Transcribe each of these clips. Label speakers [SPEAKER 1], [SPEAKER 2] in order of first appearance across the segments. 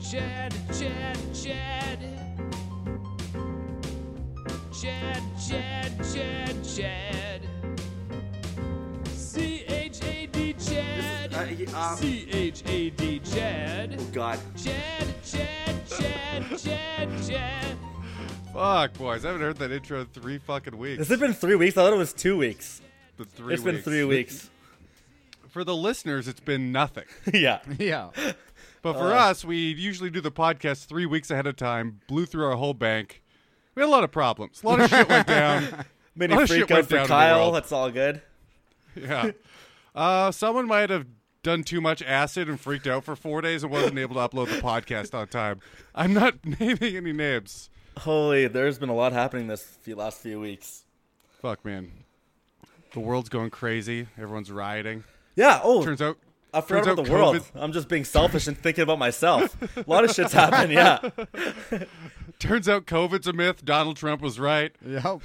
[SPEAKER 1] Chad, Chad, Chad. Chad, Chad, Chad, Chad. C H A D
[SPEAKER 2] This
[SPEAKER 1] Chad.
[SPEAKER 2] is- uh, y- um,
[SPEAKER 1] C H A D Chad.
[SPEAKER 2] Oh God.
[SPEAKER 1] Chad, Chad, Chad, Chad, Chad.
[SPEAKER 3] Fuck, boys. I haven't heard that intro in three fucking weeks.
[SPEAKER 4] Has it been three weeks? I thought it was two weeks.
[SPEAKER 3] been three
[SPEAKER 4] It's been three weeks.
[SPEAKER 3] For the listeners, it's been nothing.
[SPEAKER 4] yeah.
[SPEAKER 3] Yeah. But for
[SPEAKER 4] Uh.
[SPEAKER 3] us, we usually do the podcast three weeks ahead of time, blew through our whole bank. We had a lot of problems. A lot of shit went down.
[SPEAKER 4] Mini
[SPEAKER 3] lot of Oh, shit
[SPEAKER 4] freak
[SPEAKER 3] went
[SPEAKER 4] out for
[SPEAKER 3] down in the
[SPEAKER 4] Kyle.
[SPEAKER 3] world.
[SPEAKER 4] That's all good.
[SPEAKER 3] Yeah. Uh, someone might have done too much acid and freaked out for four days and wasn't able to upload the podcast on time. I'm not naming any names.
[SPEAKER 4] Holy, there's been a lot happening this few, last few weeks.
[SPEAKER 3] Fuck, man. The world's going crazy. Everyone's rioting.
[SPEAKER 4] Yeah. Oh,
[SPEAKER 3] Turns out.
[SPEAKER 4] I forgot
[SPEAKER 3] turns
[SPEAKER 4] about
[SPEAKER 3] out
[SPEAKER 4] the world.
[SPEAKER 3] COVID
[SPEAKER 4] I'm just being selfish and thinking about myself. A lot of shit's happened. Yeah.
[SPEAKER 3] Turns out COVID's a myth. Donald Trump was right.
[SPEAKER 5] Yep.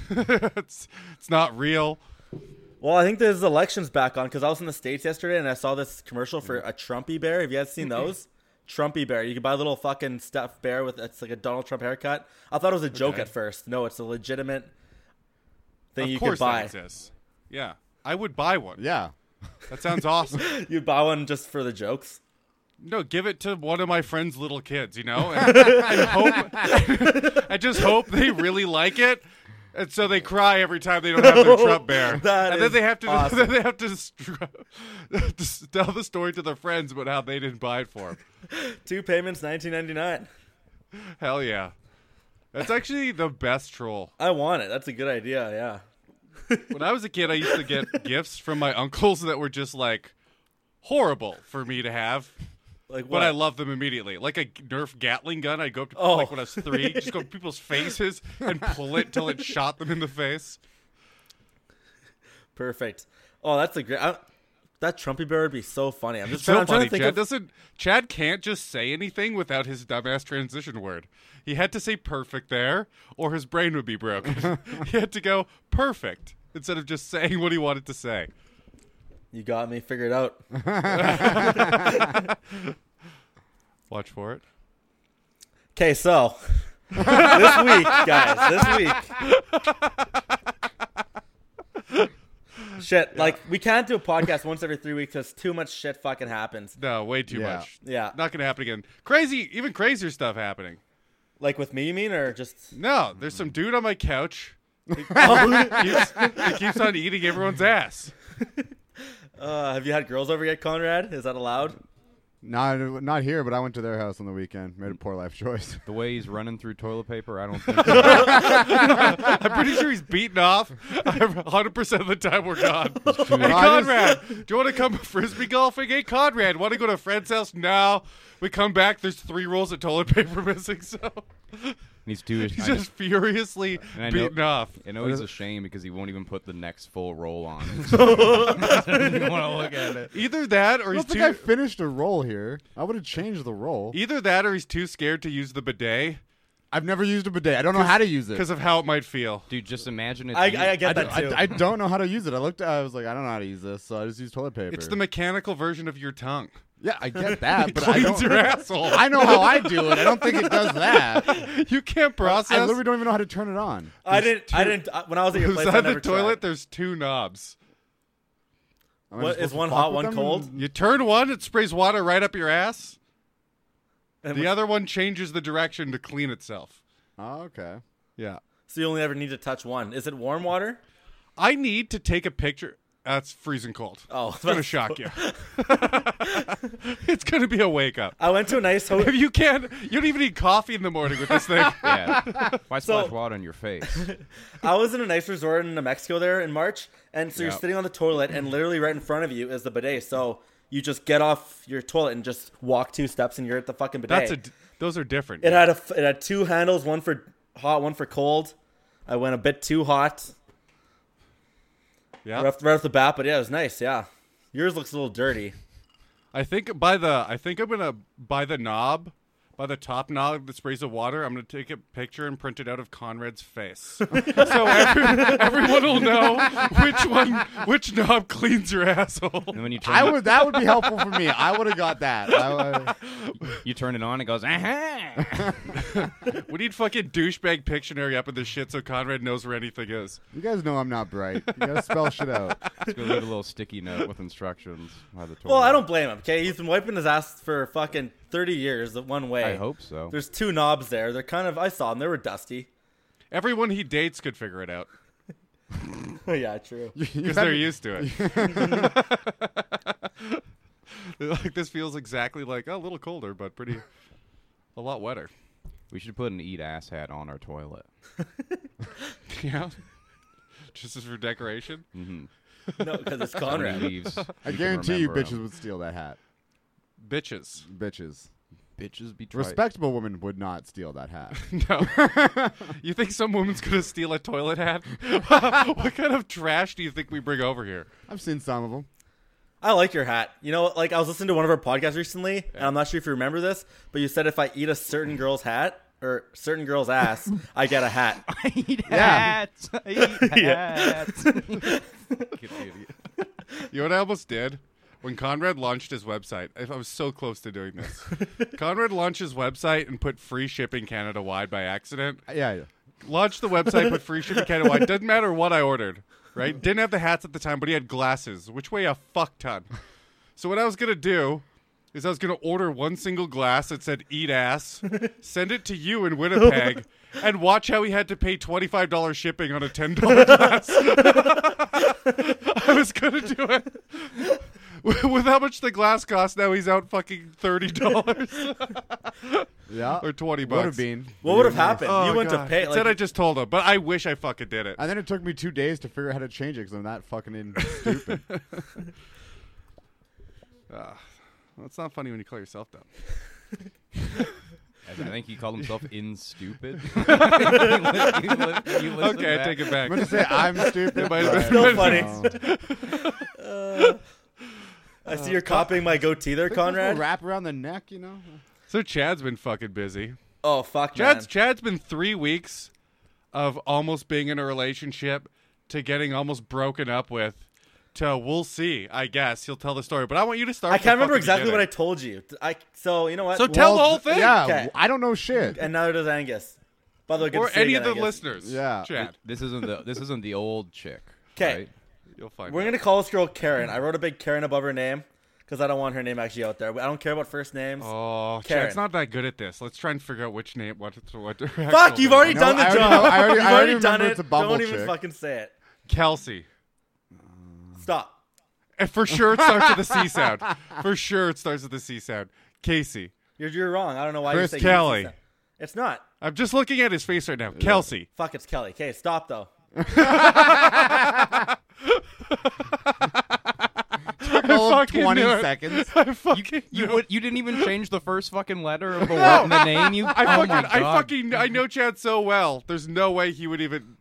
[SPEAKER 3] it's, it's not real.
[SPEAKER 4] Well, I think there's elections back on because I was in the states yesterday and I saw this commercial for a Trumpy bear. Have you guys seen those? Trumpy bear. You can buy a little fucking stuffed bear with it's like a Donald Trump haircut. I thought it was a joke
[SPEAKER 3] Okay.
[SPEAKER 4] at first. No, it's a legitimate thing
[SPEAKER 3] of
[SPEAKER 4] you could
[SPEAKER 3] course
[SPEAKER 4] buy.
[SPEAKER 3] that exists. Yeah. I would buy one.
[SPEAKER 5] Yeah.
[SPEAKER 3] That sounds awesome.
[SPEAKER 4] You buy one just for the jokes.
[SPEAKER 3] No, give it to one of my friend's little kids, you know? And, and hope, I just hope they really like it. And so they cry every time they don't have their Trump bear.
[SPEAKER 4] That is
[SPEAKER 3] and then they have to
[SPEAKER 4] awesome.
[SPEAKER 3] then they have to, str- to tell the story to their friends about how they didn't buy it for 'em.
[SPEAKER 4] Two payments, nineteen ninety nine.
[SPEAKER 3] Hell yeah. That's actually the best troll.
[SPEAKER 4] I want it. That's a good idea. Yeah.
[SPEAKER 3] When I was a kid, I used to get gifts from my uncles that were just like horrible for me to have.
[SPEAKER 4] Like what?
[SPEAKER 3] But I love them immediately. Like a Nerf Gatling gun, I'd go up to
[SPEAKER 4] Oh.
[SPEAKER 3] like when I was three, just go to people's faces and pull it till it shot them in the face.
[SPEAKER 4] Perfect. Oh, that's a great. I, that Trumpy bear would be so funny. I'm just
[SPEAKER 3] So
[SPEAKER 4] trying, I'm trying to
[SPEAKER 3] funny.
[SPEAKER 4] think
[SPEAKER 3] Chad
[SPEAKER 4] of
[SPEAKER 3] doesn't. Chad can't just say anything without his dumbass transition word. He had to say perfect there, or his brain would be broken. he had to go perfect instead of just saying what he wanted to say.
[SPEAKER 4] you got me figured out.
[SPEAKER 3] Watch for it.
[SPEAKER 4] Okay, so this week, guys, this week. shit, like we can't do a podcast once every three weeks because too much shit fucking happens.
[SPEAKER 3] No, way too
[SPEAKER 5] Yeah.
[SPEAKER 3] much.
[SPEAKER 4] Yeah.
[SPEAKER 3] not gonna happen again. Crazy, even crazier stuff happening.
[SPEAKER 4] Like with me, you mean, or just
[SPEAKER 3] No, there's some dude on my couch. He keeps, he keeps on eating everyone's ass.
[SPEAKER 4] uh, have you had girls over yet, Conrad? Is that allowed?
[SPEAKER 5] Not not here, but I went to their house on the weekend. Made a poor life choice.
[SPEAKER 6] Mm. The way he's running through toilet paper, I don't think so.
[SPEAKER 3] I'm pretty sure he's beaten off 100% of the time we're gone. Hey,
[SPEAKER 5] honest.
[SPEAKER 3] Conrad, do you want to come frisbee golfing? Hey, Conrad, want to go to a friend's house? No. We come back, there's three rolls of toilet paper missing, so
[SPEAKER 6] he's too.
[SPEAKER 3] he's
[SPEAKER 6] I
[SPEAKER 3] just furiously
[SPEAKER 6] And I know-
[SPEAKER 3] beaten off.
[SPEAKER 6] I know he's ashamed because he won't even put the next full roll on. He doesn't even wanna look at it.
[SPEAKER 3] Either that or
[SPEAKER 5] I
[SPEAKER 3] he's
[SPEAKER 5] don't think I
[SPEAKER 3] too
[SPEAKER 5] finished a roll here. I would have changed the roll.
[SPEAKER 3] either that or he's too scared to use the bidet
[SPEAKER 5] I've never used a bidet. I don't know how to use it.
[SPEAKER 3] because of how it might feel.
[SPEAKER 6] Dude, just imagine it.
[SPEAKER 4] I, I get that
[SPEAKER 5] I,
[SPEAKER 4] too.
[SPEAKER 5] I don't know how to use it. I looked. I was like, I don't know how to use this, so I just use toilet paper.
[SPEAKER 3] It's the mechanical version of your tongue.
[SPEAKER 5] yeah, I get that, but I
[SPEAKER 3] Cleans
[SPEAKER 5] don't.
[SPEAKER 3] your asshole.
[SPEAKER 5] I know how I do it. I don't think it does that.
[SPEAKER 3] you can't process.
[SPEAKER 5] I literally don't even know how to turn it on.
[SPEAKER 4] I didn't. I didn't. I- When I was at your place, I
[SPEAKER 3] Beside
[SPEAKER 4] never
[SPEAKER 3] the toilet,
[SPEAKER 4] Tried.
[SPEAKER 3] there's two knobs.
[SPEAKER 5] Am I
[SPEAKER 4] What,
[SPEAKER 5] supposed
[SPEAKER 4] is
[SPEAKER 5] to
[SPEAKER 4] one
[SPEAKER 5] fuck
[SPEAKER 4] hot,
[SPEAKER 5] with
[SPEAKER 4] one
[SPEAKER 5] them?
[SPEAKER 4] cold?
[SPEAKER 3] You turn one, it sprays water right up your ass.
[SPEAKER 4] And
[SPEAKER 3] The
[SPEAKER 4] we-
[SPEAKER 3] other one changes the direction to clean itself.
[SPEAKER 5] Oh, okay.
[SPEAKER 3] Yeah.
[SPEAKER 4] So you only ever need to touch one. Is it warm water?
[SPEAKER 3] I need to take a picture. That's freezing cold.
[SPEAKER 4] Oh,
[SPEAKER 3] it's gonna shock you. it's gonna be a wake up.
[SPEAKER 4] I went to a nice hotel.
[SPEAKER 3] If you can't, you don't even need coffee in the morning with this thing.
[SPEAKER 6] Yeah. Why splash
[SPEAKER 4] So-
[SPEAKER 6] water on your face?
[SPEAKER 4] I was in a nice resort in New Mexico there in March, and so
[SPEAKER 3] Yeah.
[SPEAKER 4] you're sitting on the toilet, and literally right in front of you is the bidet. So you just get off your toilet and just walk two steps, and you're at the fucking bidet.
[SPEAKER 3] That's a. d- Those are different.
[SPEAKER 4] it had a f it had two handles, one for hot, one for cold. I went a bit too hot
[SPEAKER 3] yeah.
[SPEAKER 4] right off, right off the bat, but yeah, it was nice. Yeah, yours looks a little dirty.
[SPEAKER 3] I think by the. I think I'm gonna by the knob, by the top knob that sprays the water. I'm gonna take a picture and print it out of Conrad's face, so every, everyone will know which one, which knob cleans your asshole.
[SPEAKER 6] And when you turn,
[SPEAKER 5] I would. That would be helpful for me. I would have got that. I, would-
[SPEAKER 6] You turn it on, it goes, aha!
[SPEAKER 3] We need fucking douchebag Pictionary up in this shit so Conrad knows where anything is.
[SPEAKER 5] You guys know I'm not bright. You gotta spell shit out.
[SPEAKER 6] It's gonna leave a little sticky note with instructions by the toilet.
[SPEAKER 4] Well, I don't blame him. Okay, he's been wiping his ass for fucking thirty years the one way.
[SPEAKER 6] I hope so.
[SPEAKER 4] There's two knobs there. They're kind of. I saw them. They were dusty.
[SPEAKER 3] Everyone he dates could figure it out
[SPEAKER 4] yeah, true.
[SPEAKER 3] because they're used to it. They're like this feels exactly like oh, a little colder, but pretty a lot wetter.
[SPEAKER 6] We should put an eat ass hat on our toilet.
[SPEAKER 3] Yeah, just as for decoration.
[SPEAKER 4] No, because it's
[SPEAKER 6] When he
[SPEAKER 4] Conrad.
[SPEAKER 6] leaves,
[SPEAKER 5] I guarantee you,
[SPEAKER 6] um,
[SPEAKER 5] bitches would steal that hat.
[SPEAKER 3] Bitches,
[SPEAKER 5] Bitches.
[SPEAKER 6] bitches be
[SPEAKER 5] Respectable women would not steal that hat.
[SPEAKER 3] no. you think some woman's gonna steal a toilet hat? what kind of trash do you think we bring over here?
[SPEAKER 5] I've seen some of them.
[SPEAKER 4] I like your hat. You know, like I was listening to one of our podcasts recently, and I'm not sure if you remember this, but you said if I eat a certain girl's hat or certain girl's ass, I get a hat.
[SPEAKER 6] I eat
[SPEAKER 5] hats.
[SPEAKER 6] I eat hats.
[SPEAKER 3] You know what I almost did? When Conrad launched his website, I I was so close to doing this. Conrad launched his website and put free shipping Canada wide by accident.
[SPEAKER 5] Yeah, Uh, yeah.
[SPEAKER 3] Launched the website, put free shipping Canada wide. Doesn't matter what I ordered, right? Didn't have the hats at the time, but he had glasses, which weigh a fuck ton. So what I was gonna do is I was gonna order one single glass that said "Eat ass," send it to you in Winnipeg, and watch how he had to pay twenty five dollars shipping on a ten dollar glass. I was gonna do it. With how much the glass cost now, he's out fucking thirty dollars
[SPEAKER 5] Yeah.
[SPEAKER 3] or twenty bucks.
[SPEAKER 5] Would have been.
[SPEAKER 4] What would have happened?
[SPEAKER 3] Oh,
[SPEAKER 4] you went
[SPEAKER 3] God.
[SPEAKER 4] to pay.
[SPEAKER 3] Said I
[SPEAKER 4] Like,
[SPEAKER 3] just told him, but I wish I fucking did it.
[SPEAKER 5] And then it took me two days to figure out how to change it because I'm that fucking in stupid.
[SPEAKER 3] Well, it's not funny when you call yourself dumb.
[SPEAKER 6] I think he called himself in stupid. You li- you li- you listen
[SPEAKER 3] Okay, I
[SPEAKER 6] back.
[SPEAKER 3] take it back.
[SPEAKER 5] I'm gonna say I'm stupid.
[SPEAKER 3] might
[SPEAKER 5] but
[SPEAKER 3] have been- Still
[SPEAKER 4] funny. Uh,
[SPEAKER 5] no.
[SPEAKER 4] I see you're
[SPEAKER 3] Uh,
[SPEAKER 4] copying my goatee there,
[SPEAKER 5] Little
[SPEAKER 4] Conrad.
[SPEAKER 5] wrap around the neck, you know.
[SPEAKER 3] So Chad's been fucking busy.
[SPEAKER 4] Oh fuck, man.
[SPEAKER 3] Chad's Chad's been three weeks of almost being in a relationship to getting almost broken up with. To we'll see. I guess he'll tell the story, but I want you to start.
[SPEAKER 4] I can't remember exactly what I told you. I so you know what?
[SPEAKER 3] So tell the whole
[SPEAKER 5] th-
[SPEAKER 3] thing.
[SPEAKER 5] Yeah,
[SPEAKER 4] Okay.
[SPEAKER 5] I don't know shit.
[SPEAKER 4] and neither does Angus. By the way, good
[SPEAKER 3] or
[SPEAKER 4] to see
[SPEAKER 3] any
[SPEAKER 4] you
[SPEAKER 3] of
[SPEAKER 4] again,
[SPEAKER 3] the
[SPEAKER 4] Angus.
[SPEAKER 3] listeners.
[SPEAKER 5] Yeah.
[SPEAKER 3] Chad,
[SPEAKER 6] This isn't the this isn't the old chick.
[SPEAKER 4] 'Kay.
[SPEAKER 6] right?
[SPEAKER 3] you'll find.
[SPEAKER 4] We're
[SPEAKER 3] out.
[SPEAKER 4] gonna call this girl Karen. I wrote a big Karen above her name because I don't want her name actually out there. I don't care about first names.
[SPEAKER 3] Oh,
[SPEAKER 4] Karen.
[SPEAKER 3] Chad's not that good at this. Let's try and figure out which name. What? What?
[SPEAKER 4] Fuck, you've already
[SPEAKER 5] No,
[SPEAKER 4] done the
[SPEAKER 5] I already
[SPEAKER 4] job.
[SPEAKER 5] know- I already-
[SPEAKER 4] you've
[SPEAKER 5] I already
[SPEAKER 4] already done
[SPEAKER 5] remember
[SPEAKER 4] it.
[SPEAKER 5] it's a bumble
[SPEAKER 4] Don't even
[SPEAKER 5] chick.
[SPEAKER 4] fucking say it.
[SPEAKER 3] Kelsey.
[SPEAKER 4] Stop.
[SPEAKER 3] And for sure, it starts with a C sound. For sure, it starts with a C sound. Casey.
[SPEAKER 4] You're, you're wrong. I don't know why
[SPEAKER 3] Chris
[SPEAKER 4] you're saying
[SPEAKER 3] Kelly.
[SPEAKER 4] it's- It's not.
[SPEAKER 3] I'm just looking at his face right now. Kelsey.
[SPEAKER 4] Fuck, it's Kelly. Okay, stop though.
[SPEAKER 5] All of
[SPEAKER 3] fucking
[SPEAKER 5] 20
[SPEAKER 3] knew it.
[SPEAKER 5] seconds.
[SPEAKER 3] I fucking.
[SPEAKER 6] You
[SPEAKER 3] knew it.
[SPEAKER 6] would, you didn't even change the first fucking letter of the, word in the name. You
[SPEAKER 3] I
[SPEAKER 6] oh
[SPEAKER 3] fucking.
[SPEAKER 6] my
[SPEAKER 3] I
[SPEAKER 6] God.
[SPEAKER 3] fucking. I know Chad so well. There's no way he would even.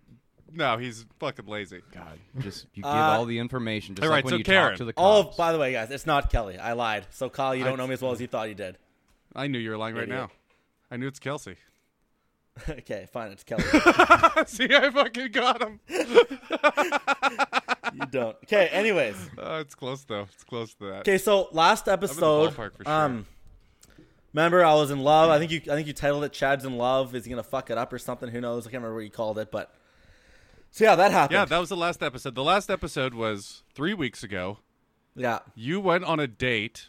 [SPEAKER 3] No, he's fucking lazy.
[SPEAKER 6] God, just you give
[SPEAKER 4] Uh,
[SPEAKER 6] all the information. Just
[SPEAKER 3] all
[SPEAKER 6] like
[SPEAKER 3] right,
[SPEAKER 6] when
[SPEAKER 3] so
[SPEAKER 6] you
[SPEAKER 3] Karen.
[SPEAKER 6] talk to the
[SPEAKER 4] Oh,
[SPEAKER 6] cops.
[SPEAKER 4] by the way, guys, it's not Kelly. I lied. So Kyle, you don't
[SPEAKER 3] I-
[SPEAKER 4] know me as well as you thought you did.
[SPEAKER 3] I knew you were lying right
[SPEAKER 4] Idiot.
[SPEAKER 3] now. I knew it's Kelsey.
[SPEAKER 4] okay, fine. It's Kelly.
[SPEAKER 3] See, I fucking got him.
[SPEAKER 4] you don't. Okay. Anyways.
[SPEAKER 3] Uh, it's close though. It's close to that.
[SPEAKER 4] Okay. So last episode.
[SPEAKER 3] ballpark for sure.
[SPEAKER 4] Um. Remember, I was in love. I think you. I think you titled it "Chad's in Love." Is he gonna fuck it up or something? Who knows? I can't remember what you called it, but. So yeah, that happened.
[SPEAKER 3] Yeah, that was the last episode. The last episode was three weeks ago.
[SPEAKER 4] yeah.
[SPEAKER 3] You went on a date.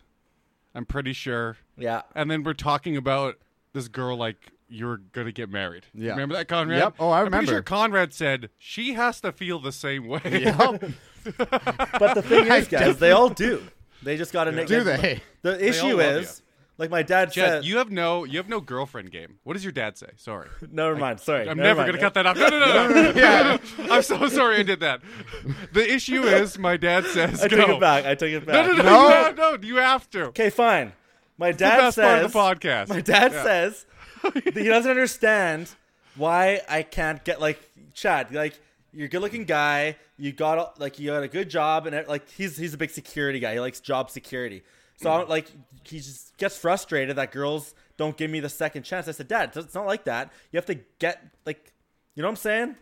[SPEAKER 3] I'm pretty sure.
[SPEAKER 4] Yeah.
[SPEAKER 3] And then we're talking about this girl like you're gonna get married.
[SPEAKER 5] Yeah.
[SPEAKER 3] Remember that, Conrad?
[SPEAKER 5] Yep. Oh, I
[SPEAKER 3] I'm pretty
[SPEAKER 5] remember.
[SPEAKER 3] sure Conrad said she has to feel the same way.
[SPEAKER 5] Yep.
[SPEAKER 4] But the thing is, guys, they all do. They just got a nickname.
[SPEAKER 5] Do they?
[SPEAKER 4] The issue
[SPEAKER 3] love
[SPEAKER 4] is, like my dad
[SPEAKER 3] Chad,
[SPEAKER 4] said.
[SPEAKER 3] you have no you have no girlfriend game. What does your dad say? Sorry.
[SPEAKER 4] never mind. Sorry,
[SPEAKER 3] I'm never gonna cut that out. No, no, no, no. yeah. I'm so sorry I did that. The issue is my dad says
[SPEAKER 4] I
[SPEAKER 3] go.
[SPEAKER 4] took it back. I took it
[SPEAKER 3] No,
[SPEAKER 4] back.
[SPEAKER 3] no, no, no, no, You have to.
[SPEAKER 4] Okay, fine. My
[SPEAKER 3] the
[SPEAKER 4] dad
[SPEAKER 3] best
[SPEAKER 4] says.
[SPEAKER 3] part of the podcast.
[SPEAKER 4] My dad says that he doesn't understand why I can't get like Chad. Like you're a good-looking guy. You got a- like you got a good job, and like he's he's a big security guy. He likes job security. So
[SPEAKER 5] Mm.
[SPEAKER 4] I don't, like he just gets frustrated that girls don't give me the second chance. I said, Dad, it's not like that. You have to get like, you know what I'm saying?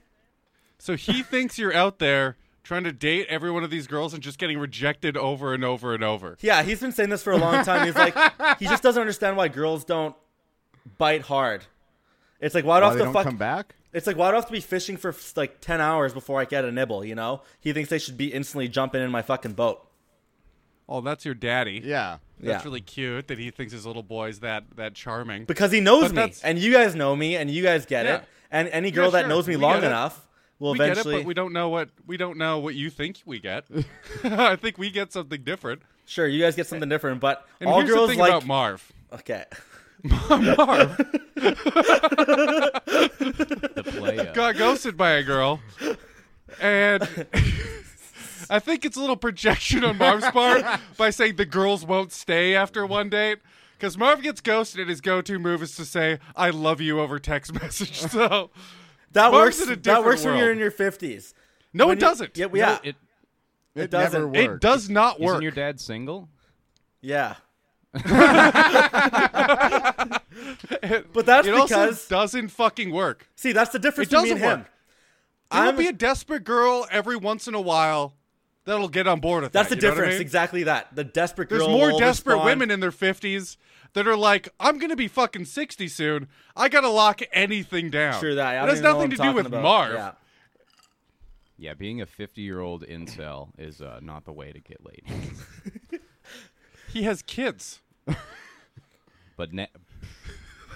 [SPEAKER 3] So he thinks you're out there trying to date every one of these girls and just getting rejected over and over and over.
[SPEAKER 4] Yeah, he's been saying this for a long time. He's like, he just doesn't understand why girls don't bite hard. It's like why do I
[SPEAKER 5] Why
[SPEAKER 4] have
[SPEAKER 5] they
[SPEAKER 4] to
[SPEAKER 5] don't
[SPEAKER 4] fuck?
[SPEAKER 5] come back?
[SPEAKER 4] It's like why do I have to be fishing for like ten hours before I get a nibble? You know, he thinks they should be instantly jumping in my fucking boat.
[SPEAKER 3] Oh, that's your daddy.
[SPEAKER 5] Yeah.
[SPEAKER 3] That's
[SPEAKER 4] yeah.
[SPEAKER 3] really cute that he thinks his little boy's that that charming.
[SPEAKER 4] because he knows
[SPEAKER 3] But
[SPEAKER 4] me,
[SPEAKER 3] that's-
[SPEAKER 4] and you guys know me, and you guys get
[SPEAKER 3] Yeah.
[SPEAKER 4] it. And any girl that
[SPEAKER 3] sure.
[SPEAKER 4] knows me
[SPEAKER 3] We
[SPEAKER 4] long
[SPEAKER 3] get it.
[SPEAKER 4] enough will
[SPEAKER 3] we
[SPEAKER 4] eventually.
[SPEAKER 3] get it, but we don't know what we don't know what you think we get. I think we get something different.
[SPEAKER 4] Sure, you guys get something different, but
[SPEAKER 3] And
[SPEAKER 4] all
[SPEAKER 3] here's
[SPEAKER 4] girls
[SPEAKER 3] the thing
[SPEAKER 4] like.
[SPEAKER 3] about Marv.
[SPEAKER 4] okay,
[SPEAKER 3] Marv
[SPEAKER 6] The playa.
[SPEAKER 3] got ghosted by a girl, and I think it's a little projection on Marv's part by saying the girls won't stay after one date. Because Marv gets ghosted, and his go-to move is to say "I love you" over text message. So,
[SPEAKER 4] that
[SPEAKER 3] Mark's in a
[SPEAKER 4] works. That
[SPEAKER 3] different
[SPEAKER 4] works when you're
[SPEAKER 3] world.
[SPEAKER 4] in your fifties.
[SPEAKER 3] no,
[SPEAKER 4] When
[SPEAKER 3] it
[SPEAKER 4] you-
[SPEAKER 3] doesn't.
[SPEAKER 4] Yeah,
[SPEAKER 3] it,
[SPEAKER 4] yeah,
[SPEAKER 6] No, it,
[SPEAKER 5] It,
[SPEAKER 4] doesn't.
[SPEAKER 5] never worked.
[SPEAKER 3] does not work.
[SPEAKER 6] isn't your dad single?
[SPEAKER 4] yeah. but that's
[SPEAKER 3] it
[SPEAKER 4] because
[SPEAKER 3] also doesn't fucking work.
[SPEAKER 4] see, that's the difference
[SPEAKER 3] It
[SPEAKER 4] between me
[SPEAKER 3] doesn't
[SPEAKER 4] and him.
[SPEAKER 3] work. There
[SPEAKER 4] I'm-
[SPEAKER 3] will be a desperate girl every once in a while that'll get on board with
[SPEAKER 4] That's
[SPEAKER 3] that.
[SPEAKER 4] the
[SPEAKER 3] you know what I
[SPEAKER 4] difference.
[SPEAKER 3] mean?
[SPEAKER 4] Exactly that. The desperate girl.
[SPEAKER 3] There's more
[SPEAKER 4] will
[SPEAKER 3] desperate
[SPEAKER 4] respond.
[SPEAKER 3] women in their 50s that are like, I'm going to be fucking 60 soon. I got to lock anything down.
[SPEAKER 4] True that. I
[SPEAKER 3] It
[SPEAKER 4] don't
[SPEAKER 3] has
[SPEAKER 4] even know
[SPEAKER 3] nothing to
[SPEAKER 4] what
[SPEAKER 3] do
[SPEAKER 4] I'm
[SPEAKER 3] with
[SPEAKER 4] talking about.
[SPEAKER 3] Marv.
[SPEAKER 4] Yeah.
[SPEAKER 6] Yeah, being a 50 year old incel is uh, not the way to get laid.
[SPEAKER 3] He has kids.
[SPEAKER 6] but ne-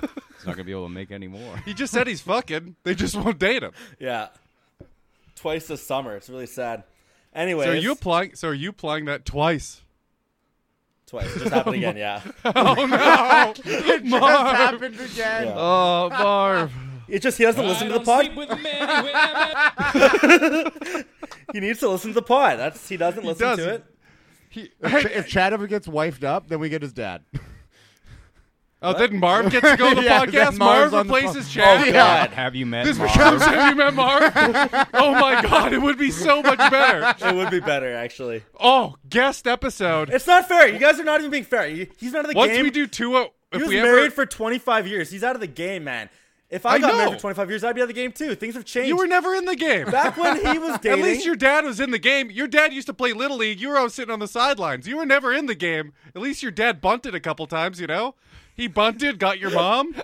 [SPEAKER 6] he's not going to be able to make any more.
[SPEAKER 3] He just said he's fucking. They just won't date him.
[SPEAKER 4] Yeah. Twice this summer. It's really sad. Anyway,
[SPEAKER 3] So are you applying? So are you applying that twice?
[SPEAKER 4] twice. It just happened again. Yeah.
[SPEAKER 3] Marv.
[SPEAKER 5] happened again.
[SPEAKER 4] Yeah.
[SPEAKER 3] Oh, Marv.
[SPEAKER 4] It just he doesn't listen to the pod.
[SPEAKER 1] Sleep with men who have
[SPEAKER 4] He needs to listen to the pod. That's he doesn't listen
[SPEAKER 3] doesn't.
[SPEAKER 4] to it.
[SPEAKER 3] He-
[SPEAKER 5] Ch- if Chad ever gets wifed up, then we get his dad.
[SPEAKER 3] oh, then Marv gets to go on the
[SPEAKER 5] Yeah,
[SPEAKER 3] podcast.
[SPEAKER 5] then
[SPEAKER 3] Marv
[SPEAKER 5] Marv's on the
[SPEAKER 3] replaces
[SPEAKER 4] Oh,
[SPEAKER 3] Chad.
[SPEAKER 4] God. Yeah.
[SPEAKER 6] Have you met
[SPEAKER 3] This
[SPEAKER 6] Marv?
[SPEAKER 3] becomes Have You Met Marv? oh my god, it would be so much better.
[SPEAKER 4] It would be better actually.
[SPEAKER 3] Oh, guest episode.
[SPEAKER 4] It's not fair. You guys are not even being fair. You- He's not out of the
[SPEAKER 3] Once
[SPEAKER 4] game.
[SPEAKER 3] we do two, oh,
[SPEAKER 4] he
[SPEAKER 3] if
[SPEAKER 4] was
[SPEAKER 3] we
[SPEAKER 4] married
[SPEAKER 3] ever,
[SPEAKER 4] for 25 years. He's out of the game, man. If I,
[SPEAKER 3] I
[SPEAKER 4] got
[SPEAKER 3] know.
[SPEAKER 4] married for 25 years, I'd be out of the game too. Things have changed.
[SPEAKER 3] you were never in the game.
[SPEAKER 4] back when he was
[SPEAKER 3] At
[SPEAKER 4] dating.
[SPEAKER 3] least your dad was in the game. Your dad used to play little league. You were always sitting on the sidelines. You were never in the game. At least your dad bunted a couple times. You know, he bunted, got your mom,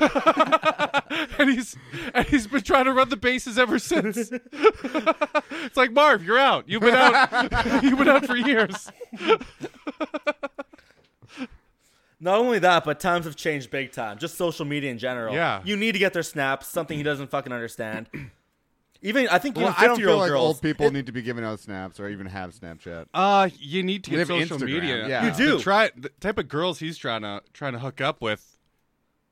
[SPEAKER 3] and he's and he's been trying to run the bases ever since. it's like Marv, you're out. You've been out. You've been out for years.
[SPEAKER 4] Not only that, but times have changed big time. Just social media in general.
[SPEAKER 3] Yeah.
[SPEAKER 4] You need to get their snaps, something he doesn't fucking understand. Even I think
[SPEAKER 5] Well,
[SPEAKER 4] even
[SPEAKER 5] I don't
[SPEAKER 4] 50 year
[SPEAKER 5] feel
[SPEAKER 4] old
[SPEAKER 5] like
[SPEAKER 4] girls.
[SPEAKER 5] old people need to be giving out snaps or even have Snapchat.
[SPEAKER 3] Uh, you need to
[SPEAKER 5] They
[SPEAKER 3] get
[SPEAKER 5] have
[SPEAKER 3] social
[SPEAKER 5] Instagram,
[SPEAKER 3] media.
[SPEAKER 5] yeah. You
[SPEAKER 4] do.
[SPEAKER 3] The, try, the type of girls he's trying to trying to hook up with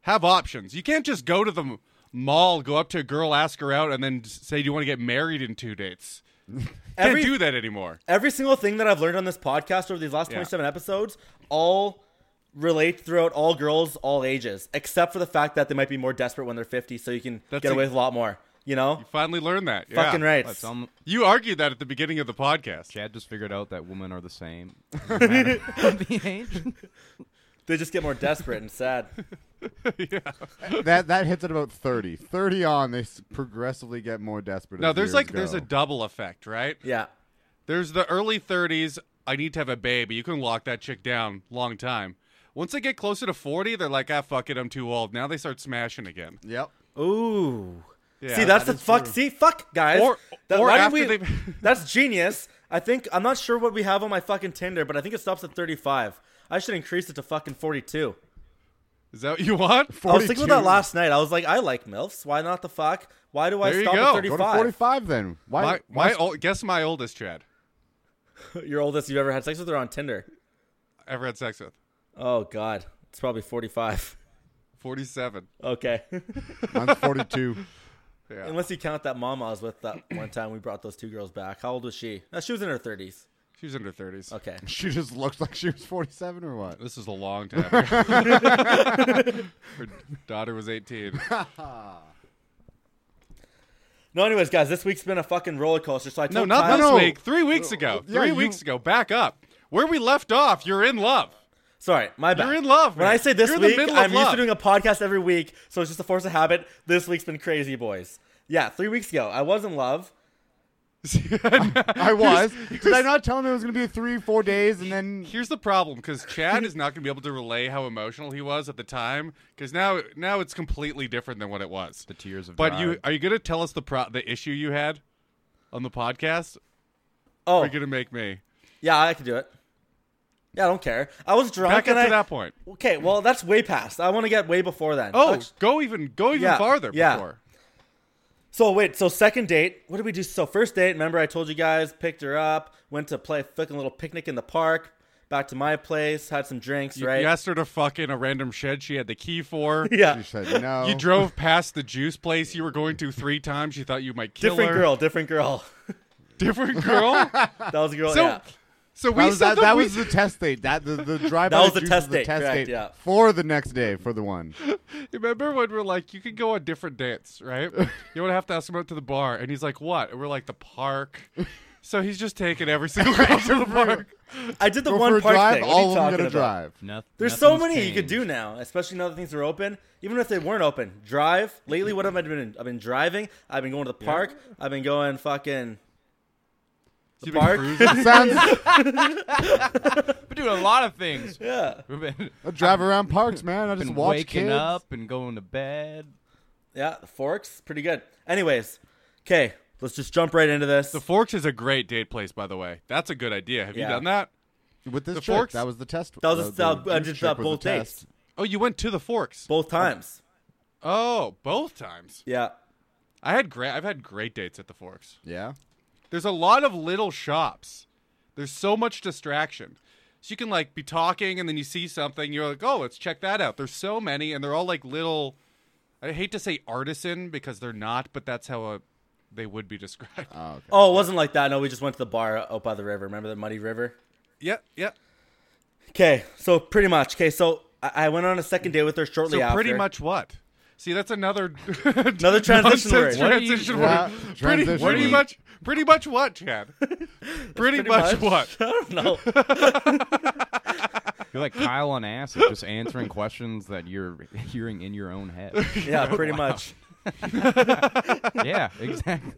[SPEAKER 3] have options. You can't just go to the m- mall, go up to a girl, ask her out, and then s- say, "Do you want to get married in two dates?" Can't
[SPEAKER 4] Every-
[SPEAKER 3] do that anymore.
[SPEAKER 4] every single thing that I've learned on this podcast over these last
[SPEAKER 3] Yeah.
[SPEAKER 4] 27 episodes all relate throughout all girls, all ages, except for the fact that they might be more desperate when they're 50, so you can
[SPEAKER 3] That's
[SPEAKER 4] get
[SPEAKER 3] a-
[SPEAKER 4] away with a lot more. You know?
[SPEAKER 3] Finally learned that. Yeah.
[SPEAKER 4] Fucking right.
[SPEAKER 6] But some-
[SPEAKER 3] You argued that at the beginning of the podcast.
[SPEAKER 6] Chad just figured out that women are the same. no matter what the age.
[SPEAKER 4] They just get more desperate and sad.
[SPEAKER 5] that that hits at about 30. 30 on, they s- progressively get more desperate.
[SPEAKER 3] No,
[SPEAKER 5] as
[SPEAKER 3] there's
[SPEAKER 5] years
[SPEAKER 3] like there's
[SPEAKER 5] go.
[SPEAKER 3] a double effect, right?
[SPEAKER 4] Yeah.
[SPEAKER 3] There's the early 30s. I need to have a baby. You can lock that chick down long time. Once they get closer to 40, they're like, ah, fuck it, I'm too old. Now they start smashing again.
[SPEAKER 5] Yep.
[SPEAKER 4] Ooh.
[SPEAKER 3] Yeah,
[SPEAKER 4] see, that's the fuck. See, fuck, guys.
[SPEAKER 3] Or- or
[SPEAKER 4] why didn't
[SPEAKER 3] after
[SPEAKER 4] we-
[SPEAKER 3] they've-
[SPEAKER 4] that's genius. I think I'm not sure what we have on my fucking Tinder, but I think it stops at 35. I should increase it to fucking 42.
[SPEAKER 3] Is that what you want?
[SPEAKER 4] I was thinking about that
[SPEAKER 5] 42.
[SPEAKER 4] last night. I was like, I like milfs. Why not the fuck? Why do I
[SPEAKER 3] There you
[SPEAKER 4] stop
[SPEAKER 3] go.
[SPEAKER 4] at
[SPEAKER 3] Go to
[SPEAKER 5] Go
[SPEAKER 4] 35?
[SPEAKER 5] to 45 then. Why?
[SPEAKER 3] My,
[SPEAKER 5] why
[SPEAKER 3] my ol guess my oldest Chad
[SPEAKER 4] Your oldest you've ever had sex with or on Tinder?
[SPEAKER 3] ever had sex with.
[SPEAKER 4] Oh God, it's probably 45.
[SPEAKER 3] Forty seven.
[SPEAKER 4] Okay,
[SPEAKER 5] mine's 42.
[SPEAKER 3] Yeah.
[SPEAKER 4] unless you count that mom I was with that one time we brought those two girls back. How old was she? No, she was in her 30s.
[SPEAKER 3] She was in her thirties.
[SPEAKER 4] Okay,
[SPEAKER 5] she just looks like she was 47 or what?
[SPEAKER 3] This is a long time. her daughter was eighteen.
[SPEAKER 4] No, anyways, guys, this week's been a fucking roller coaster. So I
[SPEAKER 3] No,
[SPEAKER 4] told
[SPEAKER 3] not
[SPEAKER 4] Kyle,
[SPEAKER 3] this
[SPEAKER 5] no.
[SPEAKER 3] week. Three weeks ago.
[SPEAKER 5] Yeah,
[SPEAKER 3] Three
[SPEAKER 5] you-
[SPEAKER 3] weeks ago. Back up. Where we left off, you're in love.
[SPEAKER 4] Sorry, my bad.
[SPEAKER 3] You're in love.
[SPEAKER 4] When
[SPEAKER 3] man.
[SPEAKER 4] I say this
[SPEAKER 3] You're in the
[SPEAKER 4] week,
[SPEAKER 3] middle of
[SPEAKER 4] I'm used
[SPEAKER 3] love.
[SPEAKER 4] to doing a podcast every week, so it's just a force of habit. This week's been crazy, boys. Yeah, three weeks ago, I was in love.
[SPEAKER 5] I was. Did I not tell him it was going to be three, four days, and then
[SPEAKER 3] Here's the problem because Chad is not going to be able to relay how emotional he was at the time because now now it's completely different than what it was.
[SPEAKER 6] The tears of
[SPEAKER 3] But you
[SPEAKER 6] God.
[SPEAKER 3] are you going to tell us the pro- the issue you had on the podcast? Or are
[SPEAKER 4] Oh,
[SPEAKER 3] you going to make me
[SPEAKER 4] yeah, I can do it. Yeah, I don't care. I was drunk
[SPEAKER 3] back
[SPEAKER 4] and
[SPEAKER 3] up to
[SPEAKER 4] I.
[SPEAKER 3] that point?
[SPEAKER 4] Okay, well, that's way past. I want to get way before then.
[SPEAKER 3] Oh,
[SPEAKER 4] Actu-
[SPEAKER 3] go even go even
[SPEAKER 4] yeah,
[SPEAKER 3] farther
[SPEAKER 4] yeah.
[SPEAKER 3] before.
[SPEAKER 4] So wait, so second date, what did we do? So first date, remember I told you guys, picked her up, went to play a fucking little picnic in the park, back to my place, had some drinks,
[SPEAKER 3] You,
[SPEAKER 4] right?
[SPEAKER 3] you asked her to fuck in a random shed she had the key for.
[SPEAKER 4] Yeah.
[SPEAKER 5] she said no.
[SPEAKER 3] You drove past the juice place you were going to three times. You thought you might kill
[SPEAKER 4] Different
[SPEAKER 3] her.
[SPEAKER 4] girl, different girl.
[SPEAKER 3] Different girl.
[SPEAKER 4] That was a girl.
[SPEAKER 3] So,
[SPEAKER 4] yeah.
[SPEAKER 3] so we
[SPEAKER 5] That was,
[SPEAKER 3] said
[SPEAKER 5] that,
[SPEAKER 3] that
[SPEAKER 5] that
[SPEAKER 3] we-
[SPEAKER 5] was the test date. That the, the drive
[SPEAKER 4] That was the test
[SPEAKER 5] the
[SPEAKER 4] date,
[SPEAKER 5] test
[SPEAKER 4] correct,
[SPEAKER 5] date
[SPEAKER 4] yeah.
[SPEAKER 5] for the next day for the one.
[SPEAKER 3] Remember when we're like, you could go on different dates, right? You would have to ask him out to the bar, and he's like, "What?" And we're like, "The park." So he's just taking every single girl to the park.
[SPEAKER 4] I did the
[SPEAKER 5] Go
[SPEAKER 4] one
[SPEAKER 5] for a
[SPEAKER 4] park
[SPEAKER 5] drive,
[SPEAKER 4] thing. What are you
[SPEAKER 5] all of them
[SPEAKER 4] talking
[SPEAKER 5] gonna
[SPEAKER 4] about?
[SPEAKER 5] drive.
[SPEAKER 6] Noth-
[SPEAKER 4] There's so
[SPEAKER 6] nothing's
[SPEAKER 4] many you could do
[SPEAKER 6] changed.
[SPEAKER 4] now, especially now that things are open. Even if they weren't open, drive. Lately, what have I been? I've been driving. I've been going to the park. I've been going fucking
[SPEAKER 3] You've been
[SPEAKER 4] park.
[SPEAKER 3] cruising.
[SPEAKER 5] Sounds
[SPEAKER 6] We're doing a lot of things.
[SPEAKER 4] yeah,
[SPEAKER 6] We've been,
[SPEAKER 5] I drive around parks, man. I just
[SPEAKER 6] been
[SPEAKER 5] watch
[SPEAKER 6] waking
[SPEAKER 5] kids.
[SPEAKER 6] up and going to bed.
[SPEAKER 4] yeah. The forks, pretty good. Anyways, okay, let's just jump right into this.
[SPEAKER 3] The Forks is a great date place, by the way. That's a good idea. Have
[SPEAKER 4] Yeah.
[SPEAKER 3] you done that?
[SPEAKER 5] with this
[SPEAKER 3] The
[SPEAKER 5] chick.
[SPEAKER 3] forks?
[SPEAKER 5] That was the test.
[SPEAKER 4] That was
[SPEAKER 5] the-
[SPEAKER 4] a-
[SPEAKER 5] the
[SPEAKER 4] I
[SPEAKER 5] juice
[SPEAKER 4] did
[SPEAKER 5] chick
[SPEAKER 4] that
[SPEAKER 5] was the
[SPEAKER 4] both dates.
[SPEAKER 5] test.
[SPEAKER 3] Oh, you went to the Forks.
[SPEAKER 4] Both times.
[SPEAKER 3] oh, both times.
[SPEAKER 4] Yeah.
[SPEAKER 3] I had great. I've had great dates at the Forks.
[SPEAKER 5] Yeah.
[SPEAKER 3] There's a lot of little shops. There's so much distraction. So you can like be talking and then you see something, you're like, "Oh, let's check that out." There's so many and they're all like little I hate to say artisan because they're not, but that's how uh they would be described.
[SPEAKER 5] Oh, okay.
[SPEAKER 4] Oh, it wasn't like that. No, we just went to the bar out by the river. Remember the muddy river?
[SPEAKER 3] yeah, yeah.
[SPEAKER 4] Okay, so pretty much. Okay, so I, I went on a second date with her
[SPEAKER 3] So
[SPEAKER 4] shortly after.
[SPEAKER 3] pretty much what? See, that's another
[SPEAKER 4] Another transition word.
[SPEAKER 3] nonsense
[SPEAKER 4] What
[SPEAKER 6] do you-
[SPEAKER 3] transition
[SPEAKER 5] Yeah,
[SPEAKER 3] word. Pretty,
[SPEAKER 5] transition
[SPEAKER 3] pretty
[SPEAKER 5] word.
[SPEAKER 3] much pretty much what, Chad? pretty, much, what?
[SPEAKER 4] I don't know.
[SPEAKER 6] You're like Kyle on acid, just answering questions that you're hearing in your own head.
[SPEAKER 4] Yeah, pretty much.
[SPEAKER 6] yeah, exactly.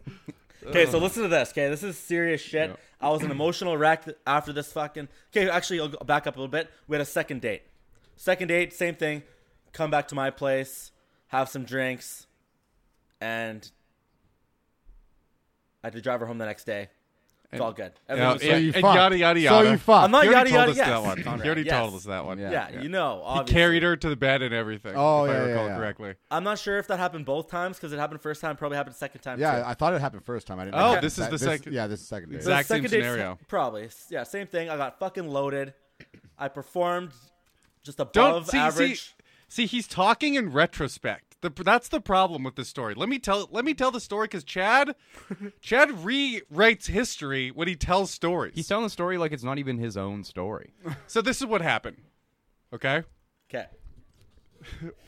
[SPEAKER 4] Okay, so listen to this. Okay, this is serious shit.
[SPEAKER 6] Yeah.
[SPEAKER 4] I was an emotional wreck th- after this fucking. Okay, actually, I'll go back up a little bit. We had a second date. Second date, same thing. Come back to my place, have some drinks, and I had to drive her home the next day. It's all good. Everything
[SPEAKER 3] Yeah,
[SPEAKER 4] was
[SPEAKER 3] so
[SPEAKER 4] fine.
[SPEAKER 5] you
[SPEAKER 3] and
[SPEAKER 5] fucked.
[SPEAKER 3] yada, yada,
[SPEAKER 5] So
[SPEAKER 3] yada.
[SPEAKER 5] you fucked.
[SPEAKER 4] I'm not
[SPEAKER 3] He already
[SPEAKER 4] yada
[SPEAKER 3] told
[SPEAKER 4] yada.
[SPEAKER 3] us
[SPEAKER 4] yes.
[SPEAKER 3] that one. He already
[SPEAKER 4] Yes.
[SPEAKER 3] told us that one.
[SPEAKER 5] Yeah.
[SPEAKER 4] Yeah, you know.
[SPEAKER 3] He
[SPEAKER 4] Obviously.
[SPEAKER 3] carried her to the bed and everything.
[SPEAKER 5] Oh,
[SPEAKER 3] if I
[SPEAKER 5] yeah, yeah,
[SPEAKER 3] recall
[SPEAKER 5] yeah.
[SPEAKER 3] correctly.
[SPEAKER 4] I'm not sure if that happened both times because it happened first time, probably happened second time.
[SPEAKER 5] Yeah,
[SPEAKER 4] too.
[SPEAKER 5] I thought it happened first time. I didn't.
[SPEAKER 3] Oh,
[SPEAKER 5] know that-
[SPEAKER 3] this is
[SPEAKER 5] that-
[SPEAKER 3] the second-
[SPEAKER 5] Yeah, this is second date.
[SPEAKER 4] So the
[SPEAKER 3] Exact same
[SPEAKER 4] second date's-
[SPEAKER 3] scenario.
[SPEAKER 4] Probably. Yeah, same thing. I got fucking loaded. I performed just above
[SPEAKER 3] Don't see,
[SPEAKER 4] average.
[SPEAKER 3] see see he's talking in retrospect. The, that's the problem with the story. Let me tell let me tell the story because Chad Chad rewrites history when he tells stories.
[SPEAKER 6] He's telling the story like it's not even his own story.
[SPEAKER 3] so this is what happened. Okay,
[SPEAKER 4] Okay.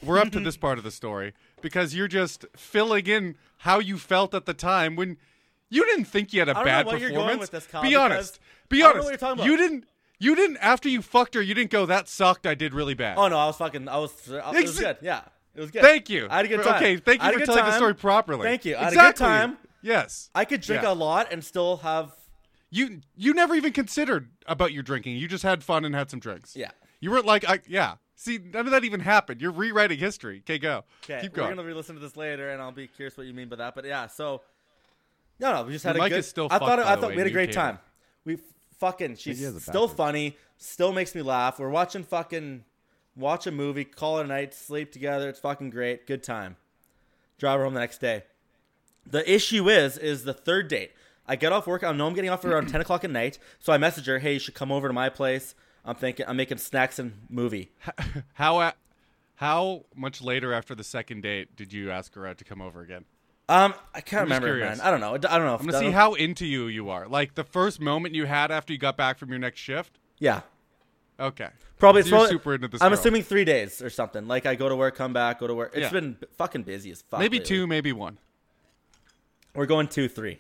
[SPEAKER 3] we're up to
[SPEAKER 4] Mm-hmm.
[SPEAKER 3] this part of the story because you're just filling in how you felt at the time when you didn't think you had a
[SPEAKER 4] don't know
[SPEAKER 3] bad
[SPEAKER 4] why
[SPEAKER 3] performance.
[SPEAKER 4] you're going with this, Kyle,
[SPEAKER 3] Be
[SPEAKER 4] because
[SPEAKER 3] honest. Be
[SPEAKER 4] I don't know
[SPEAKER 3] honest.
[SPEAKER 4] what you're talking about.
[SPEAKER 3] You didn't. You didn't. After you fucked her, you didn't go. That sucked. I did really bad.
[SPEAKER 4] Oh no, I was fucking. I was. It was
[SPEAKER 3] Exa-
[SPEAKER 4] good. Yeah, it was good.
[SPEAKER 3] Thank you.
[SPEAKER 4] I had a good
[SPEAKER 3] For-
[SPEAKER 4] time.
[SPEAKER 3] Okay, thank
[SPEAKER 4] I
[SPEAKER 3] you
[SPEAKER 4] had a
[SPEAKER 3] for
[SPEAKER 4] good
[SPEAKER 3] telling the
[SPEAKER 4] time.
[SPEAKER 3] story properly.
[SPEAKER 4] Thank you. I had a good
[SPEAKER 3] exactly.
[SPEAKER 4] time.
[SPEAKER 3] Yes.
[SPEAKER 4] I could drink a
[SPEAKER 3] Yeah.
[SPEAKER 4] lot and still have.
[SPEAKER 3] you you never even considered about your drinking. You just had fun and had some drinks.
[SPEAKER 4] Yeah.
[SPEAKER 3] You weren't like I yeah. See, none of that even happened. You're rewriting history. Okay, go.
[SPEAKER 4] Okay,
[SPEAKER 3] Keep
[SPEAKER 4] We're
[SPEAKER 3] going.
[SPEAKER 4] gonna re-listen to this later, and I'll be curious what you mean by that. But yeah, so no, no, we just had
[SPEAKER 3] Your
[SPEAKER 4] a
[SPEAKER 3] mic
[SPEAKER 4] good.
[SPEAKER 3] is still
[SPEAKER 4] I thought.
[SPEAKER 3] fucked,
[SPEAKER 4] it-
[SPEAKER 3] by
[SPEAKER 4] I
[SPEAKER 3] the
[SPEAKER 4] thought
[SPEAKER 3] way,
[SPEAKER 4] we had a
[SPEAKER 3] new
[SPEAKER 4] great
[SPEAKER 3] cable.
[SPEAKER 4] time. We fucking. She's
[SPEAKER 5] Maybe it has a
[SPEAKER 4] still
[SPEAKER 5] backwards.
[SPEAKER 4] funny. Still makes me laugh. We're watching fucking. Watch a movie. Call it a night. Sleep together. It's fucking great. Good time. Drive her home the next day. The issue is, is the third date. I get off work. I know I'm getting off around ten o'clock at night, so I message her, "Hey, you should come over to my place." I'm thinking I'm making snacks and movie.
[SPEAKER 3] How a- how much later after the second date did you ask her out to come over again?
[SPEAKER 4] Um, I can't
[SPEAKER 3] just
[SPEAKER 4] remember,
[SPEAKER 3] curious.
[SPEAKER 4] man. I don't know. I don't know. If
[SPEAKER 3] I'm gonna see
[SPEAKER 4] that-
[SPEAKER 3] how into you you are. Like the first moment you had after you got back from your next shift.
[SPEAKER 4] Yeah,
[SPEAKER 3] Okay.
[SPEAKER 4] probably.
[SPEAKER 3] So
[SPEAKER 4] it's
[SPEAKER 3] you're
[SPEAKER 4] probably-
[SPEAKER 3] super into this.
[SPEAKER 4] I'm
[SPEAKER 3] girl.
[SPEAKER 4] assuming three days or something. Like I go to work, come back, go to work. It's
[SPEAKER 3] Yeah.
[SPEAKER 4] been b- fucking busy as fuck.
[SPEAKER 3] maybe
[SPEAKER 4] lately.
[SPEAKER 3] two, maybe one.
[SPEAKER 4] We're going two, three,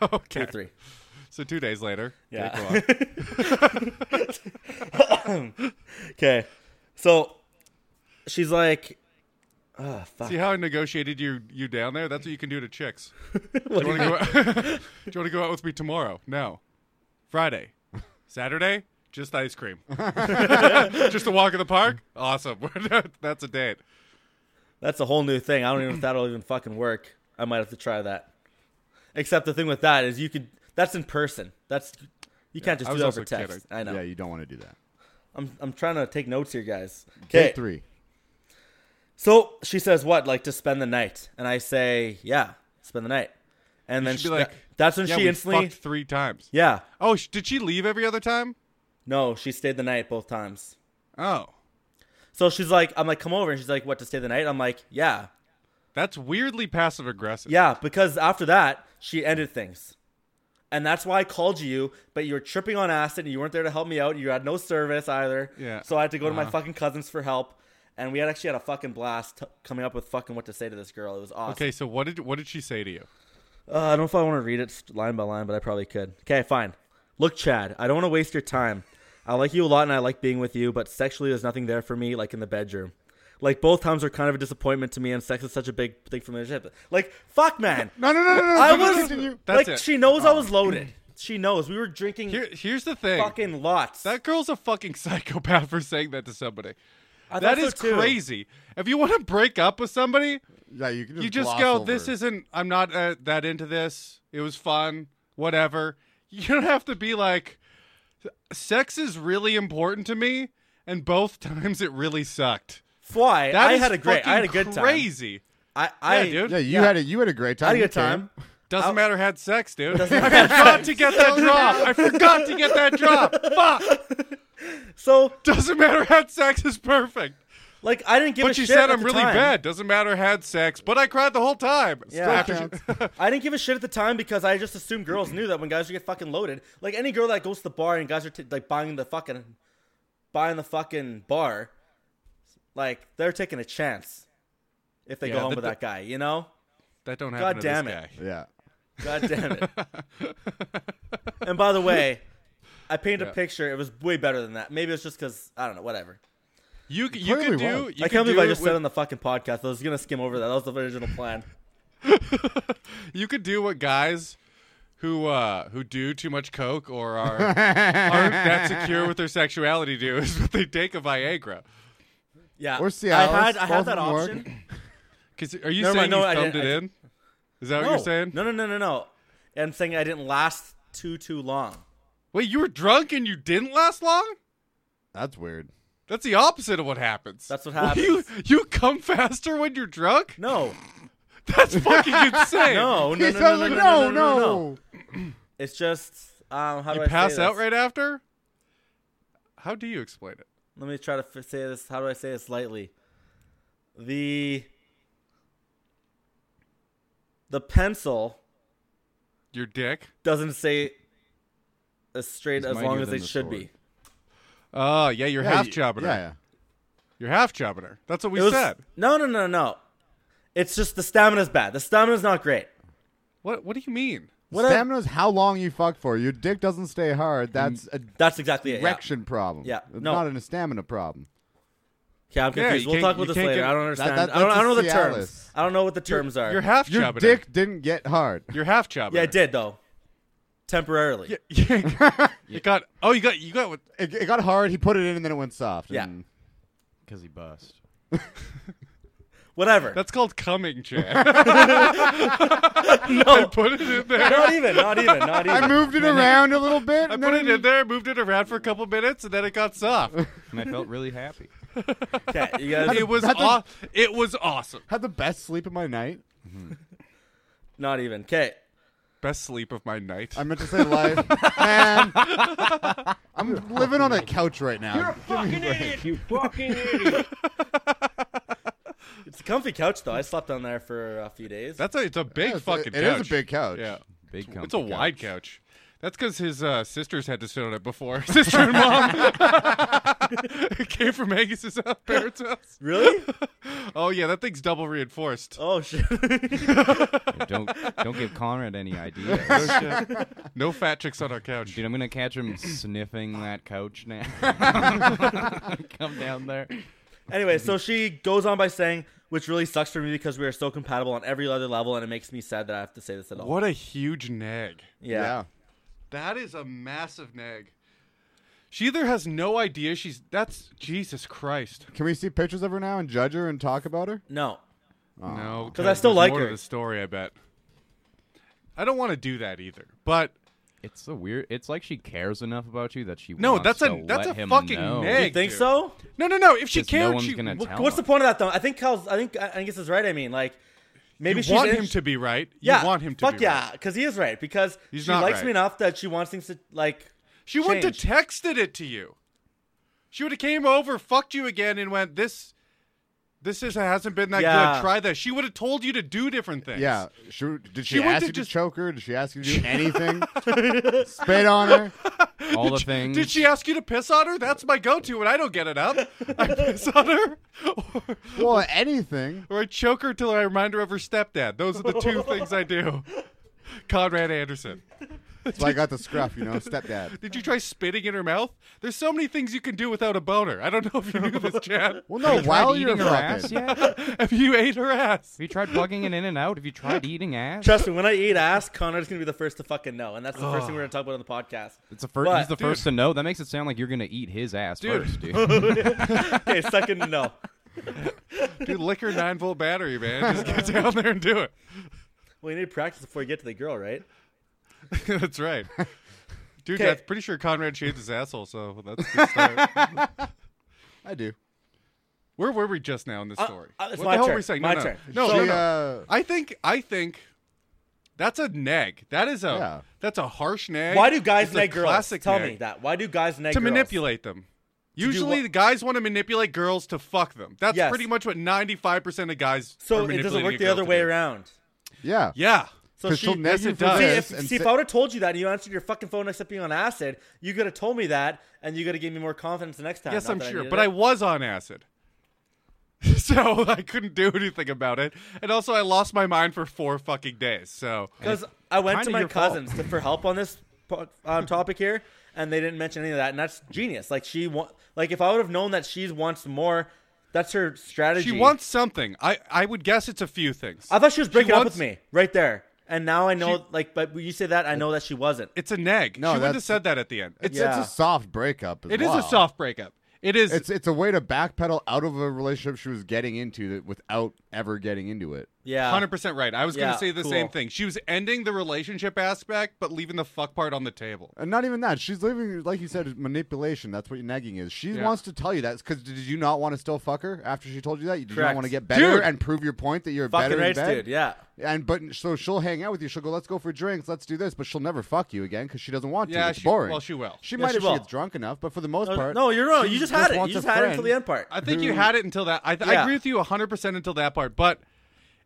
[SPEAKER 3] okay.
[SPEAKER 4] two, three.
[SPEAKER 3] So two days later.
[SPEAKER 4] Yeah.
[SPEAKER 3] Okay, go on.
[SPEAKER 4] Okay, so she's like, Oh, fuck.
[SPEAKER 3] See how I negotiated you you down there? That's what you can do to chicks.
[SPEAKER 4] What
[SPEAKER 3] Do
[SPEAKER 4] do
[SPEAKER 3] you
[SPEAKER 4] you-
[SPEAKER 3] want to go? do you want to go out with me tomorrow? No. Friday, Saturday, just ice cream. just a walk in the park. Awesome. That's a date.
[SPEAKER 4] That's a whole new thing. I don't even know if that'll even fucking work. I might have to try that. Except the thing with that is you could. That's in person. That's you can't just
[SPEAKER 3] I
[SPEAKER 4] do
[SPEAKER 3] was
[SPEAKER 4] that
[SPEAKER 3] also
[SPEAKER 4] over text.
[SPEAKER 3] kidding.
[SPEAKER 4] I know.
[SPEAKER 5] Yeah, you don't want to do that.
[SPEAKER 4] I'm I'm trying to take notes here, guys.
[SPEAKER 5] Day
[SPEAKER 4] Okay.
[SPEAKER 5] three.
[SPEAKER 4] So she says what? Like to spend the night, and I say yeah, spend the night. And then
[SPEAKER 3] should
[SPEAKER 4] she,
[SPEAKER 3] be like,
[SPEAKER 4] that's when
[SPEAKER 3] yeah,
[SPEAKER 4] she
[SPEAKER 3] we
[SPEAKER 4] instantly
[SPEAKER 3] fucked three times.
[SPEAKER 4] yeah.
[SPEAKER 3] Oh, sh- did she leave every other time?
[SPEAKER 4] No, she stayed the night both times.
[SPEAKER 3] Oh,
[SPEAKER 4] So she's like, I'm like, come over, and she's like, what to stay the night? I'm like, yeah,
[SPEAKER 3] that's weirdly passive aggressive.
[SPEAKER 4] yeah, because after that she ended things, and that's why I called you, but you were tripping on acid, and you weren't there to help me out. You had no service either.
[SPEAKER 3] Yeah. Uh-huh.
[SPEAKER 4] So I had to go to my fucking cousins for help, and we had actually had a fucking blast t- coming up with fucking what to say to this girl. It was awesome.
[SPEAKER 3] Okay, so what did what did she say to you?
[SPEAKER 4] Uh, I don't know if I want to read it line by line, but I probably could. Okay, fine. Look, Chad, I don't want to waste your time. I like you a lot and I like being with you, but sexually there's nothing there for me, like in the bedroom. Like both times are kind of a disappointment to me, and sex is such a big thing for me. Like, fuck, man.
[SPEAKER 5] No, no, no, no, no.
[SPEAKER 4] I
[SPEAKER 5] Continue,
[SPEAKER 4] was
[SPEAKER 5] continue.
[SPEAKER 3] That's
[SPEAKER 4] like,
[SPEAKER 3] it. Oh.
[SPEAKER 4] she knows I was loaded. She knows we were drinking
[SPEAKER 3] Here, here's the thing.
[SPEAKER 4] fucking lots.
[SPEAKER 3] That girl's a fucking psychopath for saying that to somebody.
[SPEAKER 4] I
[SPEAKER 3] That
[SPEAKER 4] thought so
[SPEAKER 3] is
[SPEAKER 4] too.
[SPEAKER 3] crazy. If you want to break up with somebody,
[SPEAKER 5] Yeah, you can just
[SPEAKER 3] you just
[SPEAKER 5] gloss
[SPEAKER 3] go,
[SPEAKER 5] over.
[SPEAKER 3] "This isn't. I'm not uh, that into this. It was fun. Whatever." You don't have to be like, "Sex is really important to me," and both times it really sucked.
[SPEAKER 4] Why?
[SPEAKER 3] That
[SPEAKER 4] I
[SPEAKER 3] is
[SPEAKER 4] had a great, I had a
[SPEAKER 3] fucking
[SPEAKER 4] good
[SPEAKER 3] Crazy.
[SPEAKER 4] time. I, I,
[SPEAKER 3] yeah, dude.
[SPEAKER 5] Yeah, you
[SPEAKER 4] Yeah.
[SPEAKER 5] had a you had a great time.
[SPEAKER 4] I had a
[SPEAKER 5] You
[SPEAKER 4] good time.
[SPEAKER 5] came.
[SPEAKER 3] Doesn't matter. Had sex, dude.
[SPEAKER 4] Doesn't
[SPEAKER 3] I forgot to get that drop. I forgot to get that drop. Fuck.
[SPEAKER 4] So,
[SPEAKER 3] Doesn't matter. Had sex is perfect.
[SPEAKER 4] like, I didn't give a
[SPEAKER 3] But
[SPEAKER 4] shit.
[SPEAKER 3] she said
[SPEAKER 4] at
[SPEAKER 3] I'm
[SPEAKER 4] the
[SPEAKER 3] really
[SPEAKER 4] time.
[SPEAKER 3] bad. Doesn't matter. Had sex, but I cried the whole time.
[SPEAKER 4] Yeah.
[SPEAKER 3] After she-
[SPEAKER 4] I didn't give a shit at the time because I just assumed girls knew that when guys would get fucking loaded. Like any girl that goes to the bar and guys are t- like buying the fucking, buying the fucking bar, like they're taking a chance if they go
[SPEAKER 3] Yeah,
[SPEAKER 4] home
[SPEAKER 3] the-
[SPEAKER 4] with that guy. You know?
[SPEAKER 3] that don't happen.
[SPEAKER 4] God
[SPEAKER 3] to
[SPEAKER 4] damn
[SPEAKER 3] this
[SPEAKER 4] it.
[SPEAKER 3] guy.
[SPEAKER 5] Yeah.
[SPEAKER 4] God damn it. and by the way, I painted
[SPEAKER 3] Yeah.
[SPEAKER 4] a picture. It was way better than that. Maybe it's just because I don't know. Whatever.
[SPEAKER 3] You c- you
[SPEAKER 5] clearly
[SPEAKER 3] could do.
[SPEAKER 5] won't.
[SPEAKER 3] You
[SPEAKER 4] I can't believe
[SPEAKER 3] could do
[SPEAKER 4] I
[SPEAKER 3] it
[SPEAKER 4] just
[SPEAKER 3] with-
[SPEAKER 4] said on the fucking podcast. I was gonna skim over that. That was the original plan.
[SPEAKER 3] you could do what guys who uh who do too much coke or are aren't that secure with their sexuality do is that they take a Viagra.
[SPEAKER 4] Yeah.
[SPEAKER 5] Or
[SPEAKER 4] I
[SPEAKER 5] Cialis,
[SPEAKER 4] had I
[SPEAKER 5] both
[SPEAKER 4] had that
[SPEAKER 5] of them work.
[SPEAKER 4] option.
[SPEAKER 3] Cause are you
[SPEAKER 4] Never mind,
[SPEAKER 3] saying
[SPEAKER 4] no,
[SPEAKER 3] you
[SPEAKER 4] I
[SPEAKER 3] thumbed it
[SPEAKER 4] didn't- I
[SPEAKER 3] in? Is that what
[SPEAKER 4] no.
[SPEAKER 3] you're saying?
[SPEAKER 4] No, no, no, no, no. I'm saying I didn't last too, too long.
[SPEAKER 3] Wait, you were drunk and you didn't last long.
[SPEAKER 5] That's weird.
[SPEAKER 3] That's the opposite of what happens.
[SPEAKER 4] That's what
[SPEAKER 3] Well, You you come faster when you're drunk.
[SPEAKER 4] No,
[SPEAKER 3] That's fucking insane.
[SPEAKER 4] no, no, no,
[SPEAKER 5] He's
[SPEAKER 4] no, no, no,
[SPEAKER 5] like,
[SPEAKER 4] no, no, no, no. It's just, um, how do
[SPEAKER 3] You
[SPEAKER 4] I
[SPEAKER 3] pass
[SPEAKER 4] say
[SPEAKER 3] out
[SPEAKER 4] this?
[SPEAKER 3] right after. How do you explain it?
[SPEAKER 4] Let me try to f- say this. How do I say this lightly? The the pencil
[SPEAKER 3] Your dick.
[SPEAKER 4] doesn't say as straight
[SPEAKER 6] It's
[SPEAKER 4] as long
[SPEAKER 6] mightier
[SPEAKER 4] as
[SPEAKER 6] than
[SPEAKER 4] it
[SPEAKER 6] the
[SPEAKER 4] should
[SPEAKER 6] sword.
[SPEAKER 4] be.
[SPEAKER 3] Oh yeah, you're
[SPEAKER 5] Yeah,
[SPEAKER 3] half
[SPEAKER 5] you-
[SPEAKER 3] chopping
[SPEAKER 5] Yeah,
[SPEAKER 3] her.
[SPEAKER 5] yeah.
[SPEAKER 3] You're half chopping her. That's what we
[SPEAKER 4] It was-
[SPEAKER 3] said.
[SPEAKER 4] No, no, no, no. It's just the stamina's bad. The stamina's not great.
[SPEAKER 3] What What do you mean?
[SPEAKER 4] What I-
[SPEAKER 5] Stamina's how long you fuck for. Your dick doesn't stay hard. That's a
[SPEAKER 4] That's exactly it. Yeah.
[SPEAKER 5] erection problem.
[SPEAKER 4] Yeah,
[SPEAKER 5] It's
[SPEAKER 4] no.
[SPEAKER 5] not an stamina problem.
[SPEAKER 4] Okay, I'm
[SPEAKER 3] Yeah,
[SPEAKER 4] confused.
[SPEAKER 3] you
[SPEAKER 4] we'll
[SPEAKER 3] can't-
[SPEAKER 4] talk
[SPEAKER 3] you
[SPEAKER 4] about this
[SPEAKER 3] can't
[SPEAKER 4] later.
[SPEAKER 3] get-
[SPEAKER 4] I don't understand.
[SPEAKER 5] that-
[SPEAKER 4] I don't. I don't know the
[SPEAKER 5] that's a
[SPEAKER 4] terms.
[SPEAKER 5] Cialis.
[SPEAKER 4] I don't know what the terms are.
[SPEAKER 3] You're half
[SPEAKER 5] Your
[SPEAKER 3] chubbing
[SPEAKER 5] dick didn't get hard.
[SPEAKER 3] You're half chubbing
[SPEAKER 4] yeah, I did though, temporarily.
[SPEAKER 3] Yeah, yeah. you got. Oh, you got. You got. what-
[SPEAKER 5] It, it got hard. He put it in and then it went soft.
[SPEAKER 4] Yeah.
[SPEAKER 5] and-
[SPEAKER 6] Because he bust.
[SPEAKER 4] Whatever.
[SPEAKER 3] That's called coming, Chad. I
[SPEAKER 4] no,
[SPEAKER 3] put it in there.
[SPEAKER 4] not even. Not even. Not even.
[SPEAKER 5] I moved it around a little bit.
[SPEAKER 3] I
[SPEAKER 5] and
[SPEAKER 3] put
[SPEAKER 5] then
[SPEAKER 3] it in there, moved it around for a couple minutes, and then it got soft.
[SPEAKER 6] And I felt really happy.
[SPEAKER 4] Okay, you guys.
[SPEAKER 3] It was.
[SPEAKER 5] That does-
[SPEAKER 3] Aw- it was awesome.
[SPEAKER 5] Had the best sleep of my night.
[SPEAKER 4] not even. Okay.
[SPEAKER 3] Best sleep of my night.
[SPEAKER 5] I meant to say life. Man, I'm living on a couch right now.
[SPEAKER 1] Fucking idiot! You fucking idiot!
[SPEAKER 4] It's a comfy couch though. I slept on there for a few days.
[SPEAKER 3] That's a. It's a big
[SPEAKER 5] Yeah, it's a-
[SPEAKER 3] fucking.
[SPEAKER 5] it is a
[SPEAKER 3] couch.
[SPEAKER 5] big couch.
[SPEAKER 3] Yeah.
[SPEAKER 6] Big comfy
[SPEAKER 3] It's a wide couch. That's because his uh, sisters had to sit on it before. Sister and mom. it came from Agus's uh, parents' house.
[SPEAKER 4] really?
[SPEAKER 3] Oh yeah, that thing's double reinforced.
[SPEAKER 4] Oh shit.
[SPEAKER 6] Don't don't give Conrad any idea.
[SPEAKER 3] No fat chicks on our couch.
[SPEAKER 6] Dude, I'm gonna catch him sniffing that couch now. Come down there.
[SPEAKER 4] anyway, so she goes on by saying, which really sucks for me because we are so compatible on every other level, and it makes me sad that I have to say this at all.
[SPEAKER 3] What a huge nag.
[SPEAKER 4] Yeah.
[SPEAKER 3] That is a massive nag. She either has no idea she's that's Jesus Christ.
[SPEAKER 5] Can we see pictures of her now and judge her and talk about her?
[SPEAKER 4] No.
[SPEAKER 3] No,
[SPEAKER 4] 'Cause I still
[SPEAKER 3] there's
[SPEAKER 4] like
[SPEAKER 3] more to
[SPEAKER 4] her.
[SPEAKER 3] the story. I bet. I don't want to do that either. But
[SPEAKER 6] It's a weird. It's like she cares enough about you that she
[SPEAKER 3] No,
[SPEAKER 6] wants
[SPEAKER 3] that's a-
[SPEAKER 6] to
[SPEAKER 3] that's
[SPEAKER 6] let
[SPEAKER 3] a
[SPEAKER 6] him
[SPEAKER 3] fucking
[SPEAKER 6] know.
[SPEAKER 3] neg.
[SPEAKER 4] You think
[SPEAKER 3] Dude.
[SPEAKER 4] so?
[SPEAKER 3] no, no, no. If she
[SPEAKER 6] Just no
[SPEAKER 3] cared,
[SPEAKER 6] one's
[SPEAKER 3] she
[SPEAKER 6] gonna
[SPEAKER 3] w-
[SPEAKER 6] tell
[SPEAKER 4] What's the
[SPEAKER 6] him.
[SPEAKER 4] point of that though? I think Cal's. I think I I guess it's right. I mean, like maybe
[SPEAKER 3] you
[SPEAKER 4] she's
[SPEAKER 3] want
[SPEAKER 4] in-
[SPEAKER 3] him to be right. You
[SPEAKER 4] yeah,
[SPEAKER 3] want him to
[SPEAKER 4] fuck
[SPEAKER 3] be right.
[SPEAKER 4] yeah, because he is right. Because
[SPEAKER 3] He's
[SPEAKER 4] she
[SPEAKER 3] not
[SPEAKER 4] likes
[SPEAKER 3] right.
[SPEAKER 4] me enough that she wants things to like.
[SPEAKER 3] She wouldn't have
[SPEAKER 4] Change.
[SPEAKER 3] texted it to you. She would have came over, fucked you again, and went, This this is hasn't been that
[SPEAKER 4] Yeah.
[SPEAKER 3] good. Try this. She would have told you to do different things.
[SPEAKER 5] Yeah. She, did she,
[SPEAKER 3] She went
[SPEAKER 5] ask
[SPEAKER 3] to
[SPEAKER 5] you
[SPEAKER 3] just-
[SPEAKER 5] to choke her? Did she ask you to do anything? Spit on her?
[SPEAKER 6] All the things.
[SPEAKER 3] Did she ask you to piss on her? That's my go to when I don't get it up. I piss on her. Or,
[SPEAKER 5] Well, anything.
[SPEAKER 3] or I choke her till I remind her of her stepdad. Those are the two things I do. Conrad Anderson.
[SPEAKER 5] That's why I got the scruff, you know, stepdad.
[SPEAKER 3] Did you try spitting in her mouth? There's so many things you can do without a boner. I don't know if you knew this, Chad.
[SPEAKER 5] Well, no, while
[SPEAKER 6] eating
[SPEAKER 5] you're
[SPEAKER 6] her ass
[SPEAKER 5] fucking.
[SPEAKER 6] yet? Have
[SPEAKER 3] Have you ate her ass?
[SPEAKER 6] you tried plugging it in and out? Have you tried eating ass?
[SPEAKER 4] Trust me, when I eat ass, Connor's gonna be the first to fucking know, and that's the first thing we're gonna talk about on the podcast.
[SPEAKER 6] It's the first.
[SPEAKER 4] But-
[SPEAKER 6] he's the first to know. That makes it sound like you're gonna eat his ass
[SPEAKER 3] Dude.
[SPEAKER 6] first, dude.
[SPEAKER 4] Okay, second no.
[SPEAKER 3] Dude, lick her nine volt battery, man. Just get down there and do it.
[SPEAKER 4] Well, you need to practice before you get to the girl, right?
[SPEAKER 3] that's right. Dude,
[SPEAKER 4] 'Kay.
[SPEAKER 3] I'm pretty sure Conrad shaved his asshole, so that's a good start.
[SPEAKER 5] I do.
[SPEAKER 3] Where were we just now in this story?
[SPEAKER 4] uh, it's
[SPEAKER 3] what
[SPEAKER 4] my
[SPEAKER 3] the hell
[SPEAKER 4] turn.
[SPEAKER 3] were we saying?
[SPEAKER 4] My
[SPEAKER 3] no,
[SPEAKER 4] turn.
[SPEAKER 3] no,
[SPEAKER 5] she,
[SPEAKER 3] no, no, no.
[SPEAKER 5] uh,
[SPEAKER 3] I think, I think that's a nag. That is a,
[SPEAKER 5] Yeah.
[SPEAKER 3] that's a harsh nag.
[SPEAKER 4] Why do guys
[SPEAKER 3] It's a
[SPEAKER 4] nag girls?
[SPEAKER 3] classic
[SPEAKER 4] Tell
[SPEAKER 3] nag.
[SPEAKER 4] me that. Why do guys nag
[SPEAKER 3] to
[SPEAKER 4] girls?
[SPEAKER 3] manipulate them. Usually,
[SPEAKER 4] what?
[SPEAKER 3] the guys want to manipulate girls to fuck them. That's
[SPEAKER 4] Yes.
[SPEAKER 3] pretty much what 95% of guys.
[SPEAKER 4] So
[SPEAKER 3] are
[SPEAKER 4] it doesn't
[SPEAKER 3] manipulating
[SPEAKER 4] work
[SPEAKER 3] a
[SPEAKER 4] the
[SPEAKER 3] girl
[SPEAKER 4] other
[SPEAKER 3] to
[SPEAKER 4] way
[SPEAKER 3] do.
[SPEAKER 4] around. Ah,
[SPEAKER 5] Yeah.
[SPEAKER 3] Yeah.
[SPEAKER 4] So
[SPEAKER 5] 'Cause
[SPEAKER 4] she,
[SPEAKER 5] she'll nag
[SPEAKER 3] yes,
[SPEAKER 5] you
[SPEAKER 3] it
[SPEAKER 5] for
[SPEAKER 3] does.
[SPEAKER 4] See,
[SPEAKER 5] this
[SPEAKER 4] if,
[SPEAKER 5] and
[SPEAKER 4] see, if
[SPEAKER 5] say-
[SPEAKER 4] I would have told you that and you answered your fucking phone except being on acid, you could have told me that and you could have given me more confidence the next time.
[SPEAKER 3] Yes,
[SPEAKER 4] Not
[SPEAKER 3] I'm
[SPEAKER 4] that
[SPEAKER 3] sure,
[SPEAKER 4] needed
[SPEAKER 3] but
[SPEAKER 4] it.
[SPEAKER 3] I was on acid. So I couldn't do anything about it. And also I lost my mind for 4 fucking days. So
[SPEAKER 4] Because I went to
[SPEAKER 6] kinda
[SPEAKER 4] my
[SPEAKER 6] your fault.
[SPEAKER 4] cousins to, for help on this po- um, topic here, and they didn't mention any of that, and that's genius. Like she, wa- like if I would have known that she wants more, that's her strategy.
[SPEAKER 3] she wants something. I I would guess it's a few things.
[SPEAKER 4] I thought she was
[SPEAKER 3] She
[SPEAKER 4] breaking up
[SPEAKER 3] wants-
[SPEAKER 4] with me right there, and now I know.
[SPEAKER 3] She-
[SPEAKER 4] like, but when you say that, I know that she wasn't.
[SPEAKER 3] It's a neg. she
[SPEAKER 5] No,
[SPEAKER 3] wouldn't have
[SPEAKER 5] that's-
[SPEAKER 3] said that at the end. It's
[SPEAKER 5] It's,
[SPEAKER 4] Yeah.
[SPEAKER 5] it's a soft breakup. As
[SPEAKER 3] it is
[SPEAKER 5] well.
[SPEAKER 3] a soft breakup. It is
[SPEAKER 5] It's it's a way to backpedal out of a relationship she was getting into that without ever getting into it.
[SPEAKER 4] yeah,
[SPEAKER 3] 100% right. I was going
[SPEAKER 4] Yeah,
[SPEAKER 3] to say the
[SPEAKER 4] cool.
[SPEAKER 3] same thing. She was ending the relationship aspect but leaving the fuck part on the table.
[SPEAKER 5] And not even that. She's leaving, like you said, manipulation. That's what nagging is. She
[SPEAKER 3] Yeah.
[SPEAKER 5] wants to tell you that because did you not want to still fuck her after she told you that? Did you
[SPEAKER 4] Correct.
[SPEAKER 5] not want to get better
[SPEAKER 3] Dude.
[SPEAKER 5] and prove your point that you're
[SPEAKER 4] Fucking
[SPEAKER 5] better
[SPEAKER 4] right,
[SPEAKER 5] in bed?
[SPEAKER 4] dude. Yeah,
[SPEAKER 5] And but so she'll hang out with you. She'll go, let's go for drinks, let's do this. But she'll never fuck you again because she doesn't want
[SPEAKER 3] Yeah,
[SPEAKER 5] to. It's
[SPEAKER 3] she-
[SPEAKER 5] boring.
[SPEAKER 3] well, she will.
[SPEAKER 5] She
[SPEAKER 4] Yeah,
[SPEAKER 5] might
[SPEAKER 4] she
[SPEAKER 5] if
[SPEAKER 4] will.
[SPEAKER 5] she gets drunk enough, but for the most
[SPEAKER 4] no,
[SPEAKER 5] part,
[SPEAKER 4] no, you're wrong.
[SPEAKER 5] she
[SPEAKER 4] You just had it.
[SPEAKER 5] wants
[SPEAKER 4] You
[SPEAKER 5] a
[SPEAKER 4] just had it until
[SPEAKER 5] friend.
[SPEAKER 4] the end part.
[SPEAKER 3] I think you had it until that. I, th- I
[SPEAKER 4] Yeah.
[SPEAKER 3] agree with you 100% until that part, but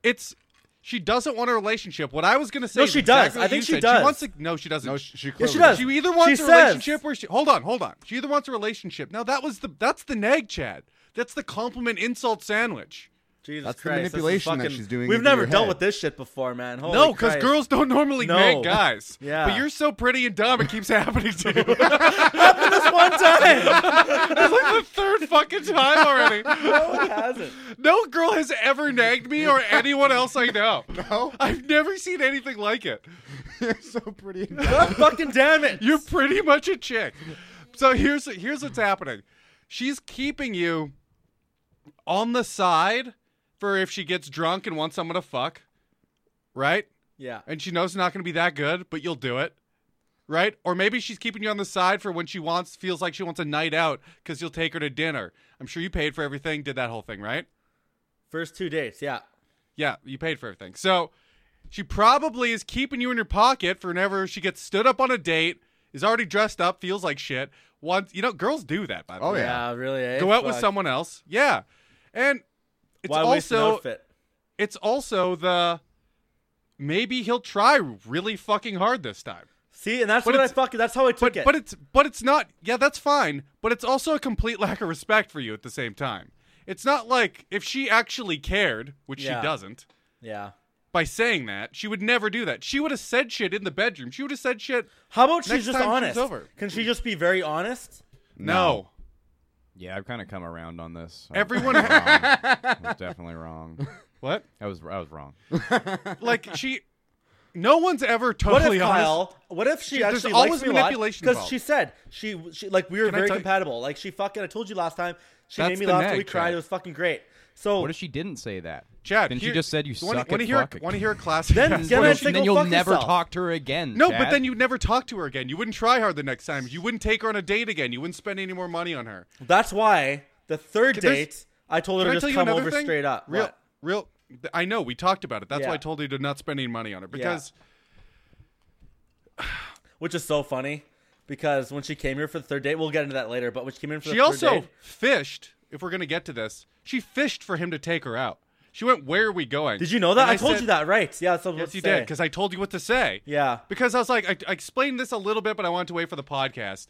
[SPEAKER 3] it's she doesn't want a relationship. What I was going to say
[SPEAKER 4] No,
[SPEAKER 3] is
[SPEAKER 4] she
[SPEAKER 3] exactly
[SPEAKER 4] does.
[SPEAKER 3] what
[SPEAKER 4] I think
[SPEAKER 3] you
[SPEAKER 4] she
[SPEAKER 3] said.
[SPEAKER 4] does.
[SPEAKER 3] She wants to, no, she doesn't.
[SPEAKER 5] No, she, she
[SPEAKER 4] Yeah, she
[SPEAKER 5] clearly-
[SPEAKER 4] does.
[SPEAKER 3] She either wants
[SPEAKER 4] She
[SPEAKER 3] a
[SPEAKER 4] says-
[SPEAKER 3] relationship where she Hold on, hold on. She either wants a relationship. Now that was the that's the nag Chad. That's the compliment insult sandwich.
[SPEAKER 4] Jesus
[SPEAKER 5] That's the
[SPEAKER 4] Christ, this is
[SPEAKER 5] manipulation that
[SPEAKER 4] fucking-
[SPEAKER 5] she's doing
[SPEAKER 4] We've
[SPEAKER 5] into
[SPEAKER 4] never
[SPEAKER 5] your
[SPEAKER 4] dealt
[SPEAKER 5] head.
[SPEAKER 4] with this shit before, man. Holy
[SPEAKER 3] no, because
[SPEAKER 4] Christ.
[SPEAKER 3] girls don't normally
[SPEAKER 4] No.
[SPEAKER 3] nag guys.
[SPEAKER 4] Yeah.
[SPEAKER 3] But you're so pretty and dumb it keeps happening to you. it's like
[SPEAKER 4] This one time,
[SPEAKER 3] the third fucking time already.
[SPEAKER 4] no, it hasn't.
[SPEAKER 3] No girl has ever nagged me or anyone else I know.
[SPEAKER 5] No,
[SPEAKER 3] I've never seen anything like it.
[SPEAKER 5] you're so pretty.
[SPEAKER 4] God fucking damn it.
[SPEAKER 3] You're pretty much a chick. So here's here's what's happening. She's keeping you on the side for if she gets drunk and wants someone to fuck, right?
[SPEAKER 4] Yeah.
[SPEAKER 3] And she knows it's not going to be that good, but you'll do it, right? Or maybe she's keeping you on the side for when she wants feels like she wants a night out because you'll take her to dinner. I'm sure you paid for everything, did that whole thing, right?
[SPEAKER 4] First two dates, yeah.
[SPEAKER 3] Yeah, you paid for everything. So she probably is keeping you in your pocket for whenever she gets stood up on a date, is already dressed up, feels like shit. Once you know, girls do that by the
[SPEAKER 5] Oh,
[SPEAKER 3] way.
[SPEAKER 5] yeah.
[SPEAKER 4] Yeah, really. eh?
[SPEAKER 3] Go out with
[SPEAKER 4] Fuck.
[SPEAKER 3] someone else. Yeah. And it's
[SPEAKER 4] Why waste an
[SPEAKER 3] also
[SPEAKER 4] outfit?
[SPEAKER 3] it's also the maybe he'll try really fucking hard this time.
[SPEAKER 4] See, and that's
[SPEAKER 3] But
[SPEAKER 4] what I
[SPEAKER 3] it's-
[SPEAKER 4] fucking. That's how I took
[SPEAKER 3] But
[SPEAKER 4] it.
[SPEAKER 3] but it's but it's not yeah, that's fine. But it's also a complete lack of respect for you at the same time. It's not like if she actually cared, which
[SPEAKER 4] Yeah.
[SPEAKER 3] she doesn't,
[SPEAKER 4] yeah.
[SPEAKER 3] by saying that. She would never do that. She would have said shit in the bedroom. She would have said shit.
[SPEAKER 4] How about
[SPEAKER 3] Next
[SPEAKER 4] she's just
[SPEAKER 3] time she's
[SPEAKER 4] honest?
[SPEAKER 3] over.
[SPEAKER 4] Can she just be very honest?
[SPEAKER 3] No.
[SPEAKER 6] yeah, I've kind of come around on this.
[SPEAKER 3] Everyone-
[SPEAKER 6] I was wrong. I was definitely wrong.
[SPEAKER 3] like she, no one's ever
[SPEAKER 4] What if
[SPEAKER 3] totally honest.
[SPEAKER 4] Kyle? What if she,
[SPEAKER 3] She- there's
[SPEAKER 4] actually
[SPEAKER 3] always
[SPEAKER 4] likes me
[SPEAKER 3] manipulation
[SPEAKER 4] because
[SPEAKER 3] involved.
[SPEAKER 4] she said she, she like we were
[SPEAKER 3] Can I
[SPEAKER 4] very
[SPEAKER 3] tell you-
[SPEAKER 4] compatible. Like she fucking I told you last time she
[SPEAKER 6] That's
[SPEAKER 4] made me
[SPEAKER 6] the
[SPEAKER 4] laugh till
[SPEAKER 6] nag
[SPEAKER 4] we cried.
[SPEAKER 6] trap.
[SPEAKER 4] It was fucking great. So
[SPEAKER 6] What if she didn't say that?
[SPEAKER 3] Chad,
[SPEAKER 6] then she
[SPEAKER 3] here-
[SPEAKER 6] just said you
[SPEAKER 3] wanna-
[SPEAKER 6] suck
[SPEAKER 3] wanna
[SPEAKER 6] at
[SPEAKER 3] hear,
[SPEAKER 6] fucking.
[SPEAKER 3] Want to hear a classic?
[SPEAKER 4] Then-
[SPEAKER 6] And
[SPEAKER 4] then
[SPEAKER 6] what
[SPEAKER 4] I'd
[SPEAKER 6] if she-
[SPEAKER 4] say
[SPEAKER 6] then
[SPEAKER 4] go
[SPEAKER 6] you'll
[SPEAKER 4] fuck
[SPEAKER 6] never
[SPEAKER 4] yourself.
[SPEAKER 6] talk to her again.
[SPEAKER 3] no,
[SPEAKER 6] Chad.
[SPEAKER 3] but then you'd never talk to her again. You wouldn't try hard the next time. You wouldn't take her on a date again. You wouldn't spend any more money on her.
[SPEAKER 4] that's why the third
[SPEAKER 3] there's-
[SPEAKER 4] date I told her
[SPEAKER 3] Can
[SPEAKER 4] to
[SPEAKER 3] I tell
[SPEAKER 4] just
[SPEAKER 3] you
[SPEAKER 4] come
[SPEAKER 3] another
[SPEAKER 4] over
[SPEAKER 3] thing?
[SPEAKER 4] straight up.
[SPEAKER 3] Real,
[SPEAKER 4] What?
[SPEAKER 3] real. th- I know we talked about it. That's
[SPEAKER 4] Yeah.
[SPEAKER 3] why I told you to not spend any money on her because
[SPEAKER 4] which is so funny because when she came here for the third date, we'll get into that later. But when she came in for
[SPEAKER 3] she
[SPEAKER 4] the third
[SPEAKER 3] also
[SPEAKER 4] date,
[SPEAKER 3] fished. If we're gonna get to this, she fished for him to take her out. She went, "Where are we going?"
[SPEAKER 4] did you know that?
[SPEAKER 3] And
[SPEAKER 4] I, told
[SPEAKER 3] said-
[SPEAKER 4] you that, right? Yeah, that's what I was
[SPEAKER 3] Yes,
[SPEAKER 4] about
[SPEAKER 3] you
[SPEAKER 4] to say.
[SPEAKER 3] did because I told you what to say.
[SPEAKER 4] Yeah.
[SPEAKER 3] Because I was like, I, I explained this a little bit, but I wanted to wait for the podcast.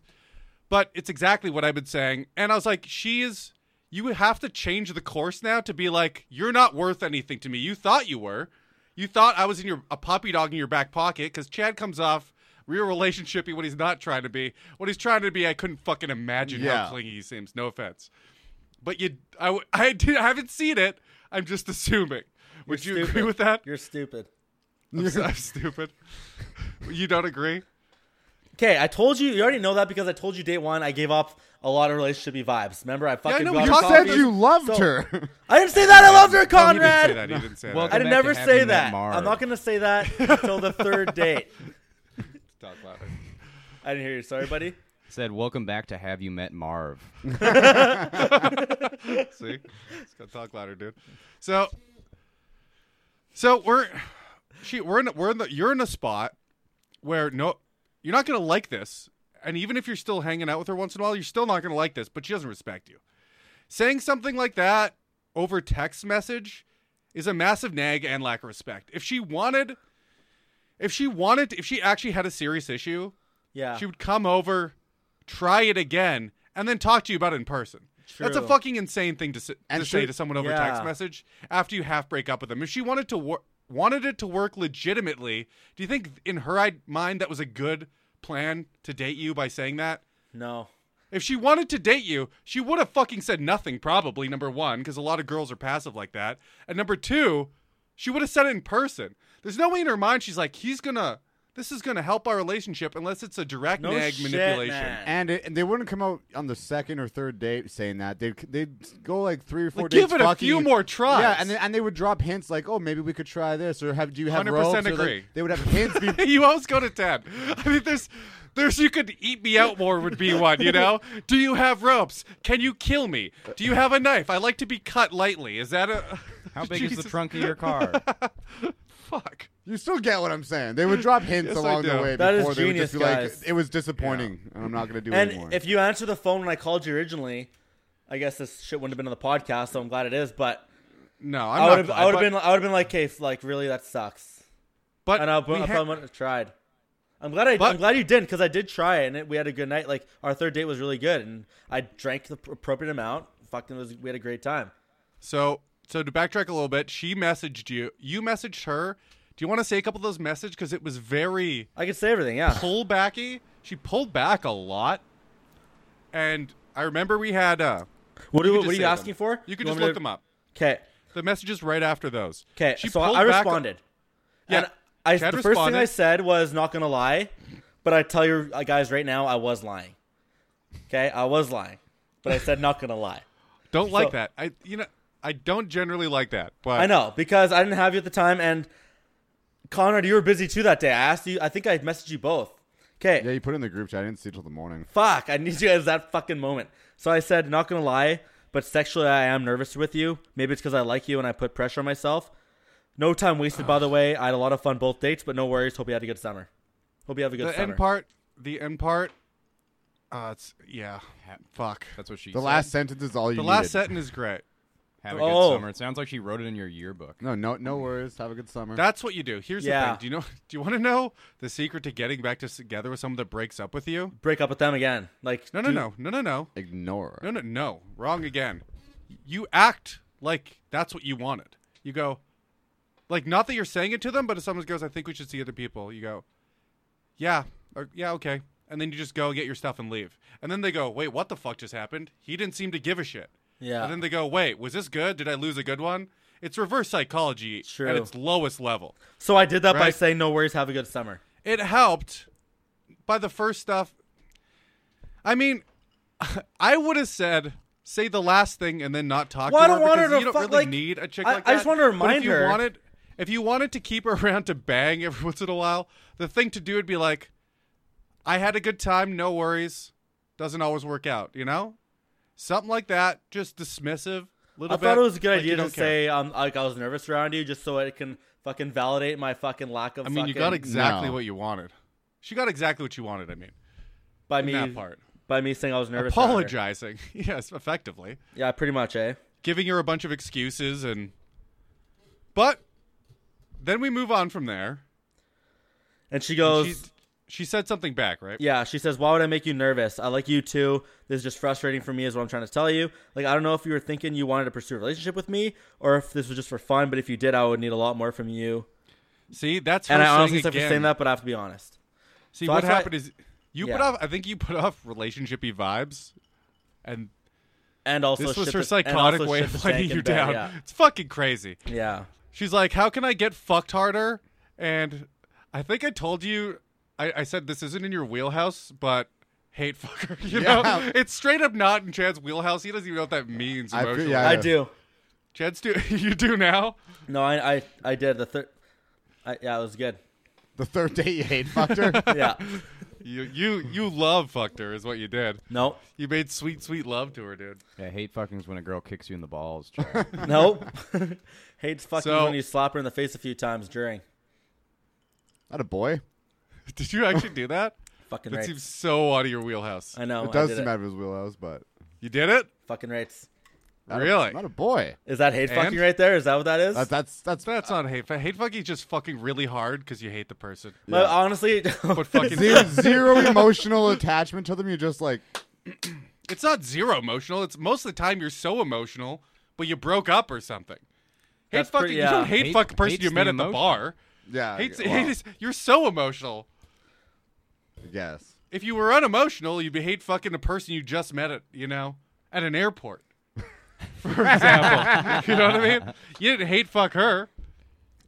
[SPEAKER 3] But it's exactly what I've been saying, and I was like, she is. You have to change the course now to be like, you're not worth anything to me. You thought you were. You thought I was in your a puppy dog in your back pocket because Chad comes off real relationshipy when he's not trying to be. What he's trying to be, I couldn't fucking imagine
[SPEAKER 5] Yeah.
[SPEAKER 3] how clingy he seems. No offense, but you, I, w- I, did, I haven't seen it. I'm just assuming. Would you agree
[SPEAKER 4] stupid.
[SPEAKER 3] with that?
[SPEAKER 4] You're stupid.
[SPEAKER 3] I'm, so- I'm stupid. You don't agree?
[SPEAKER 4] Okay, I told you. You already know that because I told you date one. I gave up a lot of relationshipy vibes. Remember, I fucking
[SPEAKER 3] know,
[SPEAKER 4] got
[SPEAKER 3] you
[SPEAKER 4] her
[SPEAKER 5] You said
[SPEAKER 4] coffee.
[SPEAKER 5] you loved
[SPEAKER 4] So-
[SPEAKER 5] her.
[SPEAKER 4] I didn't say that. I loved her,
[SPEAKER 3] Oh, he didn't say
[SPEAKER 4] Conrad.
[SPEAKER 3] that. He didn't say
[SPEAKER 6] Well,
[SPEAKER 4] I
[SPEAKER 3] that.
[SPEAKER 4] did
[SPEAKER 6] Back to
[SPEAKER 4] never
[SPEAKER 6] having
[SPEAKER 4] say
[SPEAKER 6] that
[SPEAKER 4] that.
[SPEAKER 6] marred.
[SPEAKER 4] I'm not gonna say that until the third date.
[SPEAKER 3] Stop laughing.
[SPEAKER 4] I didn't hear you. Sorry, buddy.
[SPEAKER 6] said, "Welcome back to Have You Met Marv?"
[SPEAKER 3] See, it's got to talk louder, dude. So, so we're she we're in we're in the you're in a spot where no you're not gonna like this, and even if you're still hanging out with her once in a while, you're still not gonna like this. But she doesn't respect you. Saying something like that over text message is a massive nag and lack of respect. If she wanted, if she wanted, if she actually had a serious issue,
[SPEAKER 4] Yeah.
[SPEAKER 3] she would come over, try it again, and then talk to you about it in person. That's a
[SPEAKER 4] True.
[SPEAKER 3] fucking insane thing to, s-
[SPEAKER 5] And
[SPEAKER 3] to
[SPEAKER 5] she-
[SPEAKER 3] say to someone over
[SPEAKER 4] Yeah.
[SPEAKER 3] text message after you half break up with them. If she wanted to wor- wanted it to work legitimately, do you think in her i- mind that was a good plan to date you by saying that?
[SPEAKER 4] no.
[SPEAKER 3] If she wanted to date you, she would have fucking said nothing, probably, number one, because a lot of girls are passive like that. And number two, she would have said it in person. There's no way in her mind she's like, he's gonna, this is gonna help our relationship unless it's a direct
[SPEAKER 4] No
[SPEAKER 3] nag
[SPEAKER 4] shit,
[SPEAKER 3] manipulation.
[SPEAKER 4] man.
[SPEAKER 5] And, it, and they wouldn't come out on the second or third date saying that. They'd they'd go like three or four
[SPEAKER 3] Like,
[SPEAKER 5] dates.
[SPEAKER 3] give it a
[SPEAKER 5] fucking
[SPEAKER 3] few
[SPEAKER 5] you.
[SPEAKER 3] more tries.
[SPEAKER 5] Yeah, and then, and they would drop hints like, "Oh, maybe we could try this," or "Have do you have
[SPEAKER 3] 100%
[SPEAKER 5] ropes?" Or, like,
[SPEAKER 3] agree.
[SPEAKER 5] they would have hints. Be-
[SPEAKER 3] you always go to 10. I mean, there's, there's, you could eat me out more would be one, you know? Do you have ropes? Can you kill me? Do you have a knife? I like to be cut lightly. Is that a.
[SPEAKER 6] How big is the
[SPEAKER 3] Jesus,
[SPEAKER 6] trunk of your car?
[SPEAKER 3] Fuck.
[SPEAKER 5] you still get what I'm saying. They would drop hints
[SPEAKER 3] Yes, I
[SPEAKER 5] along the
[SPEAKER 3] do.
[SPEAKER 5] way
[SPEAKER 4] That is
[SPEAKER 5] before they would
[SPEAKER 4] genius,
[SPEAKER 5] just be
[SPEAKER 4] guys.
[SPEAKER 5] like, "It was disappointing, and I'm not going to do it
[SPEAKER 4] And
[SPEAKER 5] anymore."
[SPEAKER 4] if you answer the phone when I called you originally, I guess this shit wouldn't have been on the podcast. So I'm glad it is. But
[SPEAKER 3] No, I'm
[SPEAKER 4] i
[SPEAKER 3] not.
[SPEAKER 4] would have.
[SPEAKER 3] glad,
[SPEAKER 4] I would have
[SPEAKER 3] but-
[SPEAKER 4] been. I would have been like, "Okay, f- like really, that sucks."
[SPEAKER 3] But
[SPEAKER 4] And I,
[SPEAKER 3] we
[SPEAKER 4] but I
[SPEAKER 3] ha-
[SPEAKER 4] probably wouldn't have tried. I'm glad I,
[SPEAKER 3] But-
[SPEAKER 4] I'm glad you didn't because I did try it and it, we had a good night. Like our third date was really good and I drank the pr- appropriate amount. Fucking was we had a great time.
[SPEAKER 3] So so to backtrack a little bit, she messaged you. You messaged her. Do you want to say a couple of those messages because it was very
[SPEAKER 4] I could say everything. Yeah,
[SPEAKER 3] pullbacky. She pulled back a lot, and I remember we had. Uh,
[SPEAKER 4] What, do,
[SPEAKER 3] could
[SPEAKER 4] what
[SPEAKER 3] just
[SPEAKER 4] are
[SPEAKER 3] say
[SPEAKER 4] you
[SPEAKER 3] them.
[SPEAKER 4] asking for?
[SPEAKER 3] You can just look them up.
[SPEAKER 4] Okay.
[SPEAKER 3] The messages right after those.
[SPEAKER 4] Okay.
[SPEAKER 3] She
[SPEAKER 4] So
[SPEAKER 3] pulled
[SPEAKER 4] I
[SPEAKER 3] back a-
[SPEAKER 4] responded.
[SPEAKER 3] Yeah,
[SPEAKER 4] And I,
[SPEAKER 3] Chad
[SPEAKER 4] the first thing I
[SPEAKER 3] responded.
[SPEAKER 4] said was not gonna lie, but I tell you uh, guys right now I was lying. Okay, I was lying, but I said not gonna lie.
[SPEAKER 3] don't like
[SPEAKER 4] so-
[SPEAKER 3] that. I you know I don't generally like that, but
[SPEAKER 4] I know because I didn't have you at the time, and Conrad, you were busy too that day. I asked you. I think I messaged you both. Okay.
[SPEAKER 5] yeah, you put it in the group chat. I didn't see it till the morning.
[SPEAKER 4] fuck, I need you guys that fucking moment. So I said, not gonna lie, but sexually I am nervous with you. Maybe it's because I like you and I put pressure on myself. No time wasted, by the way. I had a lot of fun both dates, but no worries. Hope you had a good summer. Hope you have a good
[SPEAKER 3] the
[SPEAKER 4] summer.
[SPEAKER 3] end part. The end part. Uh, it's yeah. Fuck.
[SPEAKER 6] That's what she.
[SPEAKER 5] The
[SPEAKER 6] said.
[SPEAKER 5] last sentence is all you.
[SPEAKER 3] The last
[SPEAKER 5] needed.
[SPEAKER 3] sentence is great.
[SPEAKER 6] Have a
[SPEAKER 4] Oh.
[SPEAKER 6] good summer. It sounds like she wrote it in your yearbook.
[SPEAKER 5] No, no, no worries. Have a good summer.
[SPEAKER 3] That's what you do. Here's the
[SPEAKER 4] Yeah.
[SPEAKER 3] thing. Do you know? Do you want to know the secret to getting back to together with someone that breaks up with you?
[SPEAKER 4] Break up with them again. Like
[SPEAKER 3] No, no,
[SPEAKER 4] do-
[SPEAKER 3] no, no, no, no,
[SPEAKER 5] Ignore.
[SPEAKER 3] no, no, no. Wrong again. You act like that's what you wanted. You go, like, not that you're saying it to them, but if someone goes, "I think we should see other people," you go, "Yeah, or, yeah, okay," and then you just go get your stuff and leave. And then they go, "Wait, what the fuck just happened? He didn't seem to give a shit."
[SPEAKER 4] Yeah.
[SPEAKER 3] And then they go, "Wait, was this good? Did I lose a good one?" It's reverse psychology
[SPEAKER 4] True.
[SPEAKER 3] at its lowest level.
[SPEAKER 4] So I did that by
[SPEAKER 3] Right.
[SPEAKER 4] saying, "No worries, have a good summer."
[SPEAKER 3] It helped by the first stuff. I mean, I would have said say the last thing and then not talk
[SPEAKER 4] Well, I
[SPEAKER 3] to her
[SPEAKER 4] don't want
[SPEAKER 3] because
[SPEAKER 4] her to
[SPEAKER 3] you don't
[SPEAKER 4] fuck,
[SPEAKER 3] really
[SPEAKER 4] like-
[SPEAKER 3] need a chick
[SPEAKER 4] I-
[SPEAKER 3] like that.
[SPEAKER 4] I just want to
[SPEAKER 3] But
[SPEAKER 4] remind
[SPEAKER 3] if you
[SPEAKER 4] her-
[SPEAKER 3] Wanted, if you wanted to keep her around to bang every once in a while, the thing to do would be like, I had a good time, no worries. Doesn't always work out, you know? Something like that, just dismissive. Little
[SPEAKER 4] I
[SPEAKER 3] bit,
[SPEAKER 4] thought it was a good
[SPEAKER 3] like you
[SPEAKER 4] idea to
[SPEAKER 3] don't care.
[SPEAKER 4] say, um, like I was nervous around you, just so it can fucking validate my fucking lack of.
[SPEAKER 3] I mean, you
[SPEAKER 4] fucking-
[SPEAKER 3] got exactly
[SPEAKER 5] No.
[SPEAKER 3] what you wanted. She got exactly what you wanted, I mean,
[SPEAKER 4] by
[SPEAKER 3] in
[SPEAKER 4] me
[SPEAKER 3] that part.
[SPEAKER 4] by me saying I was nervous. around her.
[SPEAKER 3] apologizing. yes, effectively.
[SPEAKER 4] Yeah, pretty much, eh?
[SPEAKER 3] Giving her a bunch of excuses and but then we move on from there.
[SPEAKER 4] And she
[SPEAKER 3] And
[SPEAKER 4] goes,
[SPEAKER 3] She she said something back, right?
[SPEAKER 4] Yeah, she says, Why would I make you nervous? I like you too. This is just frustrating for me, is what I'm trying to tell you. Like, I don't know if you were thinking you wanted to pursue a relationship with me or if this was just for fun, but if you did, I would need a lot more from you.
[SPEAKER 3] See, that's her
[SPEAKER 4] And I
[SPEAKER 3] saying
[SPEAKER 4] honestly said for
[SPEAKER 3] again.
[SPEAKER 4] saying that, but I have to be honest.
[SPEAKER 3] See,
[SPEAKER 4] So
[SPEAKER 3] what
[SPEAKER 4] that's why-
[SPEAKER 3] happened is you put
[SPEAKER 4] Yeah.
[SPEAKER 3] off I think you put off relationshipy vibes and
[SPEAKER 4] And also,
[SPEAKER 3] this was
[SPEAKER 4] shit
[SPEAKER 3] her
[SPEAKER 4] the- and
[SPEAKER 3] psychotic
[SPEAKER 4] also
[SPEAKER 3] way
[SPEAKER 4] shit
[SPEAKER 3] of
[SPEAKER 4] the
[SPEAKER 3] letting
[SPEAKER 4] tank in
[SPEAKER 3] you
[SPEAKER 4] bed,
[SPEAKER 3] down. It's fucking crazy.
[SPEAKER 4] Yeah. yeah.
[SPEAKER 3] She's like, How can I get fucked harder? And I think I told you, I, I said this isn't in your wheelhouse, but hate fucker. You know?
[SPEAKER 5] Yeah.
[SPEAKER 3] It's straight up not in Chad's wheelhouse. He doesn't even know what that means
[SPEAKER 5] I feel-
[SPEAKER 3] emotionally.
[SPEAKER 5] yeah.
[SPEAKER 4] I do.
[SPEAKER 3] Chad's do you do now?
[SPEAKER 4] No, I I, I did. The third. I, yeah, it was good.
[SPEAKER 5] The third date you hate fucked her.
[SPEAKER 4] Yeah.
[SPEAKER 3] You you you love fucked her is what you did.
[SPEAKER 4] Nope.
[SPEAKER 3] You made sweet, sweet love to her, dude.
[SPEAKER 6] Yeah, hate fucking's when a girl kicks you in the balls. Chad.
[SPEAKER 4] Nope. Hates fucking
[SPEAKER 3] So-
[SPEAKER 4] when you slap her in the face a few times during.
[SPEAKER 5] Not a boy.
[SPEAKER 3] Did you actually do that?
[SPEAKER 4] Fucking
[SPEAKER 3] That
[SPEAKER 4] rates.
[SPEAKER 3] seems so out of your wheelhouse.
[SPEAKER 4] Oh, I know.
[SPEAKER 5] It does
[SPEAKER 4] I did
[SPEAKER 5] seem out of his wheelhouse, but
[SPEAKER 3] You did it?
[SPEAKER 4] Fucking rates.
[SPEAKER 5] not
[SPEAKER 3] Really?
[SPEAKER 5] a, not a boy.
[SPEAKER 4] Is that hate
[SPEAKER 3] And?
[SPEAKER 4] fucking right there? Is that what that is?
[SPEAKER 5] That, that's that's
[SPEAKER 3] That's not hate. fu- Hate fucking is just fucking really hard because you hate the person.
[SPEAKER 4] But honestly,
[SPEAKER 3] But fucking
[SPEAKER 5] zero, zero emotional attachment to them. You're just like,
[SPEAKER 3] it's not zero emotional. It's most of the time you're so emotional, but you broke up or something. Hate
[SPEAKER 4] That's
[SPEAKER 3] fucking.
[SPEAKER 4] pretty-
[SPEAKER 3] You
[SPEAKER 4] yeah.
[SPEAKER 3] don't hate,
[SPEAKER 6] Hate-
[SPEAKER 3] fuck a person
[SPEAKER 6] hates
[SPEAKER 3] you
[SPEAKER 6] the
[SPEAKER 3] met at the
[SPEAKER 6] emotion.
[SPEAKER 3] bar.
[SPEAKER 5] yeah,
[SPEAKER 3] Hates,
[SPEAKER 5] well,
[SPEAKER 3] hate is, you're so emotional.
[SPEAKER 5] yes.
[SPEAKER 3] If you were unemotional, you'd be hate fucking the person you just met at you know at an airport, for example. you know what I mean? You didn't hate fuck her.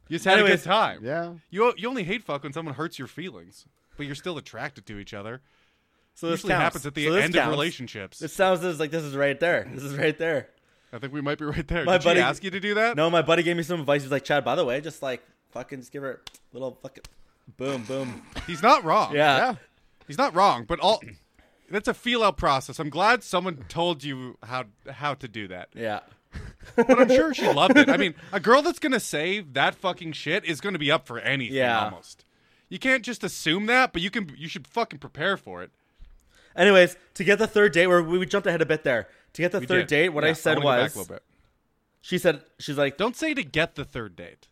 [SPEAKER 3] You just had
[SPEAKER 4] Anyways,
[SPEAKER 3] a good time.
[SPEAKER 5] Yeah.
[SPEAKER 3] You you only hate fuck when someone hurts your feelings, but you're still attracted to each other.
[SPEAKER 4] so this
[SPEAKER 3] Usually
[SPEAKER 4] counts.
[SPEAKER 3] happens at the
[SPEAKER 4] So this
[SPEAKER 3] end of
[SPEAKER 4] counts.
[SPEAKER 3] relationships.
[SPEAKER 4] This sounds this is like this is right there. This is right there.
[SPEAKER 3] I think we might be right there.
[SPEAKER 4] My
[SPEAKER 3] Did
[SPEAKER 4] buddy-
[SPEAKER 3] she ask you to do that?
[SPEAKER 4] No, my buddy gave me some advice. He's like, Chad, by the way, just like fucking just give her a little fucking boom, boom.
[SPEAKER 3] He's not wrong.
[SPEAKER 4] Yeah.
[SPEAKER 5] Yeah.
[SPEAKER 3] He's not wrong, but all that's a feel out process. I'm glad someone told you how how to do that.
[SPEAKER 4] Yeah.
[SPEAKER 3] But I'm sure she loved it. I mean, a girl that's gonna say that fucking shit is gonna be up for anything
[SPEAKER 4] Yeah.
[SPEAKER 3] almost. You can't just assume that, but you can you should fucking prepare for it.
[SPEAKER 4] Anyways, to get the third date, where we we jumped ahead a bit there. To get the
[SPEAKER 3] We
[SPEAKER 4] third
[SPEAKER 3] did.
[SPEAKER 4] date, what
[SPEAKER 3] Yeah,
[SPEAKER 4] I said
[SPEAKER 3] wanna go back a
[SPEAKER 4] was
[SPEAKER 3] little bit.
[SPEAKER 4] she said she's like,
[SPEAKER 3] Don't say to get the third date.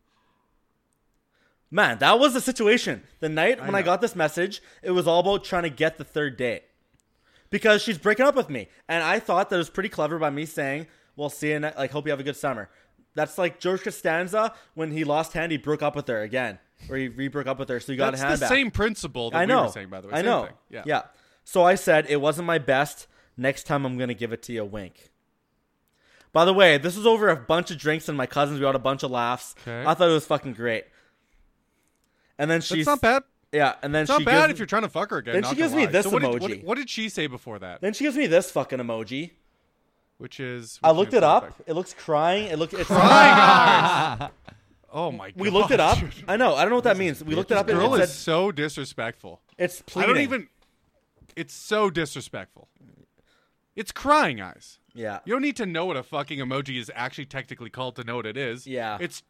[SPEAKER 4] Man, that was the situation. The night when I
[SPEAKER 3] know.
[SPEAKER 4] got this message, it was all about trying to get the third date. Because she's breaking up with me. And I thought that it was pretty clever by me saying, Well, see you next like hope you have a good summer. That's like George Costanza when he lost hand, he broke up with her again. Or he re broke up with her, so he got
[SPEAKER 3] That's
[SPEAKER 4] a hand
[SPEAKER 3] the
[SPEAKER 4] back.
[SPEAKER 3] same principle that
[SPEAKER 4] I know.
[SPEAKER 3] we were saying, by the way.
[SPEAKER 4] I
[SPEAKER 3] Same
[SPEAKER 4] know.
[SPEAKER 3] thing. Yeah.
[SPEAKER 4] yeah. So I said it wasn't my best. Next time I'm gonna give it to you a wink. By the way, this was over a bunch of drinks and my cousins. We had a bunch of laughs.
[SPEAKER 3] Okay.
[SPEAKER 4] I thought it was fucking great. And then
[SPEAKER 3] That's
[SPEAKER 4] she's
[SPEAKER 3] not bad.
[SPEAKER 4] yeah, and then
[SPEAKER 3] It's not
[SPEAKER 4] she
[SPEAKER 3] bad
[SPEAKER 4] gives,
[SPEAKER 3] if you're trying to fuck her again.
[SPEAKER 4] Then
[SPEAKER 3] not
[SPEAKER 4] she gives
[SPEAKER 3] gonna
[SPEAKER 4] me
[SPEAKER 3] lie.
[SPEAKER 4] this
[SPEAKER 3] so what Did,
[SPEAKER 4] emoji.
[SPEAKER 3] what, what did she say before that?
[SPEAKER 4] Then she gives me this fucking emoji.
[SPEAKER 3] Which is
[SPEAKER 4] I looked it up.
[SPEAKER 3] Back.
[SPEAKER 4] It looks crying. It looked it's
[SPEAKER 3] Oh my god.
[SPEAKER 4] We looked it up. I know. I don't know what that means. We looked it up. and
[SPEAKER 3] Girl
[SPEAKER 4] it
[SPEAKER 3] is
[SPEAKER 4] said,
[SPEAKER 3] so disrespectful.
[SPEAKER 4] it's
[SPEAKER 3] I
[SPEAKER 4] pleading.
[SPEAKER 3] don't even. It's so disrespectful. It's crying eyes.
[SPEAKER 4] Yeah.
[SPEAKER 3] You don't need to know what a fucking emoji is actually technically called to know what it is.
[SPEAKER 4] Yeah.
[SPEAKER 3] It's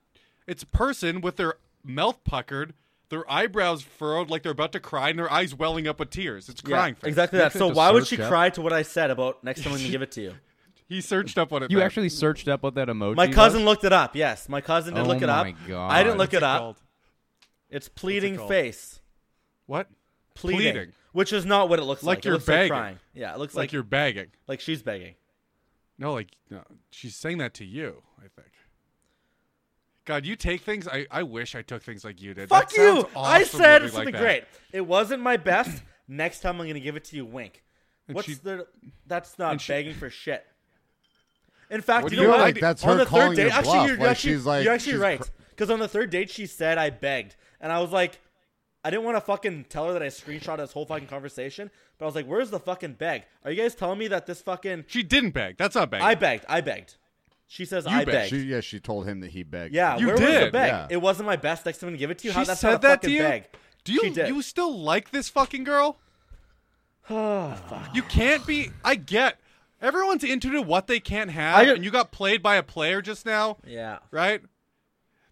[SPEAKER 3] it's a person with their mouth puckered, their eyebrows furrowed like they're about to cry, and their eyes welling up with tears. It's
[SPEAKER 4] Yeah,
[SPEAKER 3] crying. face.
[SPEAKER 4] exactly that.
[SPEAKER 6] could've
[SPEAKER 4] So
[SPEAKER 6] just
[SPEAKER 4] why would she
[SPEAKER 6] searched up.
[SPEAKER 4] cry to what I said about next time I'm gonna give it to you?
[SPEAKER 3] He searched up what it.
[SPEAKER 6] you
[SPEAKER 3] meant.
[SPEAKER 6] actually searched up what that emoji.
[SPEAKER 4] My cousin
[SPEAKER 6] was?
[SPEAKER 4] looked it up. Yes, my cousin did
[SPEAKER 6] Oh
[SPEAKER 4] look it up.
[SPEAKER 6] my God.
[SPEAKER 4] I didn't look it
[SPEAKER 3] What's
[SPEAKER 4] up.
[SPEAKER 3] called?
[SPEAKER 4] It's pleading
[SPEAKER 3] called?
[SPEAKER 4] face,
[SPEAKER 3] What?
[SPEAKER 4] pleading,
[SPEAKER 3] Pleading.
[SPEAKER 4] which is not what it looks like.
[SPEAKER 3] Like
[SPEAKER 4] it
[SPEAKER 3] you're
[SPEAKER 4] looks
[SPEAKER 3] begging.
[SPEAKER 4] Like crying. Yeah, it looks
[SPEAKER 3] Like,
[SPEAKER 4] like
[SPEAKER 3] you're bagging.
[SPEAKER 4] like she's begging.
[SPEAKER 3] No, like no, she's saying that to you. I think. God, you take things. I, I wish I took things like you did.
[SPEAKER 4] Fuck
[SPEAKER 3] That
[SPEAKER 4] you!
[SPEAKER 3] sounds
[SPEAKER 4] I
[SPEAKER 3] awesome
[SPEAKER 4] said
[SPEAKER 3] moving like
[SPEAKER 4] something
[SPEAKER 3] that.
[SPEAKER 4] great. It wasn't my best. Next time I'm gonna give it to you. Wink. What's
[SPEAKER 3] she-
[SPEAKER 4] the? That's not
[SPEAKER 3] and she-
[SPEAKER 4] begging for shit. In fact,
[SPEAKER 3] What
[SPEAKER 4] you know
[SPEAKER 3] do you
[SPEAKER 5] feel
[SPEAKER 3] feel
[SPEAKER 4] what?
[SPEAKER 5] like
[SPEAKER 3] like-
[SPEAKER 5] that's
[SPEAKER 4] on
[SPEAKER 5] her
[SPEAKER 4] the
[SPEAKER 5] calling
[SPEAKER 4] third date,
[SPEAKER 5] your
[SPEAKER 4] actually,
[SPEAKER 5] bluff.
[SPEAKER 4] you're,
[SPEAKER 5] like
[SPEAKER 4] actually,
[SPEAKER 5] she's like,
[SPEAKER 4] you're actually
[SPEAKER 5] she's
[SPEAKER 4] right.
[SPEAKER 5] pr-
[SPEAKER 4] Because on the third date, she said, "I begged," and I was like, I didn't want to fucking tell her that I screenshot this whole fucking conversation, but I was like, "Where's the fucking beg? Are you guys telling me that this fucking
[SPEAKER 3] She didn't beg. That's not begging.
[SPEAKER 4] I begged, I begged?" She says, "I
[SPEAKER 3] begged.
[SPEAKER 4] begged."
[SPEAKER 5] she, yeah, she told him that he begged.
[SPEAKER 4] yeah,
[SPEAKER 3] You
[SPEAKER 4] where was the
[SPEAKER 3] did.
[SPEAKER 4] beg?
[SPEAKER 5] Yeah.
[SPEAKER 4] It wasn't my best. Next time, I'm gonna give it to you.
[SPEAKER 3] she
[SPEAKER 4] How that's
[SPEAKER 3] said
[SPEAKER 4] not a
[SPEAKER 3] that
[SPEAKER 4] fucking
[SPEAKER 3] to you.
[SPEAKER 4] beg.
[SPEAKER 3] Do you
[SPEAKER 4] She did.
[SPEAKER 3] you still like this fucking girl?
[SPEAKER 4] Oh,
[SPEAKER 3] You can't be. I get. Everyone's into to what they can't have,
[SPEAKER 4] I-
[SPEAKER 3] and you got played by a player just now,
[SPEAKER 4] yeah.
[SPEAKER 3] right?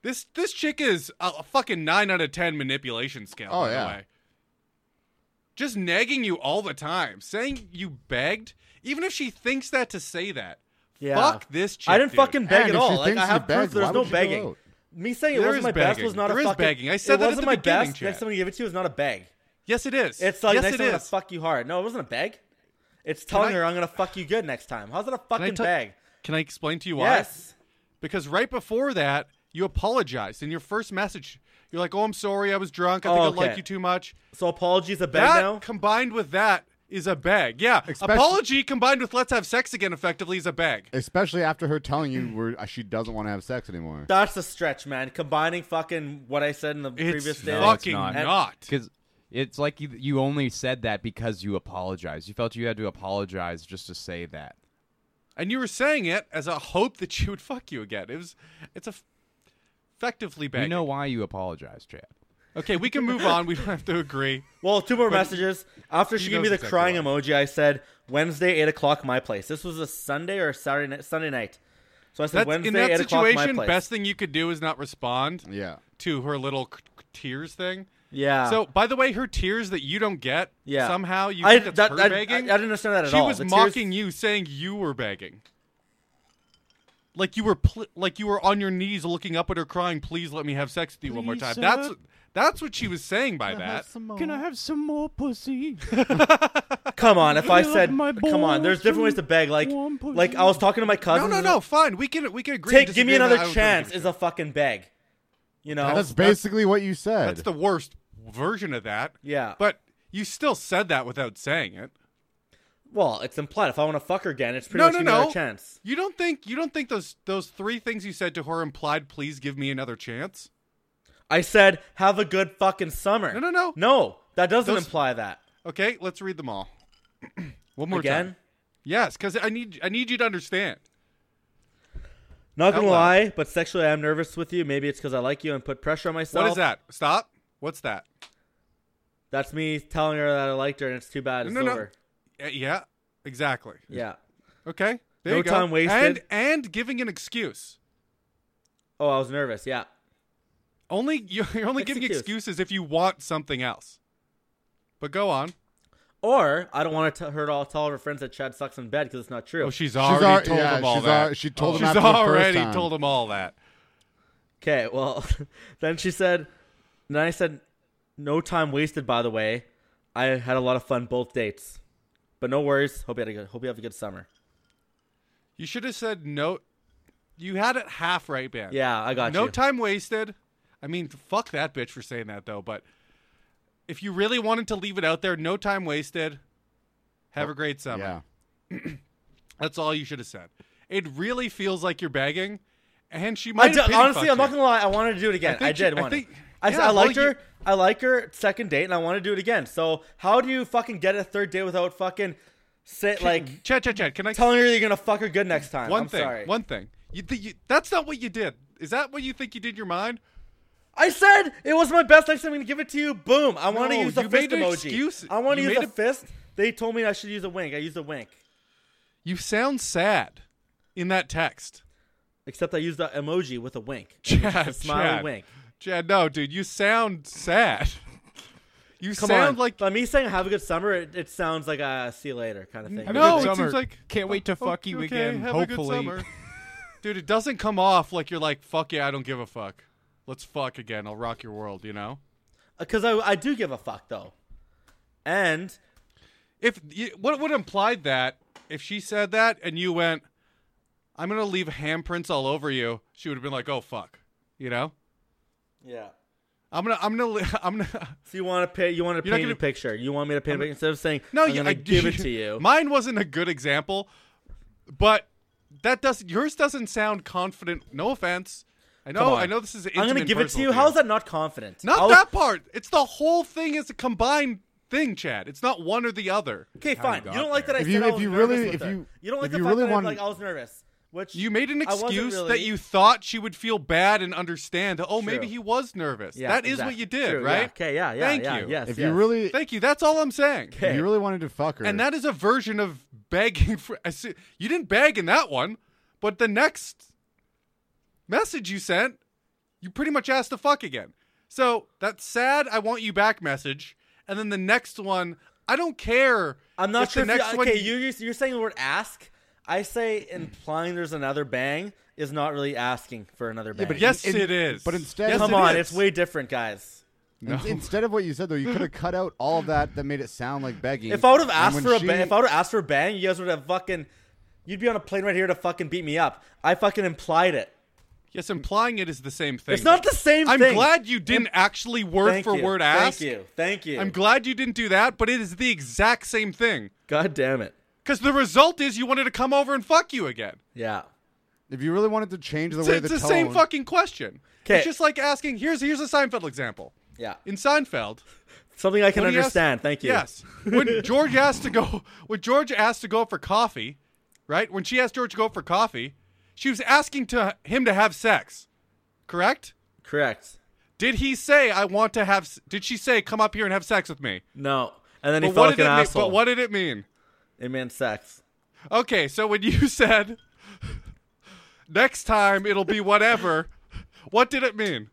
[SPEAKER 3] This this chick is a, a fucking nine out of ten manipulation skill.
[SPEAKER 5] Oh,
[SPEAKER 3] by the
[SPEAKER 5] yeah.
[SPEAKER 3] way. Just nagging you all the time, saying you begged, even if she thinks that to say that.
[SPEAKER 4] Yeah.
[SPEAKER 3] Fuck this chick.
[SPEAKER 4] I didn't
[SPEAKER 3] dude.
[SPEAKER 4] fucking beg at
[SPEAKER 5] And if
[SPEAKER 4] all.
[SPEAKER 5] she
[SPEAKER 4] Like
[SPEAKER 5] thinks
[SPEAKER 4] I
[SPEAKER 5] you
[SPEAKER 4] have proof.
[SPEAKER 5] begged,
[SPEAKER 4] There's
[SPEAKER 5] why
[SPEAKER 4] no
[SPEAKER 5] would you go
[SPEAKER 4] begging.
[SPEAKER 5] out?
[SPEAKER 4] Me saying it
[SPEAKER 3] There
[SPEAKER 4] wasn't
[SPEAKER 3] is
[SPEAKER 4] my best
[SPEAKER 3] begging.
[SPEAKER 4] was not
[SPEAKER 3] There
[SPEAKER 4] a
[SPEAKER 3] is
[SPEAKER 4] fucking
[SPEAKER 3] begging. I said
[SPEAKER 4] it
[SPEAKER 3] that at
[SPEAKER 4] wasn't
[SPEAKER 3] the
[SPEAKER 4] my
[SPEAKER 3] beginning,
[SPEAKER 4] best. Next
[SPEAKER 3] Chad.
[SPEAKER 4] time I give it to you is not a beg.
[SPEAKER 3] Yes, it is.
[SPEAKER 4] It's like
[SPEAKER 3] yes,
[SPEAKER 4] next
[SPEAKER 3] it
[SPEAKER 4] time I'm gonna
[SPEAKER 3] is.
[SPEAKER 4] fuck you hard. No, it wasn't a beg. It's telling
[SPEAKER 3] I-
[SPEAKER 4] her I'm gonna fuck you good next time. How's that a fucking
[SPEAKER 3] tell-
[SPEAKER 4] beg?
[SPEAKER 3] Can I explain to you why?
[SPEAKER 4] Yes.
[SPEAKER 3] Because right before that, you apologized in your first message. You're like, "Oh, I'm sorry. I was drunk. I think
[SPEAKER 4] Oh, Okay.
[SPEAKER 3] I like you too much."
[SPEAKER 4] So apologies a beg
[SPEAKER 3] that
[SPEAKER 4] now.
[SPEAKER 3] combined with that is a bag. Yeah,
[SPEAKER 5] Especially-
[SPEAKER 3] apology combined with "let's have sex again" effectively is a bag.
[SPEAKER 5] Especially after her telling you where uh, she doesn't want to have sex anymore.
[SPEAKER 4] That's a stretch, man. Combining fucking what I said in the previous
[SPEAKER 3] It's
[SPEAKER 4] day.
[SPEAKER 6] No, it's
[SPEAKER 3] fucking
[SPEAKER 6] not.
[SPEAKER 3] not.
[SPEAKER 6] Because it's like you, you only said that because you apologized. You felt you had to apologize just to say that.
[SPEAKER 3] And you were saying it as a hope that she would fuck you again. It was, it's a f- effectively bag.
[SPEAKER 6] You know why you apologized, Chad.
[SPEAKER 3] Okay, we can move on. We don't have to agree.
[SPEAKER 4] Well, two more messages. After she
[SPEAKER 3] he
[SPEAKER 4] gave me
[SPEAKER 3] knows
[SPEAKER 4] the
[SPEAKER 3] exactly
[SPEAKER 4] crying
[SPEAKER 3] why.
[SPEAKER 4] emoji, I said Wednesday, eight o'clock, my place. This was a Sunday or Saturday night, Sunday night. So I said
[SPEAKER 3] That's,
[SPEAKER 4] Wednesday,
[SPEAKER 3] in that
[SPEAKER 4] eight o'clock, my
[SPEAKER 3] situation,
[SPEAKER 4] place.
[SPEAKER 3] best thing you could do is not respond
[SPEAKER 5] Yeah.
[SPEAKER 3] to her little c- c- tears thing.
[SPEAKER 4] yeah.
[SPEAKER 3] So, by the way, her tears that you don't get
[SPEAKER 4] Ah. yeah.
[SPEAKER 3] somehow you
[SPEAKER 4] I,
[SPEAKER 3] think that's
[SPEAKER 4] that,
[SPEAKER 3] her
[SPEAKER 4] I, I, I
[SPEAKER 3] begging.
[SPEAKER 4] didn't understand that at
[SPEAKER 3] she
[SPEAKER 4] all.
[SPEAKER 3] was
[SPEAKER 4] The tears-
[SPEAKER 3] mocking you, saying you were begging, like you were pl- like you were on your knees looking up at her, crying, "Please let me have sex with you one more
[SPEAKER 6] Please,
[SPEAKER 3] time."
[SPEAKER 6] sir.
[SPEAKER 3] That's that's what she was saying by that.
[SPEAKER 6] Can I have some more pussy?
[SPEAKER 4] Come on, if I
[SPEAKER 6] Fill up
[SPEAKER 4] said,
[SPEAKER 6] my
[SPEAKER 4] come on, there's different ways to beg. Like,
[SPEAKER 6] One pussy.
[SPEAKER 4] like I was talking to my
[SPEAKER 3] No,
[SPEAKER 4] cousin.
[SPEAKER 3] no, no. Fine, we can we can agree.
[SPEAKER 4] Take,
[SPEAKER 3] and
[SPEAKER 4] give me
[SPEAKER 3] disagree, but
[SPEAKER 4] another
[SPEAKER 3] I was gonna
[SPEAKER 4] chance
[SPEAKER 3] give a
[SPEAKER 4] is a fucking beg. You know,
[SPEAKER 5] That's basically what you said.
[SPEAKER 3] That's the worst version of that.
[SPEAKER 4] Yeah.
[SPEAKER 3] but you still said that without saying it.
[SPEAKER 4] well, it's implied. If I want to fuck her again, it's pretty
[SPEAKER 3] No,
[SPEAKER 4] much
[SPEAKER 3] no,
[SPEAKER 4] give me another
[SPEAKER 3] no.
[SPEAKER 4] chance.
[SPEAKER 3] You don't think you don't think those those three things you said to her implied, "Please give me another chance."
[SPEAKER 4] I said, have a good fucking summer.
[SPEAKER 3] No, no, no.
[SPEAKER 4] no. That doesn't
[SPEAKER 3] Those-
[SPEAKER 4] imply that.
[SPEAKER 3] Okay, let's read them all. One more
[SPEAKER 4] Again,
[SPEAKER 3] time. Yes, because I need I need you to understand.
[SPEAKER 4] not gonna
[SPEAKER 3] Out loud.
[SPEAKER 4] lie, but sexually, I am nervous with you. Maybe it's because I like you and put pressure on myself.
[SPEAKER 3] What is that? Stop. What's that?
[SPEAKER 4] That's me telling her that I liked her, and it's too bad. It's
[SPEAKER 3] No, no, no.
[SPEAKER 4] over.
[SPEAKER 3] Uh, yeah, exactly.
[SPEAKER 4] Yeah.
[SPEAKER 3] Okay. There
[SPEAKER 4] No
[SPEAKER 3] you go.
[SPEAKER 4] time wasted.
[SPEAKER 3] And and giving an excuse.
[SPEAKER 4] Oh, I was nervous. Yeah.
[SPEAKER 3] Only you're only giving
[SPEAKER 4] Excuse.
[SPEAKER 3] excuses if you want something else. But go on.
[SPEAKER 4] Or I don't want to her to all tell all her friends that Chad sucks in bed because it's not true.
[SPEAKER 3] Oh, she's
[SPEAKER 5] She's
[SPEAKER 3] already
[SPEAKER 5] al-
[SPEAKER 3] told
[SPEAKER 5] yeah,
[SPEAKER 3] them all
[SPEAKER 5] she's
[SPEAKER 3] that. Oh,
[SPEAKER 5] al- she told them
[SPEAKER 3] she's
[SPEAKER 5] after the first
[SPEAKER 3] already
[SPEAKER 5] time.
[SPEAKER 3] told them all that.
[SPEAKER 4] okay, well, then she said, then I said, no time wasted. By the way, I had a lot of fun both dates, but no worries. Hope you had a good. Hope you have a good summer.
[SPEAKER 3] You should have said no. You had it half right, man.
[SPEAKER 4] Yeah, I got
[SPEAKER 3] no
[SPEAKER 4] you.
[SPEAKER 3] time wasted. I mean, fuck that bitch for saying that though. But if you really wanted to leave it out there, no time wasted. Have
[SPEAKER 4] Oh,
[SPEAKER 3] a great summer.
[SPEAKER 5] yeah.
[SPEAKER 3] That's all you should have said. It really feels like you're begging, and she
[SPEAKER 4] I
[SPEAKER 3] might.
[SPEAKER 4] d-
[SPEAKER 3] have pity
[SPEAKER 4] honestly,
[SPEAKER 3] fucked
[SPEAKER 4] I'm not
[SPEAKER 3] you.
[SPEAKER 4] gonna lie. I wanted to do it again.
[SPEAKER 3] think
[SPEAKER 4] I,
[SPEAKER 3] she-
[SPEAKER 4] did
[SPEAKER 3] I
[SPEAKER 4] want
[SPEAKER 3] think-
[SPEAKER 4] it. I, s-
[SPEAKER 3] yeah,
[SPEAKER 4] I liked
[SPEAKER 3] well,
[SPEAKER 4] her.
[SPEAKER 3] you-
[SPEAKER 4] I like her second date, and I want to do it again. So how do you fucking get a third date without fucking sit like
[SPEAKER 3] Chad, Chad, Chad. Can I
[SPEAKER 4] telling her you're gonna fuck her good next time?
[SPEAKER 3] one
[SPEAKER 4] I'm
[SPEAKER 3] thing?
[SPEAKER 4] sorry.
[SPEAKER 3] One thing. You, th- you, that's not what you did. Is that what you think you did in your mind?
[SPEAKER 4] I said it was my best next time. I'm gonna give it to you. Boom. I want to
[SPEAKER 3] No,
[SPEAKER 4] use the
[SPEAKER 3] you
[SPEAKER 4] fist
[SPEAKER 3] made an
[SPEAKER 4] emoji.
[SPEAKER 3] excuse.
[SPEAKER 4] I want to
[SPEAKER 3] You
[SPEAKER 4] use
[SPEAKER 3] made
[SPEAKER 4] a
[SPEAKER 3] a-
[SPEAKER 4] fist. They told me I should use a wink. I used a wink.
[SPEAKER 3] You sound sad in that text.
[SPEAKER 4] Except I used the emoji with a wink. It was just
[SPEAKER 3] Chad,
[SPEAKER 4] a smiley
[SPEAKER 3] Chad,
[SPEAKER 4] wink.
[SPEAKER 3] Chad, no, dude, you sound sad. You
[SPEAKER 4] Come
[SPEAKER 3] sound
[SPEAKER 4] on.
[SPEAKER 3] like
[SPEAKER 4] By me saying have a good summer, it, it sounds like uh, see you later kind of thing.
[SPEAKER 3] a No,
[SPEAKER 6] Good
[SPEAKER 3] it
[SPEAKER 6] summer.
[SPEAKER 3] seems like-
[SPEAKER 6] can't wait to fuck
[SPEAKER 3] Okay,
[SPEAKER 6] you
[SPEAKER 3] okay,
[SPEAKER 6] again.
[SPEAKER 3] have a good
[SPEAKER 6] hopefully,
[SPEAKER 3] summer. dude, it doesn't come off like you're like, fuck yeah, I don't give a fuck. Let's fuck again. I'll rock your world. You know,
[SPEAKER 4] Because I, I do give a fuck though. And
[SPEAKER 3] if you, what would implied that if she said that and you went, I'm gonna leave handprints all over you, she would have been like, oh fuck, you know,
[SPEAKER 4] yeah.
[SPEAKER 3] I'm gonna, I'm gonna, li- I'm gonna.
[SPEAKER 4] So you want to pay? You want to
[SPEAKER 3] You're not
[SPEAKER 4] paint a
[SPEAKER 3] gonna-
[SPEAKER 4] picture? You want me to paint a picture instead of saying
[SPEAKER 3] No,
[SPEAKER 4] I'm
[SPEAKER 3] you,
[SPEAKER 4] gonna
[SPEAKER 3] I
[SPEAKER 4] give it to you.
[SPEAKER 3] Mine wasn't a good example, but that does yours doesn't sound confident. No offense. I
[SPEAKER 4] Come
[SPEAKER 3] know.
[SPEAKER 4] on.
[SPEAKER 3] I know this is.
[SPEAKER 4] I'm gonna
[SPEAKER 3] intimate,
[SPEAKER 4] give it to
[SPEAKER 3] personal
[SPEAKER 4] you.
[SPEAKER 3] for
[SPEAKER 4] How's that not confident?
[SPEAKER 3] Not
[SPEAKER 4] I was-
[SPEAKER 3] that part. It's the whole thing is a combined thing, Chad. It's not one or the other.
[SPEAKER 4] Okay, fine. You,
[SPEAKER 6] got
[SPEAKER 4] don't like that
[SPEAKER 6] there.
[SPEAKER 4] I
[SPEAKER 5] If
[SPEAKER 4] said
[SPEAKER 5] you-
[SPEAKER 4] I
[SPEAKER 5] if
[SPEAKER 4] was
[SPEAKER 5] you
[SPEAKER 4] nervous
[SPEAKER 5] really-
[SPEAKER 4] with
[SPEAKER 5] if
[SPEAKER 4] her.
[SPEAKER 5] you-
[SPEAKER 4] you don't like
[SPEAKER 5] if
[SPEAKER 4] the
[SPEAKER 5] you
[SPEAKER 4] fact
[SPEAKER 5] really
[SPEAKER 4] that I,
[SPEAKER 5] want-
[SPEAKER 4] like I was nervous, which
[SPEAKER 3] You made an
[SPEAKER 4] I wasn't
[SPEAKER 3] excuse that
[SPEAKER 4] really.
[SPEAKER 3] you thought she would feel bad and understand. Oh, maybe
[SPEAKER 4] True.
[SPEAKER 3] he was nervous.
[SPEAKER 4] Yeah,
[SPEAKER 3] that is
[SPEAKER 4] exactly.
[SPEAKER 3] what you did,
[SPEAKER 4] True, yeah.
[SPEAKER 3] right?
[SPEAKER 4] Okay, yeah, yeah,
[SPEAKER 3] Thank
[SPEAKER 4] yeah,
[SPEAKER 3] you.
[SPEAKER 4] yes,
[SPEAKER 5] If
[SPEAKER 4] yes.
[SPEAKER 5] you really,
[SPEAKER 3] Thank you. That's all I'm saying.
[SPEAKER 5] if you really wanted to fuck her,
[SPEAKER 3] And that is a version of begging for. I see- You didn't beg in that one, but the next message you sent, you pretty much asked to fuck again. So that sad, I want you back message, and then the next one, I don't care.
[SPEAKER 4] I'm not
[SPEAKER 3] if
[SPEAKER 4] sure.
[SPEAKER 3] The next
[SPEAKER 4] if you,
[SPEAKER 3] one,
[SPEAKER 4] okay, you, you're, you're saying the word ask. I say implying there's another bang is not really asking for another bang.
[SPEAKER 5] but
[SPEAKER 3] Yes,
[SPEAKER 5] in-
[SPEAKER 3] it is.
[SPEAKER 5] but instead-
[SPEAKER 3] yes,
[SPEAKER 5] Yes,
[SPEAKER 4] come
[SPEAKER 3] it
[SPEAKER 4] on,
[SPEAKER 3] is.
[SPEAKER 4] it's way different, guys.
[SPEAKER 5] in- instead of what you said though, you could have cut out all of that that made it sound like begging.
[SPEAKER 4] If I would have
[SPEAKER 5] And
[SPEAKER 4] asked
[SPEAKER 5] when
[SPEAKER 4] for a
[SPEAKER 5] she-
[SPEAKER 4] bang, if I would have asked for a bang, you guys would have fucking. You'd be on a plane right here to fucking beat me up. I fucking implied it.
[SPEAKER 3] Yes, implying it is the same thing.
[SPEAKER 4] It's not the same
[SPEAKER 3] I'm
[SPEAKER 4] thing.
[SPEAKER 3] glad you didn't actually word
[SPEAKER 4] Thank
[SPEAKER 3] for
[SPEAKER 4] you.
[SPEAKER 3] word ask.
[SPEAKER 4] Thank you. Thank you.
[SPEAKER 3] I'm glad you didn't do that, but it is the exact same thing.
[SPEAKER 4] God damn it.
[SPEAKER 3] Because the result is you wanted to come over and fuck you again.
[SPEAKER 4] Yeah.
[SPEAKER 5] if you really wanted to change the
[SPEAKER 3] It's,
[SPEAKER 5] way
[SPEAKER 3] it's
[SPEAKER 5] the
[SPEAKER 3] the, same
[SPEAKER 5] tone-
[SPEAKER 3] fucking question.
[SPEAKER 4] 'Kay.
[SPEAKER 3] It's just like asking. Here's here's a Seinfeld example.
[SPEAKER 4] Yeah.
[SPEAKER 3] In Seinfeld,
[SPEAKER 4] Something I can
[SPEAKER 3] when he asked-
[SPEAKER 4] understand. Thank you.
[SPEAKER 3] Yes, when George asked to go, when George asked to go for coffee, right? When she asked George to go for coffee, she was asking to him to have sex, correct?
[SPEAKER 4] Correct.
[SPEAKER 3] Did he say I want to have? s- Did she say come up here and have sex with me?
[SPEAKER 4] No. And then he
[SPEAKER 3] But
[SPEAKER 4] felt
[SPEAKER 3] what
[SPEAKER 4] like
[SPEAKER 3] did
[SPEAKER 4] an
[SPEAKER 3] it mean?
[SPEAKER 4] asshole.
[SPEAKER 3] But what did it mean?
[SPEAKER 4] It meant sex.
[SPEAKER 3] Okay, so when you said next time it'll be whatever, what did it mean?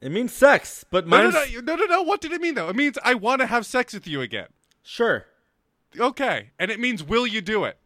[SPEAKER 4] It means sex. But
[SPEAKER 3] No, no,
[SPEAKER 4] mine's
[SPEAKER 3] no, you- no, no, no. What did it mean though? It means I want to have sex with you again.
[SPEAKER 4] sure.
[SPEAKER 3] Okay, and it means will you do it?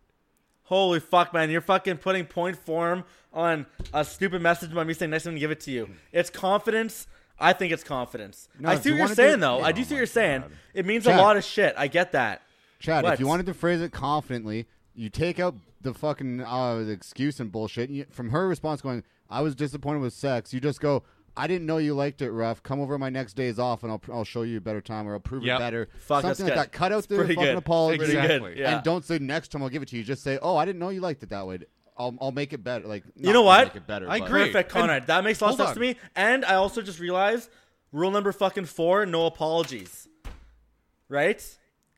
[SPEAKER 4] Holy fuck, man! You're fucking putting point form on a stupid message by me saying nice and give it to you. It's confidence. I think it's confidence. I
[SPEAKER 5] if
[SPEAKER 4] see what
[SPEAKER 5] you
[SPEAKER 4] you're
[SPEAKER 5] wanted to-
[SPEAKER 4] saying, though. I
[SPEAKER 5] Oh
[SPEAKER 4] do see
[SPEAKER 5] my
[SPEAKER 4] what you're saying.
[SPEAKER 5] God.
[SPEAKER 4] It means
[SPEAKER 5] Chad.
[SPEAKER 4] a lot of shit. I get that.
[SPEAKER 5] Chad,
[SPEAKER 4] What?
[SPEAKER 5] if you wanted to phrase it confidently, you take out the fucking uh, the excuse and bullshit. And you, from her response going, I was disappointed with sex, you just go, I didn't know you liked it, ref. Come over my next days off and I'll, I'll show you a better time or I'll prove
[SPEAKER 3] Yep.
[SPEAKER 5] it better.
[SPEAKER 4] Fuck, that's
[SPEAKER 5] Something like
[SPEAKER 4] good.
[SPEAKER 5] that. Cut out
[SPEAKER 4] It's
[SPEAKER 5] the
[SPEAKER 4] pretty
[SPEAKER 5] fucking
[SPEAKER 4] good.
[SPEAKER 5] apology.
[SPEAKER 4] Pretty good.
[SPEAKER 3] Exactly.
[SPEAKER 4] Yeah.
[SPEAKER 5] And don't say next time I'll give it to you. Just say, oh, I didn't know you liked it that way. I'll, I'll make it better. Like not
[SPEAKER 4] You know what?
[SPEAKER 5] Make it better.
[SPEAKER 3] I
[SPEAKER 5] but-
[SPEAKER 3] agree.
[SPEAKER 4] Perfect,
[SPEAKER 3] And-
[SPEAKER 4] Conrad. that makes a lot of
[SPEAKER 3] hold
[SPEAKER 4] sense to
[SPEAKER 3] on.
[SPEAKER 4] me. And I also just realized rule number fucking four: no apologies. Right?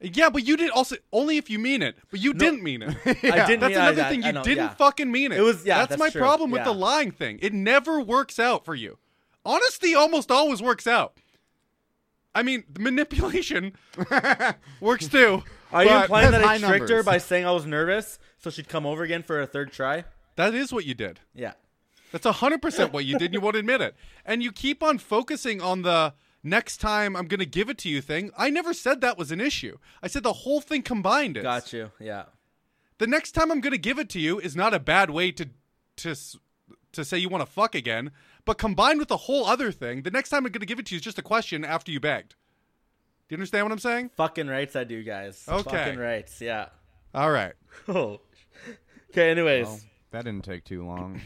[SPEAKER 3] Yeah, but you did also only if you mean it. But you didn't mean it.
[SPEAKER 4] I didn't.
[SPEAKER 3] That's
[SPEAKER 4] mean- I-
[SPEAKER 3] another
[SPEAKER 4] I-
[SPEAKER 3] thing.
[SPEAKER 4] I
[SPEAKER 3] You
[SPEAKER 4] know,
[SPEAKER 3] didn't
[SPEAKER 4] yeah.
[SPEAKER 3] fucking mean it.
[SPEAKER 4] It was- yeah,
[SPEAKER 3] That's,
[SPEAKER 4] that's
[SPEAKER 3] my
[SPEAKER 4] true.
[SPEAKER 3] problem with
[SPEAKER 4] Yeah.
[SPEAKER 3] the lying thing. It never works out for you. Honesty almost always works out. I mean, the manipulation works too.
[SPEAKER 4] Are you
[SPEAKER 3] but
[SPEAKER 4] implying that
[SPEAKER 5] that's
[SPEAKER 4] I
[SPEAKER 5] high
[SPEAKER 4] tricked her
[SPEAKER 5] numbers.
[SPEAKER 4] by saying I was nervous, so she'd come over again for a third try?
[SPEAKER 3] that is what you did.
[SPEAKER 4] Yeah.
[SPEAKER 3] That's 100% what you did and you won't admit it. And you keep on focusing on the next time I'm going to give it to you thing. I never said that was an issue. I said the whole thing combined is.
[SPEAKER 4] Got you. Yeah.
[SPEAKER 3] the next time I'm gonna give it to you is not a bad way to to s- to say you want to fuck again, but combined with the whole other thing, the next time I'm gonna give it to you is just a question after you begged. Do you understand what I'm saying?
[SPEAKER 4] Fucking rights, I do, guys.
[SPEAKER 3] Okay.
[SPEAKER 4] Fucking rights, yeah.
[SPEAKER 3] All right.
[SPEAKER 4] Oh. Okay, anyways.
[SPEAKER 6] That didn't take too long.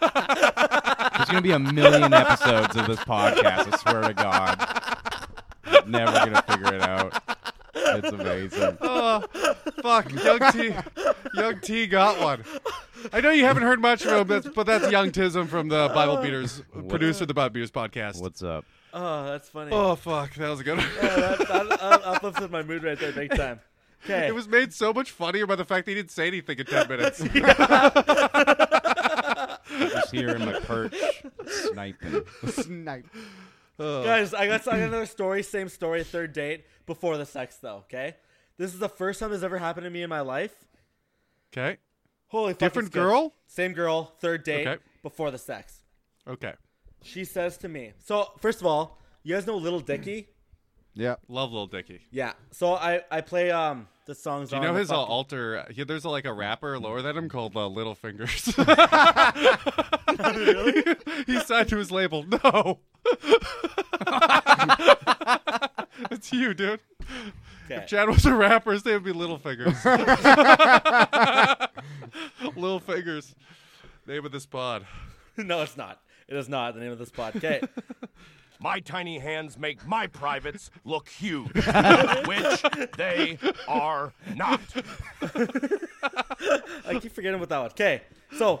[SPEAKER 6] There's gonna be a million episodes of this podcast. I swear to God, never gonna figure it out. It's amazing.
[SPEAKER 3] Fuck, young T, young T got one. I know you haven't heard much from him, that's, but that's young Tism from the Bible Beaters, producer of the Bible Beaters podcast.
[SPEAKER 6] What's up?
[SPEAKER 4] Oh, that's funny.
[SPEAKER 3] oh fuck, that was a good. One.
[SPEAKER 4] that, that, uh, uplifted my mood right there big time. Okay.
[SPEAKER 3] it was made so much funnier by the fact that he didn't say anything in ten minutes.
[SPEAKER 6] Just here in my perch, sniping.
[SPEAKER 5] Snipe.
[SPEAKER 3] Oh.
[SPEAKER 4] Guys, I got, I got another story, same story, third date, before the sex, though, okay? This is the first time this ever happened to me in my life.
[SPEAKER 3] Okay.
[SPEAKER 4] Holy fuck.
[SPEAKER 3] Different
[SPEAKER 4] it's good.
[SPEAKER 3] girl?
[SPEAKER 4] Same girl, third date,
[SPEAKER 3] Okay.
[SPEAKER 4] before the sex.
[SPEAKER 3] Okay.
[SPEAKER 4] She says to me, so, first of all, you guys know Little Dicky?
[SPEAKER 5] Yeah.
[SPEAKER 3] Love little Dicky.
[SPEAKER 4] Yeah. So I, I play um the songs
[SPEAKER 3] Do you
[SPEAKER 4] on
[SPEAKER 3] know
[SPEAKER 4] the
[SPEAKER 3] his uh,
[SPEAKER 4] fucking-
[SPEAKER 3] alter? Yeah, there's a, like a rapper lower than him called uh, Little Fingers. he signed to his label. No, it's you, dude.
[SPEAKER 4] Okay.
[SPEAKER 3] If Chad was a rapper, his name would be Little Fingers. Little Fingers, name of this pod.
[SPEAKER 4] No, it's not. It is not the name of this pod. Okay.
[SPEAKER 2] My tiny hands make my privates look huge, which they are not.
[SPEAKER 4] I keep forgetting about that one. Okay, so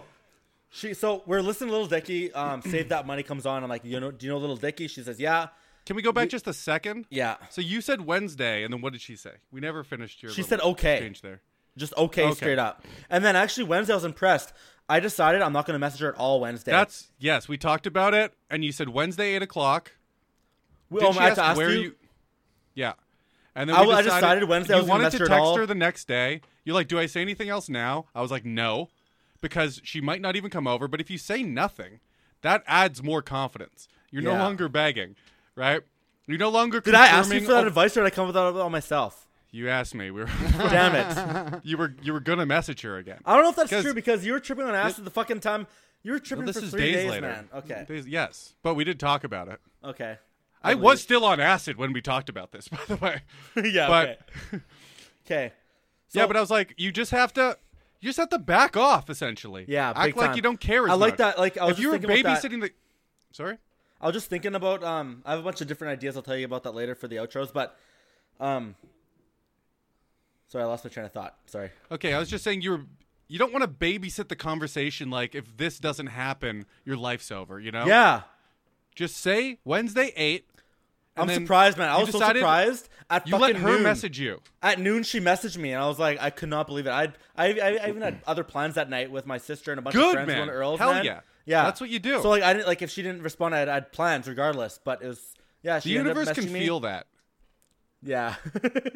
[SPEAKER 4] she, so we're listening to Little Dicky. Um, Save that money comes on. I'm like, you know, do you know Little Dicky? She says, yeah,
[SPEAKER 3] Can we go back just a second?
[SPEAKER 4] yeah.
[SPEAKER 3] So you said Wednesday, and then what did she say? We never finished your.
[SPEAKER 4] She
[SPEAKER 3] little
[SPEAKER 4] said okay.
[SPEAKER 3] Change there.
[SPEAKER 4] Just okay,
[SPEAKER 3] Okay.
[SPEAKER 4] straight up. And then actually Wednesday, I was impressed. I decided I'm not going to message her at all Wednesday.
[SPEAKER 3] That's yes. We talked about it, and you said Wednesday eight o'clock.
[SPEAKER 4] we,
[SPEAKER 3] Did
[SPEAKER 4] oh,
[SPEAKER 3] she
[SPEAKER 4] I have to
[SPEAKER 3] ask
[SPEAKER 4] ask
[SPEAKER 3] where
[SPEAKER 4] you.
[SPEAKER 3] Yeah. And then
[SPEAKER 4] I
[SPEAKER 3] we
[SPEAKER 4] w- I
[SPEAKER 3] decided,
[SPEAKER 4] decided Wednesday I
[SPEAKER 3] You
[SPEAKER 4] was gonna
[SPEAKER 3] wanted
[SPEAKER 4] mess
[SPEAKER 3] to
[SPEAKER 4] her at
[SPEAKER 3] text
[SPEAKER 4] all.
[SPEAKER 3] her the next day. You're like, "Do I say anything else now?" I was like, "No," because she might not even come over. But if you say nothing, that adds more confidence. You're no
[SPEAKER 4] Yeah.
[SPEAKER 3] longer begging, right? You're no longer.
[SPEAKER 4] Did I ask you
[SPEAKER 3] confirming-
[SPEAKER 4] for that
[SPEAKER 3] oh,
[SPEAKER 4] advice or did I come with that all myself?
[SPEAKER 3] You asked me. We were,
[SPEAKER 4] Damn it!
[SPEAKER 3] you were you were gonna message her again.
[SPEAKER 4] I don't know if that's
[SPEAKER 3] 'Cause-
[SPEAKER 4] true because you were tripping on acid the fucking time. You were tripping
[SPEAKER 3] this
[SPEAKER 4] for
[SPEAKER 3] is
[SPEAKER 4] three
[SPEAKER 3] days,
[SPEAKER 4] days,
[SPEAKER 3] later.
[SPEAKER 4] man. Okay,
[SPEAKER 3] Days- yes, but we did talk about it.
[SPEAKER 4] okay.
[SPEAKER 3] I was still on acid when we talked about this, by the way.
[SPEAKER 4] yeah,
[SPEAKER 3] But
[SPEAKER 4] okay. Okay.
[SPEAKER 3] yeah, but I was like, you just have to, you just have to back off, essentially.
[SPEAKER 4] Yeah,
[SPEAKER 3] act
[SPEAKER 4] big
[SPEAKER 3] like
[SPEAKER 4] time.
[SPEAKER 3] you don't care. As
[SPEAKER 4] I like
[SPEAKER 3] much.
[SPEAKER 4] that, like, I was
[SPEAKER 3] if
[SPEAKER 4] just
[SPEAKER 3] you were
[SPEAKER 4] thinking about that.
[SPEAKER 3] babysitting the, sorry,
[SPEAKER 4] I was just thinking about um I have a bunch of different ideas I'll tell you about that later for the outros, but um sorry, I lost my train of thought. Sorry.
[SPEAKER 3] okay, I was just saying you were, you don't want to babysit the conversation. Like, if this doesn't happen, your life's over. You know?
[SPEAKER 4] Yeah.
[SPEAKER 3] Just say Wednesday eight. and
[SPEAKER 4] I'm
[SPEAKER 3] then
[SPEAKER 4] surprised, man. I
[SPEAKER 3] you
[SPEAKER 4] was so
[SPEAKER 3] decided-
[SPEAKER 4] surprised. At
[SPEAKER 3] You let
[SPEAKER 4] fucking
[SPEAKER 3] her
[SPEAKER 4] noon,
[SPEAKER 3] message you.
[SPEAKER 4] At noon she messaged me and I was like, I could not believe it. I'd, I I I even had other plans that night with my sister and a bunch of
[SPEAKER 3] Good,
[SPEAKER 4] friends
[SPEAKER 3] man.
[SPEAKER 4] going to Earl's.
[SPEAKER 3] Hell
[SPEAKER 4] man.
[SPEAKER 3] yeah.
[SPEAKER 4] Yeah.
[SPEAKER 3] That's what you do.
[SPEAKER 4] So like I didn't like if she didn't respond I had, I had plans regardless, but it was yeah,
[SPEAKER 3] The
[SPEAKER 4] she ended up
[SPEAKER 3] universe can
[SPEAKER 4] messaging me.
[SPEAKER 3] feel that.
[SPEAKER 4] Yeah.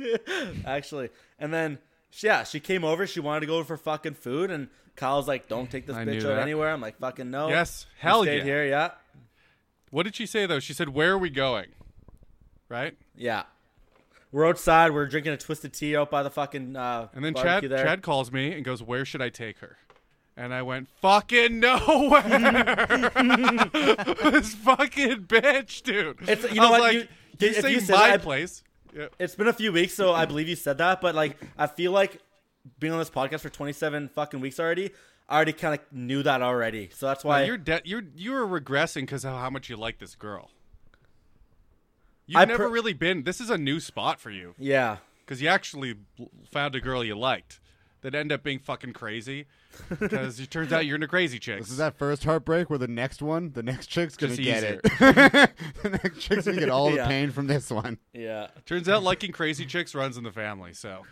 [SPEAKER 4] Actually. And then she- yeah, she came over, she wanted to go for fucking food and Kyle's like, Don't take this
[SPEAKER 3] I
[SPEAKER 4] bitch
[SPEAKER 3] knew
[SPEAKER 4] out
[SPEAKER 3] that.
[SPEAKER 4] anywhere. I'm like, fucking no.
[SPEAKER 3] Yes,
[SPEAKER 4] We
[SPEAKER 3] hell
[SPEAKER 4] stayed
[SPEAKER 3] yeah.
[SPEAKER 4] here, yeah.
[SPEAKER 3] What did she say though? She said, "Where are we going?" Right?
[SPEAKER 4] Yeah. We're outside, we're drinking a twisted tea out by the fucking uh
[SPEAKER 3] And then Chad
[SPEAKER 4] barbecue there.
[SPEAKER 3] Chad calls me and goes, "Where should I take her?" And I went, "Fucking nowhere." this fucking bitch, dude.
[SPEAKER 4] It's- you
[SPEAKER 3] I
[SPEAKER 4] know
[SPEAKER 3] was
[SPEAKER 4] what,
[SPEAKER 3] like,
[SPEAKER 4] you-
[SPEAKER 3] you,
[SPEAKER 4] if
[SPEAKER 3] say
[SPEAKER 4] you said
[SPEAKER 3] my
[SPEAKER 4] that, I-
[SPEAKER 3] place. Yeah.
[SPEAKER 4] it's been a few weeks, so I believe you said that, but like I feel like being on this podcast for twenty seven fucking weeks already, I already kinda knew that already. So that's why
[SPEAKER 3] You're de- you're you're regressing because of how much you like this girl. You've
[SPEAKER 4] I
[SPEAKER 3] never
[SPEAKER 4] per-
[SPEAKER 3] really been. This is a new spot for you
[SPEAKER 4] Yeah.
[SPEAKER 3] because you actually l- found a girl you liked that ended up being fucking crazy because it turns out you're into crazy chicks.
[SPEAKER 5] This is that first heartbreak where the next one, the next chick's gonna
[SPEAKER 3] Just
[SPEAKER 5] get
[SPEAKER 3] easier.
[SPEAKER 5] it. the next chick's gonna get all the
[SPEAKER 4] Yeah.
[SPEAKER 5] pain from this one.
[SPEAKER 4] Yeah.
[SPEAKER 3] Turns out liking crazy chicks runs in the family. So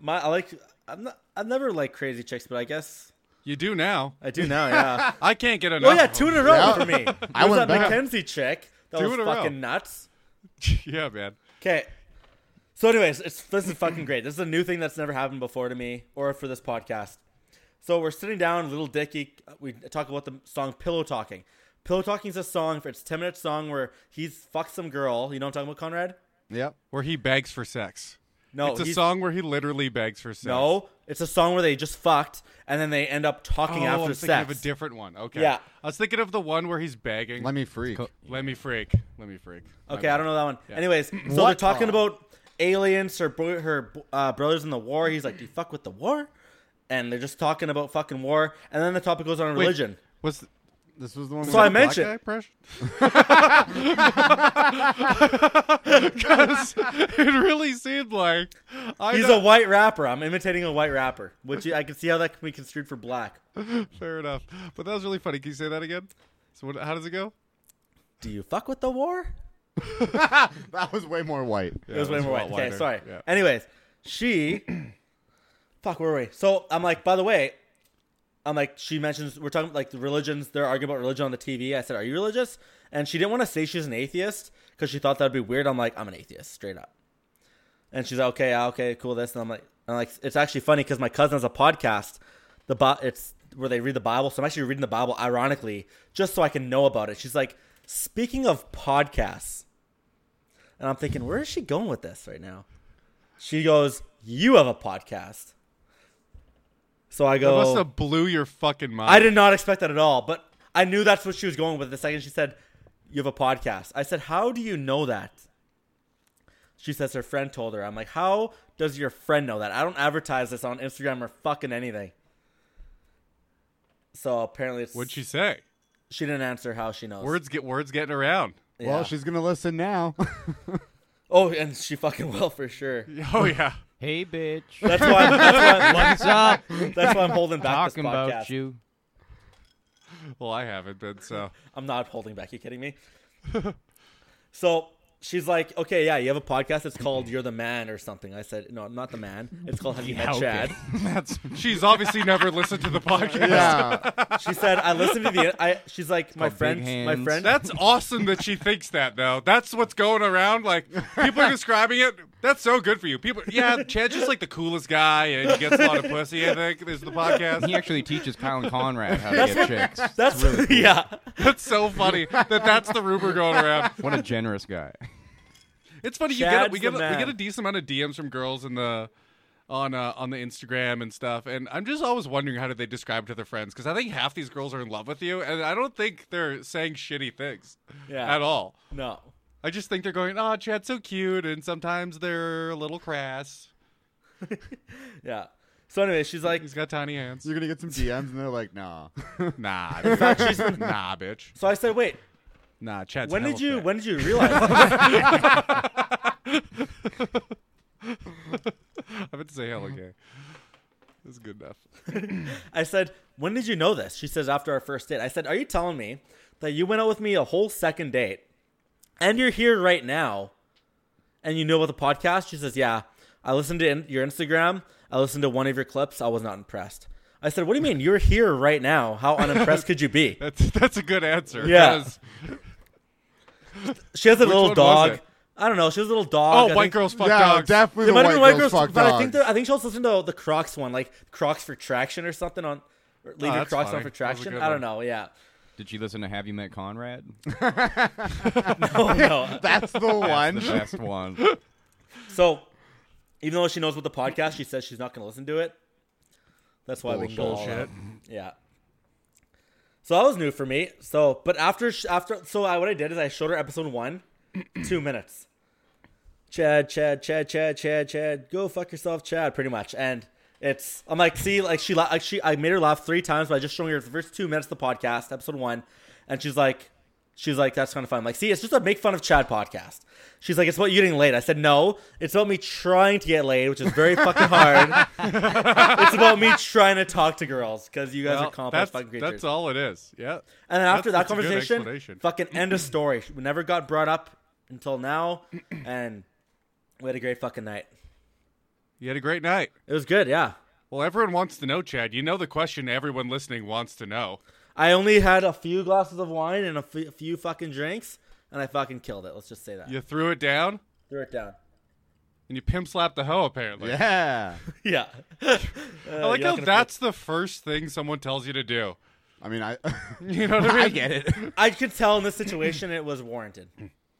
[SPEAKER 4] My I like I'm not I've never liked crazy chicks, but I guess
[SPEAKER 3] you do now.
[SPEAKER 4] I do now, yeah.
[SPEAKER 3] I can't get enough.
[SPEAKER 4] Oh yeah,
[SPEAKER 3] of
[SPEAKER 4] two
[SPEAKER 3] them.
[SPEAKER 4] in a row
[SPEAKER 5] Yeah.
[SPEAKER 4] for me.
[SPEAKER 5] I
[SPEAKER 4] I was that
[SPEAKER 5] went back.
[SPEAKER 4] Mackenzie chick. That
[SPEAKER 3] Two
[SPEAKER 4] was
[SPEAKER 3] in a row.
[SPEAKER 4] fucking nuts.
[SPEAKER 3] yeah, man.
[SPEAKER 4] Okay. So, anyways, it's, this is fucking great. This is a new thing that's never happened before to me or for this podcast. So we're sitting down, little Dicky. uh, We talk about the song "Pillow Talking." "Pillow Talking" is a song. For, it's a ten minute song where he's fucked some girl. You know what I'm talking about, Conrad?
[SPEAKER 5] Yep.
[SPEAKER 3] Where he begs for sex.
[SPEAKER 4] No,
[SPEAKER 3] it's a
[SPEAKER 4] Oh, he's-
[SPEAKER 3] song where he literally begs for sex.
[SPEAKER 4] No, it's a song where they just fucked and then they end up
[SPEAKER 3] oh,
[SPEAKER 4] talking
[SPEAKER 3] I'm
[SPEAKER 4] after
[SPEAKER 3] thinking
[SPEAKER 4] sex.
[SPEAKER 3] of a different one. Okay.
[SPEAKER 4] Yeah.
[SPEAKER 3] I was thinking of the one where he's begging.
[SPEAKER 5] Let me freak.
[SPEAKER 3] Let me freak. Let me freak. My
[SPEAKER 4] Okay,
[SPEAKER 3] bad.
[SPEAKER 4] I don't know that one. Anyways, so they're
[SPEAKER 3] Oh.
[SPEAKER 4] talking about aliens. Her bro- her uh, brothers in the war. He's like, "Do you fuck with the war?" And they're just talking about fucking war. And then the topic goes on
[SPEAKER 3] Wait,
[SPEAKER 4] religion.
[SPEAKER 3] Was
[SPEAKER 5] This was the one.
[SPEAKER 4] So
[SPEAKER 5] we-
[SPEAKER 4] I
[SPEAKER 3] the black
[SPEAKER 4] mentioned-
[SPEAKER 3] guy impression? 'Cause it really seemed like I
[SPEAKER 4] He's a
[SPEAKER 3] know-
[SPEAKER 4] white rapper. I'm imitating a white rapper, which I can see how that can be construed for black.
[SPEAKER 3] fair enough, but that was really funny. Can you say that again? So what, how does it go?
[SPEAKER 4] Do you fuck with the war?
[SPEAKER 5] that was way more white.
[SPEAKER 4] it was
[SPEAKER 3] it
[SPEAKER 4] way
[SPEAKER 3] was
[SPEAKER 4] more
[SPEAKER 3] a
[SPEAKER 4] white.
[SPEAKER 3] lot
[SPEAKER 4] Okay,
[SPEAKER 3] wider.
[SPEAKER 4] sorry.
[SPEAKER 3] Yeah.
[SPEAKER 4] Anyways, she. fuck, where were we? So I'm like, by the way, I'm like, she mentions we're talking like the religions. They're arguing about religion on the TV. I said, "Are you religious?" And she didn't want to say she's an atheist because she thought that'd be weird. I'm like, I'm an atheist, straight up. And she's like, okay, yeah, okay, cool. This, and I'm like, I'm like, it's actually funny because my cousin has a podcast. The Bi- it's where they read the Bible, so I'm actually reading the Bible, ironically, just so I can know about it. She's like, speaking of podcasts, and I'm thinking, where is she going with this right now? She goes, you have a podcast. So I
[SPEAKER 3] That
[SPEAKER 4] go,
[SPEAKER 3] must have blew your fucking mind.
[SPEAKER 4] I did not expect that at all, but I knew that's what she was going with the second she said, You have a podcast. I said, How do you know that? She says her friend told her. I'm like, How does your friend know that? I don't advertise this on Instagram or fucking anything. So apparently it's
[SPEAKER 3] What'd she say?
[SPEAKER 4] She didn't answer how she knows.
[SPEAKER 3] Words get words getting around.
[SPEAKER 4] Yeah.
[SPEAKER 5] Well, she's gonna listen now.
[SPEAKER 4] Oh, and she fucking will for sure.
[SPEAKER 3] Oh yeah.
[SPEAKER 1] Hey, bitch.
[SPEAKER 4] That's why. I'm, that's why.
[SPEAKER 1] What's up?
[SPEAKER 4] I'm, that's why I'm holding back
[SPEAKER 1] Talking
[SPEAKER 4] this podcast.
[SPEAKER 1] about you.
[SPEAKER 3] Well, I haven't been so.
[SPEAKER 4] I'm not holding back. You kidding me? so she's like, okay, yeah, you have a podcast. It's called You're the Man or something. I said, no, I'm not the man. It's called Have You Met Chad?
[SPEAKER 6] That's
[SPEAKER 3] She's obviously never listened to the podcast.
[SPEAKER 5] yeah.
[SPEAKER 4] She said, I listened to the. I. She's like, my
[SPEAKER 6] called Big
[SPEAKER 4] friend, my
[SPEAKER 6] Hands.
[SPEAKER 4] friend.
[SPEAKER 3] That's awesome that she thinks that though. That's what's going around. Like people are describing it. That's so good for you. People, yeah, Chad's just like the coolest guy, and he gets a lot of pussy. I think is the podcast.
[SPEAKER 6] he actually teaches Colin Conrad how to get chicks.
[SPEAKER 4] That's yeah.
[SPEAKER 3] That's so funny that that's the rumor going around.
[SPEAKER 6] What a generous guy.
[SPEAKER 3] It's funny you get it.
[SPEAKER 4] Chad's
[SPEAKER 3] We get
[SPEAKER 4] the
[SPEAKER 3] a, we
[SPEAKER 4] man.
[SPEAKER 3] get a decent amount of DMs from girls in the on uh, on the Instagram and stuff, and I'm just always wondering how do they describe to their friends because I think half these girls are in love with you, and I don't think they're saying shitty things
[SPEAKER 4] Yeah.
[SPEAKER 3] at all.
[SPEAKER 4] No.
[SPEAKER 3] I just think they're going, oh, Chad's so cute, and sometimes they're a little crass.
[SPEAKER 4] Yeah. So anyway, she's like,
[SPEAKER 3] He's got tiny hands.
[SPEAKER 5] You're gonna get some DMs, and they're like, "Nah."
[SPEAKER 3] Nah, bitch. nah, bitch.
[SPEAKER 4] so I said, wait,
[SPEAKER 3] Nah, Chad's.
[SPEAKER 4] when did
[SPEAKER 3] hella
[SPEAKER 4] you
[SPEAKER 3] fat.
[SPEAKER 4] when did you realize? this?
[SPEAKER 3] I meant to say hell okay. That's good enough.
[SPEAKER 4] I said, when did you know this? She says, after our first date. I said, are you telling me that you went out with me a whole second date, and you're here right now, and you know about the podcast? She says, yeah. I listened to in- your Instagram. I listened to one of your clips. I was not impressed. I said, what do you mean? You're here right now. How unimpressed could you be?
[SPEAKER 3] That's that's a good answer.
[SPEAKER 4] Yeah.
[SPEAKER 3] 'cause-
[SPEAKER 4] She has a little
[SPEAKER 3] one was
[SPEAKER 4] dog.
[SPEAKER 3] it?
[SPEAKER 4] I don't know. She has a little dog.
[SPEAKER 3] Oh,
[SPEAKER 4] I
[SPEAKER 3] white
[SPEAKER 4] think-
[SPEAKER 3] girls fuck
[SPEAKER 5] yeah,
[SPEAKER 3] dogs.
[SPEAKER 5] definitely.
[SPEAKER 4] It
[SPEAKER 5] the
[SPEAKER 4] might have been white
[SPEAKER 5] girls,
[SPEAKER 4] girls,
[SPEAKER 5] fuck
[SPEAKER 4] but I think
[SPEAKER 5] dogs.
[SPEAKER 4] that- I think she also listened to the Crocs one, like Crocs for traction or something on. or Leave your
[SPEAKER 3] Oh, that's
[SPEAKER 4] Crocs
[SPEAKER 3] funny.
[SPEAKER 4] on for
[SPEAKER 3] That was a
[SPEAKER 4] traction.
[SPEAKER 3] good
[SPEAKER 4] I don't
[SPEAKER 3] one.
[SPEAKER 4] know. Yeah.
[SPEAKER 6] Did she listen to Have You Met Conrad?
[SPEAKER 4] Oh no.
[SPEAKER 5] That's the one.
[SPEAKER 6] The best one.
[SPEAKER 4] So, even though she knows what the podcast, she says she's not going to listen to it. That's why we can go all out.
[SPEAKER 3] Bullshit.
[SPEAKER 4] Yeah. So that was new for me. So, but after sh- after so I, what I did is I showed her episode one, two minutes. Chad, Chad, Chad, Chad, Chad, Chad, go fuck yourself, Chad. Pretty much, and it's I'm like, see, like she, la- like she, I made her laugh three times by just showing her the first two minutes of the podcast, episode one, and she's like, she's like, that's kind of fun. I'm like, see, it's just a make fun of Chad podcast. She's like, it's about you getting laid. I said, no, it's about me trying to get laid, which is very fucking hard. it's about me trying to talk to girls because you guys
[SPEAKER 3] Well,
[SPEAKER 4] are complex
[SPEAKER 3] that's,
[SPEAKER 4] fucking creatures.
[SPEAKER 3] that's all it is. Yeah.
[SPEAKER 4] And then after that
[SPEAKER 3] That's- that's a good
[SPEAKER 4] conversation,
[SPEAKER 3] explanation.
[SPEAKER 4] fucking end of story. We never got brought up until now, and we had a great fucking night.
[SPEAKER 3] You had a great night.
[SPEAKER 4] It was good, yeah.
[SPEAKER 3] Well, everyone wants to know, Chad. You know the question everyone listening wants to know.
[SPEAKER 4] I only had a few glasses of wine and a fe- few fucking drinks, and I fucking killed it. Let's just say that.
[SPEAKER 3] You threw it down
[SPEAKER 4] Threw it down.
[SPEAKER 3] and you pimp slapped the hoe, apparently.
[SPEAKER 5] yeah.
[SPEAKER 4] Yeah.
[SPEAKER 3] I like how that's the first thing someone tells you to do.
[SPEAKER 5] I mean, I.
[SPEAKER 3] You know what I mean?
[SPEAKER 5] it.
[SPEAKER 4] I could tell in this situation it was warranted.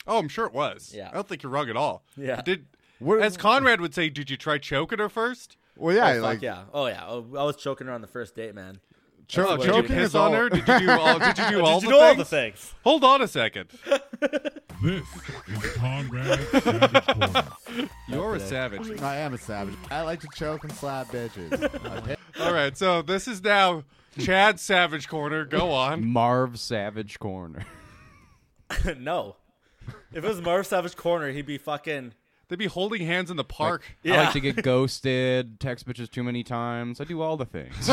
[SPEAKER 3] Oh, I'm sure it was.
[SPEAKER 4] Yeah.
[SPEAKER 3] I don't think you're wrong at all.
[SPEAKER 4] Yeah.
[SPEAKER 3] Did
[SPEAKER 5] What-
[SPEAKER 3] as Conrad would say, did you try choking her first?
[SPEAKER 5] Well, yeah,
[SPEAKER 4] Fuck
[SPEAKER 5] like
[SPEAKER 4] yeah. Oh yeah. Oh, I was choking her on the first date, man.
[SPEAKER 5] cho-
[SPEAKER 3] Oh, did you
[SPEAKER 5] choking is
[SPEAKER 3] piss
[SPEAKER 5] all.
[SPEAKER 3] on her? Did you do all? Did you do all
[SPEAKER 4] Did
[SPEAKER 3] the
[SPEAKER 4] you know all
[SPEAKER 3] things?
[SPEAKER 4] the things?
[SPEAKER 3] Hold on a second.
[SPEAKER 7] This is Conrad Savage Corner.
[SPEAKER 3] You're a savage.
[SPEAKER 5] I am a savage. I like to choke and slap bitches. I hate-
[SPEAKER 3] All right, so this is now Chad's Savage Corner. Go on.
[SPEAKER 6] Marv Savage Corner.
[SPEAKER 4] no. If it was Marv Savage Corner, he'd be fucking.
[SPEAKER 3] They'd be holding hands in the park.
[SPEAKER 6] I like to get ghosted, text bitches too many times. I do all the things.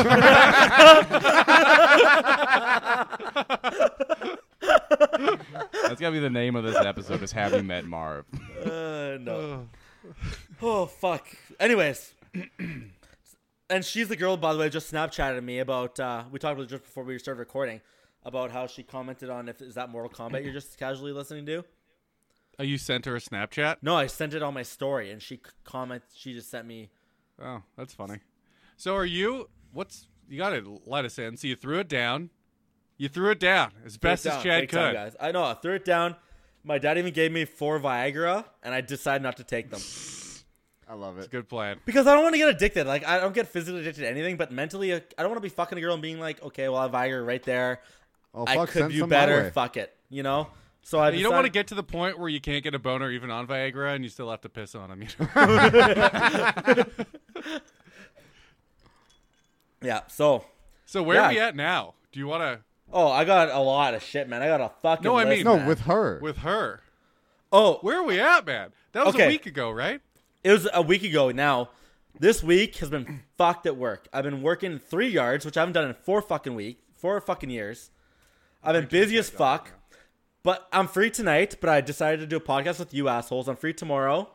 [SPEAKER 6] That's gotta be the name of this episode. Is Have You Met Marv?
[SPEAKER 4] Uh, no. oh fuck. Anyways, and she's the girl, by the way, who just Snapchatted me about. Uh, we talked about it just before we started recording about how she commented on if is that Mortal Kombat you're just casually listening to.
[SPEAKER 3] Oh, you sent her a Snapchat?
[SPEAKER 4] No, I sent it on my story, and she c- comment. She just sent me.
[SPEAKER 3] Oh, that's funny. So are you? What's you got to let us in? So you threw it down. You threw it down as best
[SPEAKER 4] Big
[SPEAKER 3] as
[SPEAKER 4] time,
[SPEAKER 3] Chad
[SPEAKER 4] big
[SPEAKER 3] could.
[SPEAKER 4] time, guys. I know. I threw it down. My dad even gave me four Viagra, and I decided not to take them
[SPEAKER 5] I love it.
[SPEAKER 3] Good plan.
[SPEAKER 4] because I don't want to get addicted. Like I don't get physically addicted to anything, but mentally, I don't want to be fucking a girl and being like, okay, well, I have Viagra right there.
[SPEAKER 5] Oh,
[SPEAKER 4] I
[SPEAKER 5] fuck,
[SPEAKER 4] could
[SPEAKER 5] send
[SPEAKER 4] do
[SPEAKER 5] some my
[SPEAKER 4] better.
[SPEAKER 5] way.
[SPEAKER 4] Fuck it. You know? So I
[SPEAKER 3] You don't want to
[SPEAKER 4] decided-
[SPEAKER 3] get to the point where you can't get a boner even on Viagra, and you still have to piss on him. You know?
[SPEAKER 4] Yeah. So
[SPEAKER 3] So where are
[SPEAKER 4] Yeah.
[SPEAKER 3] we at now? Do you want to?
[SPEAKER 4] Oh, I got a lot of shit, man. I got a fucking.
[SPEAKER 3] No, I
[SPEAKER 4] list,
[SPEAKER 3] mean-
[SPEAKER 5] No,
[SPEAKER 4] man.
[SPEAKER 5] with her.
[SPEAKER 3] with her.
[SPEAKER 4] Oh,
[SPEAKER 3] Where are we at, man? That was
[SPEAKER 4] Okay.
[SPEAKER 3] a week ago, right?
[SPEAKER 4] it was a week ago now. This week has been fucked at work. I've been working three yards, which I haven't done in four fucking week, four fucking years. I've been busy as fuck. But I'm free tonight, but I decided to do a podcast with you assholes. I'm free tomorrow.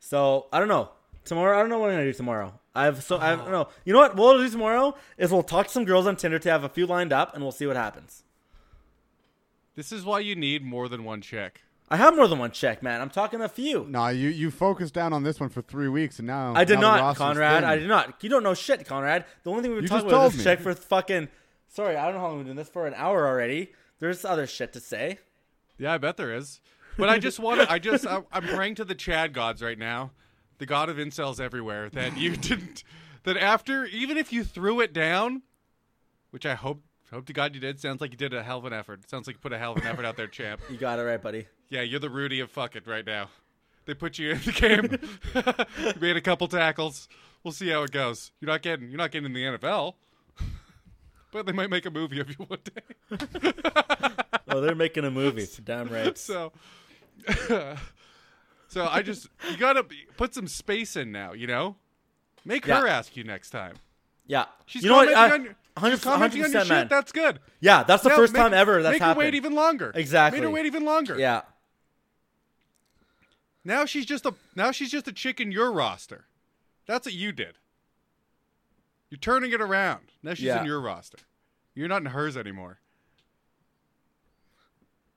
[SPEAKER 4] So I don't know. Tomorrow I don't know what I'm gonna do tomorrow. I've so I don't know. You know what we'll do tomorrow is we'll talk to some girls on Tinder to have a few lined up and we'll see what happens.
[SPEAKER 3] This is why you need more than one chick.
[SPEAKER 4] I have more than one check, man. I'm talking a few.
[SPEAKER 5] No, you you focused down on this one for three weeks, and now
[SPEAKER 4] I did
[SPEAKER 5] now the
[SPEAKER 4] not,
[SPEAKER 5] roster's
[SPEAKER 4] Conrad.
[SPEAKER 5] thin.
[SPEAKER 4] I did not. You don't know shit, Conrad. The only thing we were
[SPEAKER 5] You
[SPEAKER 4] talking
[SPEAKER 5] just
[SPEAKER 4] about
[SPEAKER 5] told
[SPEAKER 4] is
[SPEAKER 5] me.
[SPEAKER 4] check for fucking. Sorry, I don't know how long we've been doing this for an hour already. There's other shit to say.
[SPEAKER 3] Yeah, I bet there is. But I just want to, I just, I, I'm praying to the Chad gods right now, the god of incels everywhere, that you didn't, that after, even if you threw it down, which I hope, hope to God you did, sounds like you did a hell of an effort. Sounds like you put a hell of an effort out there, champ.
[SPEAKER 4] You got it right, buddy.
[SPEAKER 3] Yeah, you're the Rudy of fuck it right now. They put you in the game. you made a couple tackles. We'll see how it goes. You're not getting, you're not getting in the NFL. But they might make a movie of you one day.
[SPEAKER 4] Oh, they're making a movie. Damn right.
[SPEAKER 3] So, so I just you gotta be- put some space in now. You know, make her
[SPEAKER 4] Yeah.
[SPEAKER 3] ask you next time.
[SPEAKER 4] Yeah.
[SPEAKER 3] She's
[SPEAKER 4] you know what? Uh,
[SPEAKER 3] commenting
[SPEAKER 4] I-
[SPEAKER 3] on your, she's
[SPEAKER 4] 100%,
[SPEAKER 3] commenting on your
[SPEAKER 4] 100%,
[SPEAKER 3] shit.
[SPEAKER 4] man.
[SPEAKER 3] That's good.
[SPEAKER 4] yeah, that's the
[SPEAKER 3] Now
[SPEAKER 4] first
[SPEAKER 3] make-
[SPEAKER 4] time ever that's
[SPEAKER 3] make
[SPEAKER 4] happened.
[SPEAKER 3] her wait even longer.
[SPEAKER 4] Exactly.
[SPEAKER 3] Made her wait even longer.
[SPEAKER 4] yeah.
[SPEAKER 3] Now she's just a now she's just a chick in your roster. That's what you did. You're turning it around. Now she's
[SPEAKER 4] Yeah.
[SPEAKER 3] in your roster. You're not in hers anymore.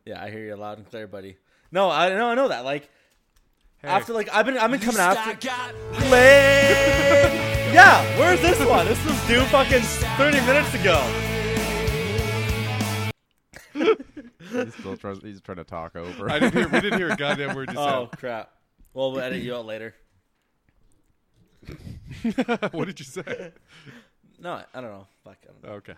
[SPEAKER 4] Yeah, I hear you loud and clear, buddy. No, I know, I know that. Like
[SPEAKER 3] Hey,
[SPEAKER 4] after, like I've been, I've been coming
[SPEAKER 1] I
[SPEAKER 4] after.
[SPEAKER 1] got
[SPEAKER 4] Play. yeah, where's this one? This was due fucking 30 minutes ago.
[SPEAKER 6] He's still trying, he's trying to talk over.
[SPEAKER 3] I didn't hear, we didn't hear a goddamn word you
[SPEAKER 4] Oh crap! Well, we'll edit you out later. Oh.
[SPEAKER 3] said. what did you say?
[SPEAKER 4] No, I I don't know. Fuck, I don't know.
[SPEAKER 3] Okay.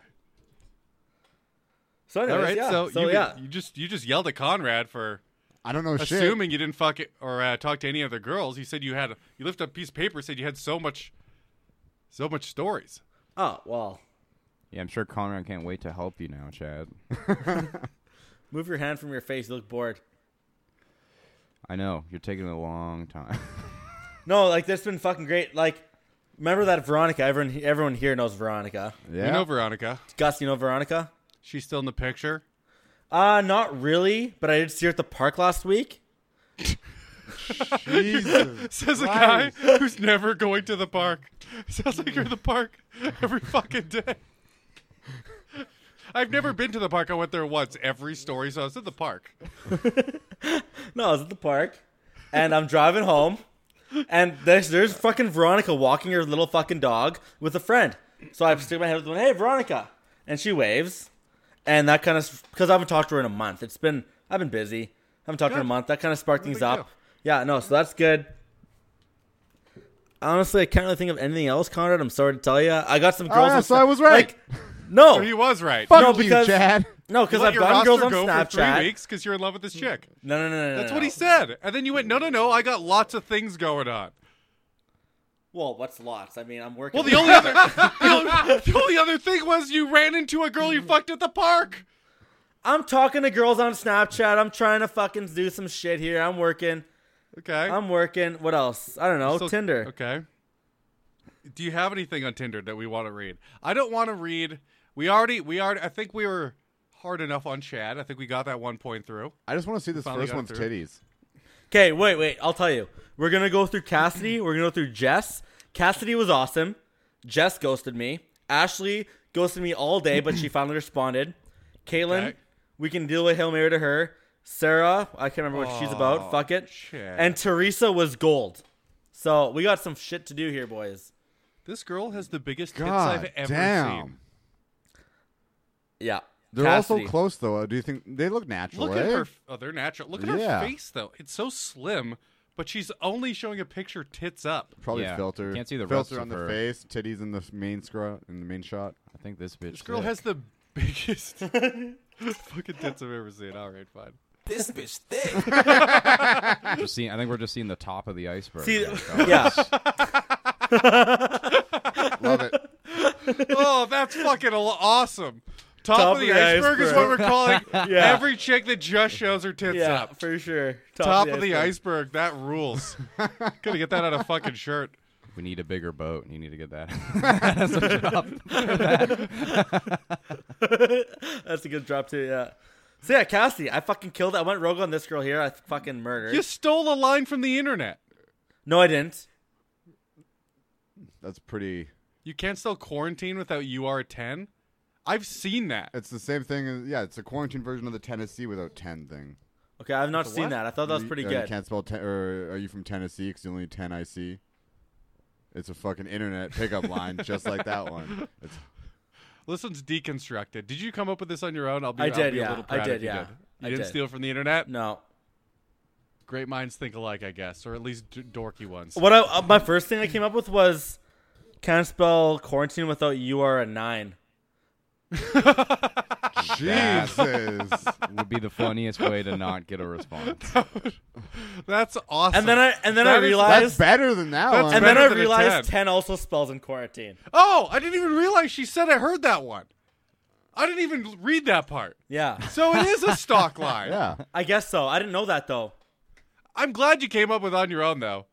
[SPEAKER 4] So, anyways,
[SPEAKER 3] All right,
[SPEAKER 4] yeah.
[SPEAKER 3] so,
[SPEAKER 4] So,
[SPEAKER 3] you,
[SPEAKER 4] yeah,
[SPEAKER 3] you just you just yelled at Conrad for
[SPEAKER 5] I don't know shit.
[SPEAKER 3] assuming you didn't fuck it or uh, talk to any other girls. You said you had you lifted up a piece of paper, said you had so much, so much stories.
[SPEAKER 4] oh well.
[SPEAKER 6] yeah, I'm sure Conrad can't wait to help you now, Chad.
[SPEAKER 4] Move your hand from your face. You look bored.
[SPEAKER 6] I know you're taking a long time.
[SPEAKER 4] No, like that's been fucking great. Like, remember that Veronica? Everyone, everyone here knows Veronica.
[SPEAKER 6] yeah,
[SPEAKER 3] You know, Veronica,
[SPEAKER 4] Gus, you know Veronica?
[SPEAKER 3] she's still in the picture.
[SPEAKER 4] Uh, not really. But I did see her at the park last week.
[SPEAKER 5] Jesus.
[SPEAKER 3] Says a guy who's never going to the park. Sounds like you're in the park every fucking day. I've never been to the park. I went there once. Every story, so I was at the park.
[SPEAKER 4] No, I was at the park, and I'm driving home, and there's there's fucking Veronica walking her little fucking dog with a friend. So I stick my head up and hey Veronica, and she waves, and that kind of because I haven't talked to her in a month. It's been I've been busy. I haven't talked to her in a
[SPEAKER 3] Good.
[SPEAKER 4] month. That kind of sparked things
[SPEAKER 3] big
[SPEAKER 4] up.
[SPEAKER 3] deal.
[SPEAKER 4] Yeah, no, so that's good. Honestly, I can't really think of anything else, Conrad. I'm sorry to tell you. I got
[SPEAKER 3] Oh,
[SPEAKER 4] some girls.
[SPEAKER 5] yeah,
[SPEAKER 4] on
[SPEAKER 5] so
[SPEAKER 4] Sna-
[SPEAKER 5] I was right.
[SPEAKER 4] Like, no,
[SPEAKER 3] So he was right.
[SPEAKER 5] Fuck
[SPEAKER 4] no,
[SPEAKER 5] you,
[SPEAKER 4] because-
[SPEAKER 5] Chad.
[SPEAKER 4] no, because
[SPEAKER 3] Let
[SPEAKER 4] I've
[SPEAKER 3] your
[SPEAKER 4] gotten
[SPEAKER 3] roster
[SPEAKER 4] girls on
[SPEAKER 3] go for
[SPEAKER 4] Snapchat. Mm.
[SPEAKER 3] three weeks because you're in love with this chick.
[SPEAKER 4] No, no, no, no, no.
[SPEAKER 3] That's
[SPEAKER 4] no.
[SPEAKER 3] what he said. And then you went, no, no, no. I got lots of things going on.
[SPEAKER 4] Well, what's lots? I mean, I'm working.
[SPEAKER 3] Well, the only other the only, the only other thing was you ran into a girl you fucked at the park.
[SPEAKER 4] I'm talking to girls on Snapchat. I'm trying to fucking do some shit here. I'm working.
[SPEAKER 3] Okay.
[SPEAKER 4] I'm working. What else? I don't
[SPEAKER 5] Oh,
[SPEAKER 4] know.
[SPEAKER 3] So-
[SPEAKER 4] Tinder.
[SPEAKER 3] Okay. Do you have anything on Tinder that we want to read? I don't want to read. We already we already I think we were hard enough on Chad. I think we got that one point through.
[SPEAKER 5] I just want to see this
[SPEAKER 3] Finally
[SPEAKER 5] first
[SPEAKER 3] got
[SPEAKER 5] one's
[SPEAKER 3] through.
[SPEAKER 5] titties.
[SPEAKER 4] Okay, wait, wait. I'll tell you. We're gonna go through Cassidy. We're gonna go through Jess. Cassidy was awesome. Jess ghosted me. Ashley ghosted me all day, but she finally responded. Caitlin,
[SPEAKER 3] Okay.
[SPEAKER 4] we can deal with Hail Mary to her. Sarah, I can't remember what she's about. Fuck it.
[SPEAKER 3] shit.
[SPEAKER 4] And Teresa was gold. So we got some shit to do here, boys.
[SPEAKER 3] This girl has the biggest tits I've
[SPEAKER 5] God
[SPEAKER 3] ever
[SPEAKER 5] damn.
[SPEAKER 3] seen.
[SPEAKER 4] Yeah.
[SPEAKER 5] They're
[SPEAKER 4] Cassidy.
[SPEAKER 5] also close though. Do you think they look natural?
[SPEAKER 3] Look
[SPEAKER 5] eh?
[SPEAKER 3] at her. Oh, they're natural. Look at
[SPEAKER 5] Yeah.
[SPEAKER 3] her face though. It's so slim, but she's only showing a picture tits up.
[SPEAKER 5] Probably
[SPEAKER 6] Yeah.
[SPEAKER 5] filter.
[SPEAKER 6] Can't see the rest
[SPEAKER 5] filter on
[SPEAKER 6] of her.
[SPEAKER 5] the face, titties in the main scrot in the main shot.
[SPEAKER 6] I think this bitch.
[SPEAKER 3] This girl has the biggest fucking tits I've ever seen. All right, fine.
[SPEAKER 1] this bitch thick.
[SPEAKER 6] Just seeing, I think we're just seeing the top of the iceberg. oh,
[SPEAKER 4] See,
[SPEAKER 6] right now.
[SPEAKER 4] yeah.
[SPEAKER 5] Love it.
[SPEAKER 3] Oh, that's fucking al- awesome. Top, of the, iceberg, is what we're calling
[SPEAKER 4] Yeah.
[SPEAKER 3] every chick that just shows her tits
[SPEAKER 4] yeah,
[SPEAKER 3] up.
[SPEAKER 4] for sure.
[SPEAKER 3] Top of the iceberg. That rules. Gotta get that out of fucking shirt.
[SPEAKER 6] We need a bigger boat, and you need to get that. That's a job.
[SPEAKER 4] That's a good drop too. Yeah. So yeah, Cassie, I fucking killed. it. I went rogue on this girl here. I fucking murdered.
[SPEAKER 3] You stole a line from the internet.
[SPEAKER 4] No, I didn't.
[SPEAKER 5] That's pretty.
[SPEAKER 3] You can't still quarantine without UR10. I've seen that.
[SPEAKER 5] It's the same thing. As, yeah, it's a quarantine version of the Tennessee without ten thing.
[SPEAKER 4] Okay, I've not
[SPEAKER 3] What?
[SPEAKER 4] seen that. I thought that was
[SPEAKER 5] You-
[SPEAKER 4] pretty
[SPEAKER 5] uh, You
[SPEAKER 4] good.
[SPEAKER 5] can't spell. Ten, or are you from Tennessee? Because you only need ten IC. It's a fucking internet pickup line, just like that one. It's,
[SPEAKER 3] This one's deconstructed. Did you come up with this on your own? I'll be.
[SPEAKER 4] I
[SPEAKER 3] I'll
[SPEAKER 4] did,
[SPEAKER 3] be
[SPEAKER 4] yeah.
[SPEAKER 3] A little
[SPEAKER 4] I
[SPEAKER 3] proud
[SPEAKER 4] did,
[SPEAKER 3] if you
[SPEAKER 4] yeah.
[SPEAKER 3] Did. You
[SPEAKER 4] I
[SPEAKER 3] didn't
[SPEAKER 4] did.
[SPEAKER 3] steal from the internet.
[SPEAKER 4] No.
[SPEAKER 3] Great minds think alike, I guess, or at least d- dorky ones.
[SPEAKER 4] What I, uh, my first thing I came up with was can't spell quarantine without you are a nine.
[SPEAKER 5] Jesus.
[SPEAKER 6] Would be the funniest way to not get a response.
[SPEAKER 3] That's awesome.
[SPEAKER 4] And then I and then
[SPEAKER 3] That
[SPEAKER 4] I
[SPEAKER 3] is-
[SPEAKER 5] That's
[SPEAKER 4] realized
[SPEAKER 5] better than that
[SPEAKER 3] That's
[SPEAKER 5] one.
[SPEAKER 4] and then
[SPEAKER 3] better
[SPEAKER 4] I
[SPEAKER 3] than a
[SPEAKER 4] realized
[SPEAKER 3] 10.
[SPEAKER 4] 10 also spells in quarantine.
[SPEAKER 3] oh, I didn't even realize she said I heard that one. I didn't even read that part.
[SPEAKER 4] Yeah.
[SPEAKER 3] So it is a stock line.
[SPEAKER 5] yeah.
[SPEAKER 4] I guess so. I didn't know that though.
[SPEAKER 3] I'm glad you came up with on your own though.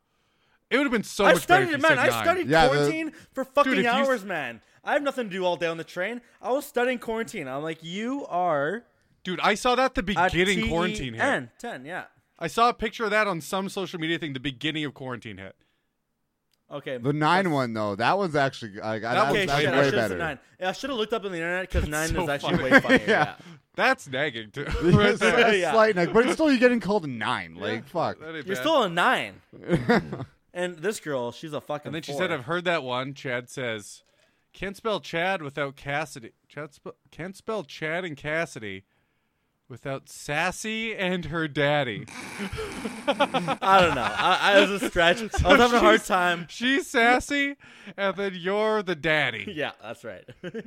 [SPEAKER 3] It would have been so
[SPEAKER 4] I
[SPEAKER 3] much better. if
[SPEAKER 4] studied,
[SPEAKER 3] you
[SPEAKER 4] man.
[SPEAKER 3] said
[SPEAKER 4] I
[SPEAKER 3] nine.
[SPEAKER 4] studied
[SPEAKER 5] Yeah, the-
[SPEAKER 4] quarantine for fucking
[SPEAKER 3] Dude, if you s-
[SPEAKER 4] hours, man. I have nothing to do all day on the train. I was studying quarantine. I'm like, you are
[SPEAKER 3] Dude, I saw that at the
[SPEAKER 4] a E
[SPEAKER 3] beginning quarantine hit.
[SPEAKER 4] T-E-N, ten, yeah.
[SPEAKER 3] I saw a picture of that on some social media thing. The beginning of quarantine hit.
[SPEAKER 4] Okay.
[SPEAKER 5] The nine one though, that one's actually like I-
[SPEAKER 3] That
[SPEAKER 4] Okay,
[SPEAKER 5] that one's
[SPEAKER 3] one's
[SPEAKER 4] shit.
[SPEAKER 5] actually
[SPEAKER 4] I
[SPEAKER 5] way
[SPEAKER 4] should have
[SPEAKER 5] better.
[SPEAKER 4] nine. Yeah, I should have looked up in the internet because nine
[SPEAKER 3] so
[SPEAKER 4] is actually
[SPEAKER 3] funny.
[SPEAKER 4] way funnier. yeah.
[SPEAKER 5] Yeah.
[SPEAKER 3] That's nagging too. right
[SPEAKER 5] It's like
[SPEAKER 3] there.
[SPEAKER 5] a
[SPEAKER 4] Yeah.
[SPEAKER 5] slight neg, but it's still you getting called a nine. Like fuck.
[SPEAKER 3] That ain't
[SPEAKER 4] You're
[SPEAKER 3] bad.
[SPEAKER 4] still a nine. and this girl, she's a fucking.
[SPEAKER 3] And then she
[SPEAKER 4] four.
[SPEAKER 3] said, "I've heard that one." Chad says, "Can't spell Chad without Cassidy. Chad sp- can't spell Chad and Cassidy without Sassy and her daddy."
[SPEAKER 4] I don't know. I, I was a stretch. I was having a hard
[SPEAKER 3] she's-
[SPEAKER 4] time.
[SPEAKER 3] She's sassy, and then you're the daddy.
[SPEAKER 4] Yeah, that's right.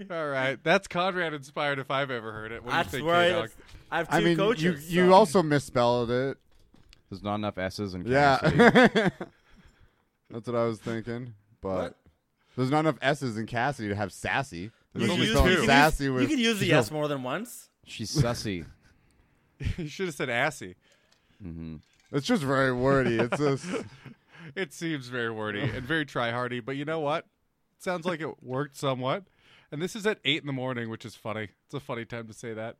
[SPEAKER 3] All right, that's Conrad inspired if I've ever heard it. What do you
[SPEAKER 4] that's
[SPEAKER 3] think,
[SPEAKER 4] right.
[SPEAKER 3] K-Dog?
[SPEAKER 4] That's- I have two
[SPEAKER 5] I mean,
[SPEAKER 4] coaches.
[SPEAKER 5] you you
[SPEAKER 4] so-
[SPEAKER 5] also misspelled it.
[SPEAKER 6] There's not enough S's and
[SPEAKER 5] Yeah.
[SPEAKER 6] Cassidy.
[SPEAKER 5] That's what I was thinking. But
[SPEAKER 4] What?
[SPEAKER 5] there's not enough S's in Cassidy to have sassy.
[SPEAKER 4] You
[SPEAKER 5] There's
[SPEAKER 4] could
[SPEAKER 3] only
[SPEAKER 5] just
[SPEAKER 4] use- you
[SPEAKER 3] spelling
[SPEAKER 5] spelling
[SPEAKER 4] could use-
[SPEAKER 5] sassy with
[SPEAKER 4] You could use the S more than once.
[SPEAKER 6] She's sussy.
[SPEAKER 3] you should have said assy.
[SPEAKER 5] It's just very wordy. It's just
[SPEAKER 3] It seems very wordy and very try-hardy, but you know what? It sounds like it worked somewhat. And this is at eight in the morning, which is funny. It's a funny time to say that.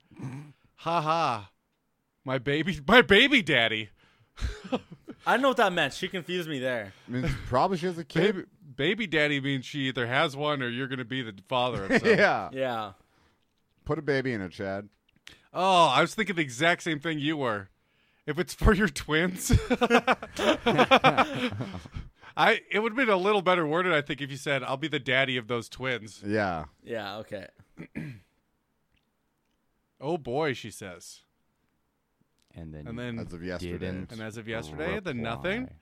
[SPEAKER 3] ha ha, my baby, my baby daddy,
[SPEAKER 4] I don't know what that meant. She confused me there.
[SPEAKER 5] I mean, probably she has a kid.
[SPEAKER 3] baby, baby daddy means she either has one or you're gonna be the father of. Some.
[SPEAKER 5] Yeah.
[SPEAKER 4] Yeah.
[SPEAKER 5] Put a baby in it, Chad.
[SPEAKER 3] Oh, I was thinking the exact same thing you were. If it's for your twins, I it would have been a little better worded, I think, if you said, "I'll be the daddy of those twins."
[SPEAKER 5] Yeah.
[SPEAKER 4] Yeah. Okay.
[SPEAKER 3] Oh boy, she says.
[SPEAKER 6] And then,
[SPEAKER 3] And then
[SPEAKER 5] As of yesterday.
[SPEAKER 6] didn't
[SPEAKER 3] and as of yesterday, the nothing.
[SPEAKER 6] reply.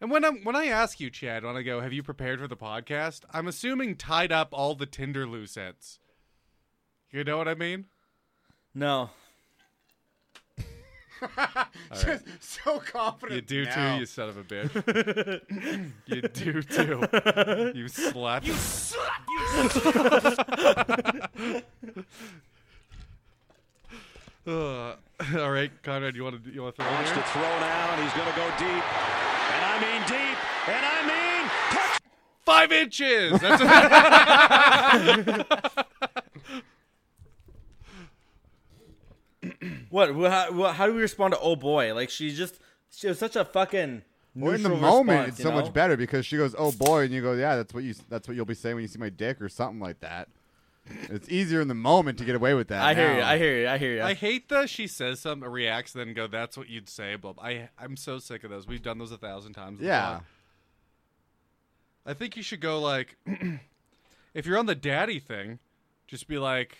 [SPEAKER 3] And when I'm when I ask you, Chad, when I go, "Have you prepared for the podcast?" I'm assuming tied up all the Tinder loose ends. You know what I mean?
[SPEAKER 4] No.
[SPEAKER 5] So confident.
[SPEAKER 3] You do too, you son of a bitch. you do too. You slut. You slut. You slut. Uh, all right, Conrad, you want to you want to throw it in
[SPEAKER 8] to
[SPEAKER 3] here?
[SPEAKER 8] throw down. He's going to go deep. And I mean deep. And I mean touch.
[SPEAKER 3] five inches. That's
[SPEAKER 4] What? wha- How, wha- how do we respond to oh boy? Like she just she was such a fucking.
[SPEAKER 5] Well, in the
[SPEAKER 4] neutral
[SPEAKER 5] moment,
[SPEAKER 4] response,
[SPEAKER 5] it's
[SPEAKER 4] you
[SPEAKER 5] so
[SPEAKER 4] know?
[SPEAKER 5] much better because she goes, "Oh boy," and you go, "Yeah, that's what you that's what you'll be saying when you see my dick or something like that." It's easier in the moment to get away with that.
[SPEAKER 4] I hear
[SPEAKER 5] now.
[SPEAKER 4] you. I hear you. I hear you.
[SPEAKER 3] I hate the she says something, reacts, then go, "That's what you'd say." Blah. blah." I I'm so sick of those. We've done those a thousand times. on the
[SPEAKER 5] Yeah.
[SPEAKER 3] pod. I think you should go like, if you're on the daddy thing, just be like,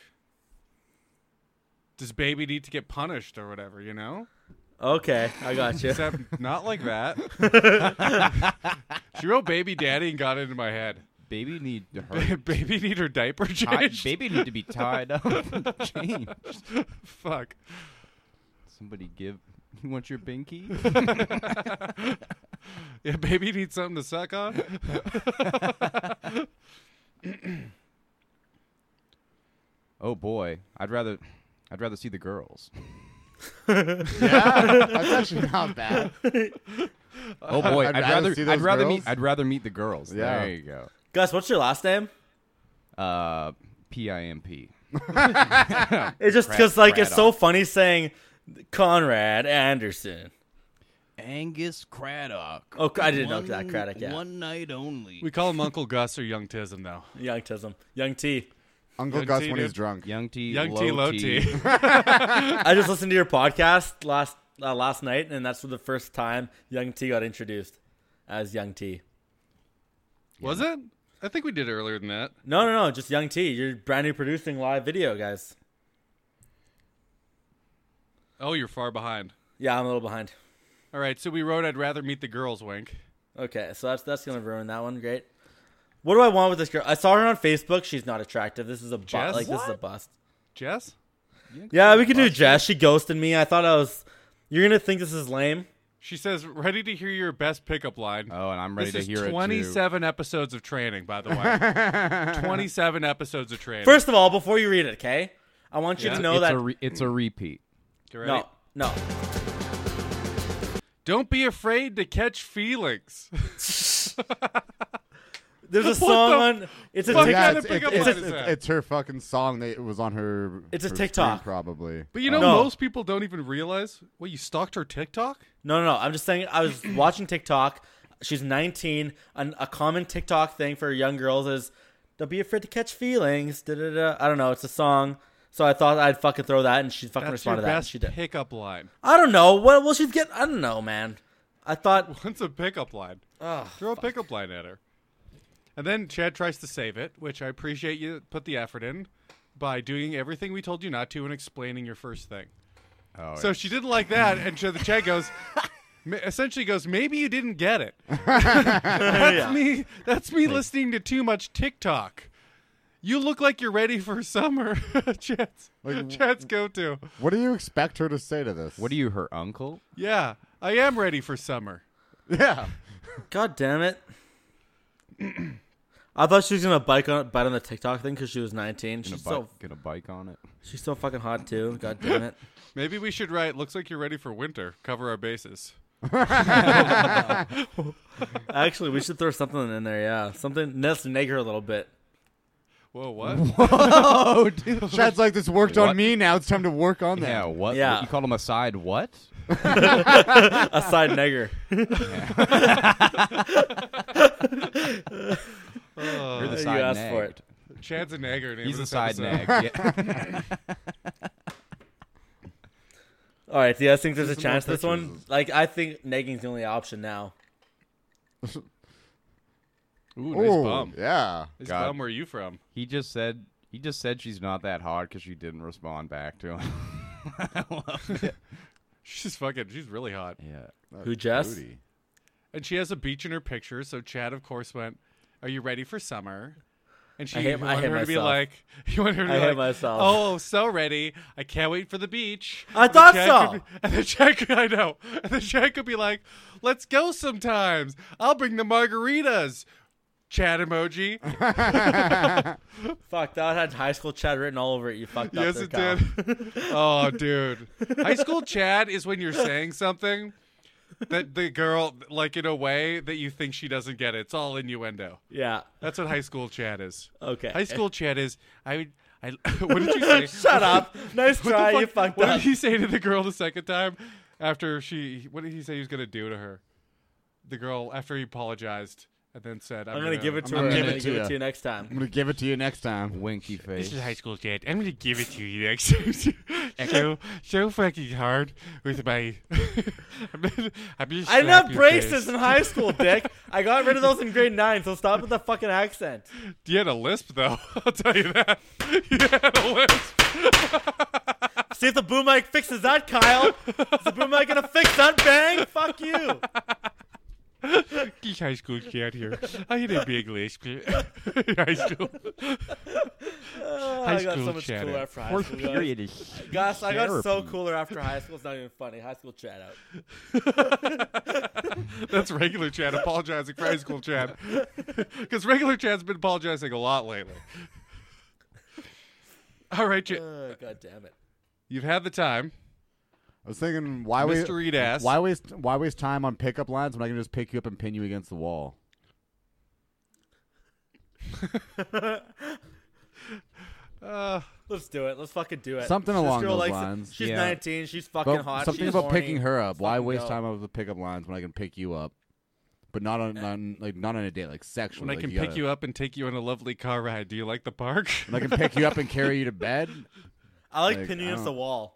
[SPEAKER 3] "Does baby need to get punished or whatever?" You know,
[SPEAKER 4] okay, I got you.
[SPEAKER 3] except not like that. she wrote "baby daddy" and got it into my head.
[SPEAKER 6] baby need to hurt.
[SPEAKER 3] baby need her diaper
[SPEAKER 6] Tie-
[SPEAKER 3] changed.
[SPEAKER 6] baby need to be tied up and changed.
[SPEAKER 3] Fuck.
[SPEAKER 6] Somebody give. You want your binky?
[SPEAKER 3] Yeah, baby needs something to suck on.
[SPEAKER 6] oh boy, I'd rather, I'd rather see the girls.
[SPEAKER 5] That's actually not bad.
[SPEAKER 6] Oh boy,
[SPEAKER 5] I'd
[SPEAKER 6] I'd,
[SPEAKER 5] rather
[SPEAKER 6] rather,
[SPEAKER 5] see
[SPEAKER 6] I'd
[SPEAKER 5] those
[SPEAKER 6] rather meet,
[SPEAKER 5] girls.
[SPEAKER 6] I'd rather meet the girls.
[SPEAKER 5] Yeah.
[SPEAKER 6] There you go.
[SPEAKER 4] Gus, what's your last name?
[SPEAKER 6] Uh, P I M P.
[SPEAKER 4] It's just
[SPEAKER 6] Brad-
[SPEAKER 4] because like
[SPEAKER 6] Brad
[SPEAKER 4] it's so funny saying Conrad Anderson.
[SPEAKER 1] Angus Craddock.
[SPEAKER 4] Oh, I didn't know that Craddock. Yeah,
[SPEAKER 1] One night only.
[SPEAKER 3] We call him Uncle Gus or Young Tism now.
[SPEAKER 4] young Tism, young T.
[SPEAKER 5] Uncle
[SPEAKER 3] Good
[SPEAKER 5] Gus
[SPEAKER 3] tea,
[SPEAKER 5] when he's
[SPEAKER 3] dude.
[SPEAKER 5] drunk.
[SPEAKER 6] Young T,
[SPEAKER 3] Young T, low T.
[SPEAKER 4] I just listened to your podcast last uh, last night, and that's the first time Young T got introduced as Young T.
[SPEAKER 3] Was it? I think we did earlier than that.
[SPEAKER 4] No, no, no, just Young T. You're brand new producing live video, guys.
[SPEAKER 3] Oh, you're far behind.
[SPEAKER 4] Yeah, I'm a little behind.
[SPEAKER 3] All right, so we wrote I'd rather meet the girls, wink.
[SPEAKER 4] Okay, so that's that's gonna ruin that one. Great. What do I want with this girl? I saw her on Facebook. She's not attractive. This is a bu-
[SPEAKER 3] Jess?
[SPEAKER 4] like this is a bust.
[SPEAKER 3] Jess?
[SPEAKER 4] Yeah, we could do Jess. She ghosted me. I thought I was. You're gonna think this is lame.
[SPEAKER 3] She says, ready to hear your best pickup line.
[SPEAKER 6] Oh, and I'm ready
[SPEAKER 3] this
[SPEAKER 6] to
[SPEAKER 3] is
[SPEAKER 6] hear it
[SPEAKER 3] 27 episodes of training, by the way. 27 episodes of training.
[SPEAKER 4] First of all, before you read it, okay? I want you
[SPEAKER 3] Yeah.
[SPEAKER 4] to
[SPEAKER 6] too.
[SPEAKER 4] know
[SPEAKER 6] it's
[SPEAKER 4] that
[SPEAKER 6] a re- it's a repeat.
[SPEAKER 3] You ready?
[SPEAKER 4] no, no.
[SPEAKER 3] Don't be afraid to catch feelings.
[SPEAKER 4] There's a
[SPEAKER 3] the
[SPEAKER 4] song on. It's a
[SPEAKER 3] fuck?
[SPEAKER 4] TikTok.
[SPEAKER 3] Yeah,
[SPEAKER 5] it's,
[SPEAKER 3] the pickup
[SPEAKER 5] it's-
[SPEAKER 3] line
[SPEAKER 5] it's-
[SPEAKER 3] is that?
[SPEAKER 5] it's her fucking song that was on her.
[SPEAKER 4] It's a
[SPEAKER 5] her
[SPEAKER 4] TikTok.
[SPEAKER 5] screen probably.
[SPEAKER 3] But you know,
[SPEAKER 4] No.
[SPEAKER 3] most people don't even realize, well, you stalked her TikTok?
[SPEAKER 4] No, no, no. I'm just saying. I was watching TikTok. She's 19. An, a common TikTok thing for young girls is "Don't be afraid to catch feelings." Da, da, da. I don't know. It's a song. So I thought I'd fucking throw that, and she fucking
[SPEAKER 3] That's your
[SPEAKER 4] responded to that. and
[SPEAKER 3] best
[SPEAKER 4] She did.
[SPEAKER 3] pickup line.
[SPEAKER 4] I don't know. What? Well, she's get. I don't know, man. I thought.
[SPEAKER 3] What's a pickup line? Throw a pickup line at her. And then Chad tries to save it, which I appreciate you put the effort in by doing everything we told you not to and explaining your first thing.
[SPEAKER 6] Oh,
[SPEAKER 3] So she didn't like that, and so the Chad goes, ma- essentially goes, maybe you didn't get it. that's me. That's me listening to too much TikTok. You look like you're ready for summer, Chad's,
[SPEAKER 5] Like,
[SPEAKER 3] Chad's go-to.
[SPEAKER 5] What do you expect her to say to this?
[SPEAKER 6] what are you, her uncle?
[SPEAKER 3] Yeah, I am ready for summer.
[SPEAKER 5] Yeah.
[SPEAKER 4] God damn it. I thought she was gonna bike on bite on the TikTok thing because she was
[SPEAKER 6] Gonna
[SPEAKER 4] 19. She's
[SPEAKER 6] bike,
[SPEAKER 4] so
[SPEAKER 6] gonna bike on it.
[SPEAKER 4] she's so fucking hot too. God damn it.
[SPEAKER 3] Maybe we should write. Looks like you're ready for winter. Cover our bases.
[SPEAKER 4] Actually, we should throw something in there. Yeah, something. Let's nag her a little bit.
[SPEAKER 3] Whoa, what?
[SPEAKER 6] Oh, dude.
[SPEAKER 5] Chad's like, this worked
[SPEAKER 6] What?
[SPEAKER 5] on me. Now it's time to work on that.
[SPEAKER 6] Yeah, what?
[SPEAKER 4] Yeah.
[SPEAKER 6] what- you called him a side what?
[SPEAKER 4] A side nagger.
[SPEAKER 6] You're the
[SPEAKER 4] You
[SPEAKER 6] side
[SPEAKER 4] asked
[SPEAKER 6] nag.
[SPEAKER 4] for it.
[SPEAKER 3] Chad's a nagger. name
[SPEAKER 6] He's
[SPEAKER 3] of
[SPEAKER 6] a
[SPEAKER 3] this
[SPEAKER 6] side
[SPEAKER 3] episode.
[SPEAKER 6] nag. Yeah.
[SPEAKER 4] All right. Do you guys think there's a chance
[SPEAKER 5] more
[SPEAKER 4] this one? Like, I think nagging's the only option now.
[SPEAKER 3] Ooh, nice
[SPEAKER 5] Oh,
[SPEAKER 3] bum.
[SPEAKER 5] yeah.
[SPEAKER 3] Nice
[SPEAKER 6] God.
[SPEAKER 3] bum. Where are you from?
[SPEAKER 6] He just said he just said she's not that hot because she didn't respond back to him. I love it.
[SPEAKER 3] She's fucking. She's really hot.
[SPEAKER 6] Yeah.
[SPEAKER 4] Who, Jess?
[SPEAKER 5] Booty.
[SPEAKER 3] And she has a beach in her picture. So Chad, of course, went, "Are you ready for summer?" And she
[SPEAKER 4] I hate- I
[SPEAKER 3] wanted
[SPEAKER 4] hate
[SPEAKER 3] her to be
[SPEAKER 4] myself.
[SPEAKER 3] like, "You want her to
[SPEAKER 4] I
[SPEAKER 3] be
[SPEAKER 4] hate
[SPEAKER 3] like,
[SPEAKER 4] myself.
[SPEAKER 3] oh, so ready! I can't wait for the beach."
[SPEAKER 4] I
[SPEAKER 3] And
[SPEAKER 4] thought
[SPEAKER 3] then Chad
[SPEAKER 4] so.
[SPEAKER 3] could be- and then Chad, could, I know. And then Chad could be like, "Let's go sometimes. I'll bring the margaritas." Chad emoji.
[SPEAKER 4] Fuck, that had high school Chad written all over it. You fucked up.
[SPEAKER 3] Yes,
[SPEAKER 4] there,
[SPEAKER 3] it
[SPEAKER 4] Kyle.
[SPEAKER 3] did. Oh, dude. High school Chad is when you're saying something that the girl, like, in a way that you think she doesn't get it. It's all innuendo.
[SPEAKER 4] Yeah.
[SPEAKER 3] That's what high school Chad is.
[SPEAKER 4] Okay.
[SPEAKER 3] High school Chad is, I would, I, what did you say?
[SPEAKER 4] Shut up. Nice
[SPEAKER 3] What the
[SPEAKER 4] try. You
[SPEAKER 3] fuck-
[SPEAKER 4] fucked
[SPEAKER 3] What
[SPEAKER 4] up.
[SPEAKER 3] did he say to the girl the second time after she, what did he say he was going to do to her? The girl, after he apologized and then said, I'm,
[SPEAKER 4] I'm gonna give it to
[SPEAKER 5] I'm
[SPEAKER 4] her.
[SPEAKER 5] gonna
[SPEAKER 4] I'm
[SPEAKER 5] give
[SPEAKER 4] gonna
[SPEAKER 5] it to
[SPEAKER 4] give it
[SPEAKER 5] ya.
[SPEAKER 4] to you next
[SPEAKER 5] I'm
[SPEAKER 4] time.
[SPEAKER 5] going to give it to you next time.
[SPEAKER 6] Winky face.
[SPEAKER 3] This is high school Chad. I'm gonna give it to you next. so so fucking hard with my. I'm just, I'm just
[SPEAKER 4] I didn't have
[SPEAKER 3] slap your
[SPEAKER 4] braces
[SPEAKER 3] face.
[SPEAKER 4] in high school, Dick. I got rid of those in grade nine. So stop with the fucking accent.
[SPEAKER 3] You had a lisp though. I'll tell you that. You had a lisp.
[SPEAKER 4] See if the boom mic fixes that, Kyle. Is the boom mic gonna fix that? Bang! Fuck you.
[SPEAKER 3] Geek high school Chad here. I had a big lisp. in high school.
[SPEAKER 4] Oh,
[SPEAKER 3] High
[SPEAKER 4] I got
[SPEAKER 3] school
[SPEAKER 4] so much
[SPEAKER 3] Chad
[SPEAKER 4] cooler
[SPEAKER 3] out.
[SPEAKER 4] after high school. guys.
[SPEAKER 6] is
[SPEAKER 4] Gosh, I got so
[SPEAKER 6] therapy.
[SPEAKER 4] cooler after high school. It's not even funny. High school chat out.
[SPEAKER 3] That's regular Chad apologizing for high school Chad. Because regular Chad's been apologizing a lot lately. All right, you,
[SPEAKER 4] Uh, God damn it.
[SPEAKER 3] you've had the time.
[SPEAKER 5] I was thinking, why waste?
[SPEAKER 3] Mr. Reed asks-
[SPEAKER 5] Why waste? Why waste time on pickup lines when I can just pick you up and pin you against the wall?
[SPEAKER 4] Let's do it. Let's fucking do it.
[SPEAKER 5] Something
[SPEAKER 4] This
[SPEAKER 5] along
[SPEAKER 4] girl
[SPEAKER 5] those
[SPEAKER 4] likes it.
[SPEAKER 5] lines.
[SPEAKER 4] She's
[SPEAKER 6] Yeah.
[SPEAKER 4] 19. She's fucking
[SPEAKER 5] But
[SPEAKER 4] hot.
[SPEAKER 5] something
[SPEAKER 4] she's
[SPEAKER 5] about
[SPEAKER 4] horny.
[SPEAKER 5] picking her up. Why
[SPEAKER 4] Fucking
[SPEAKER 5] waste
[SPEAKER 4] go.
[SPEAKER 5] time over the pickup lines when I can pick you up, but not on, on like not on a date, like sexually.
[SPEAKER 3] When I can pick you up and take you on a lovely car ride. Do you like the park?
[SPEAKER 5] When I can pick you up and carry you to bed.
[SPEAKER 4] I like,
[SPEAKER 5] Like,
[SPEAKER 4] pinning
[SPEAKER 5] I
[SPEAKER 4] against the
[SPEAKER 5] don't-
[SPEAKER 4] wall.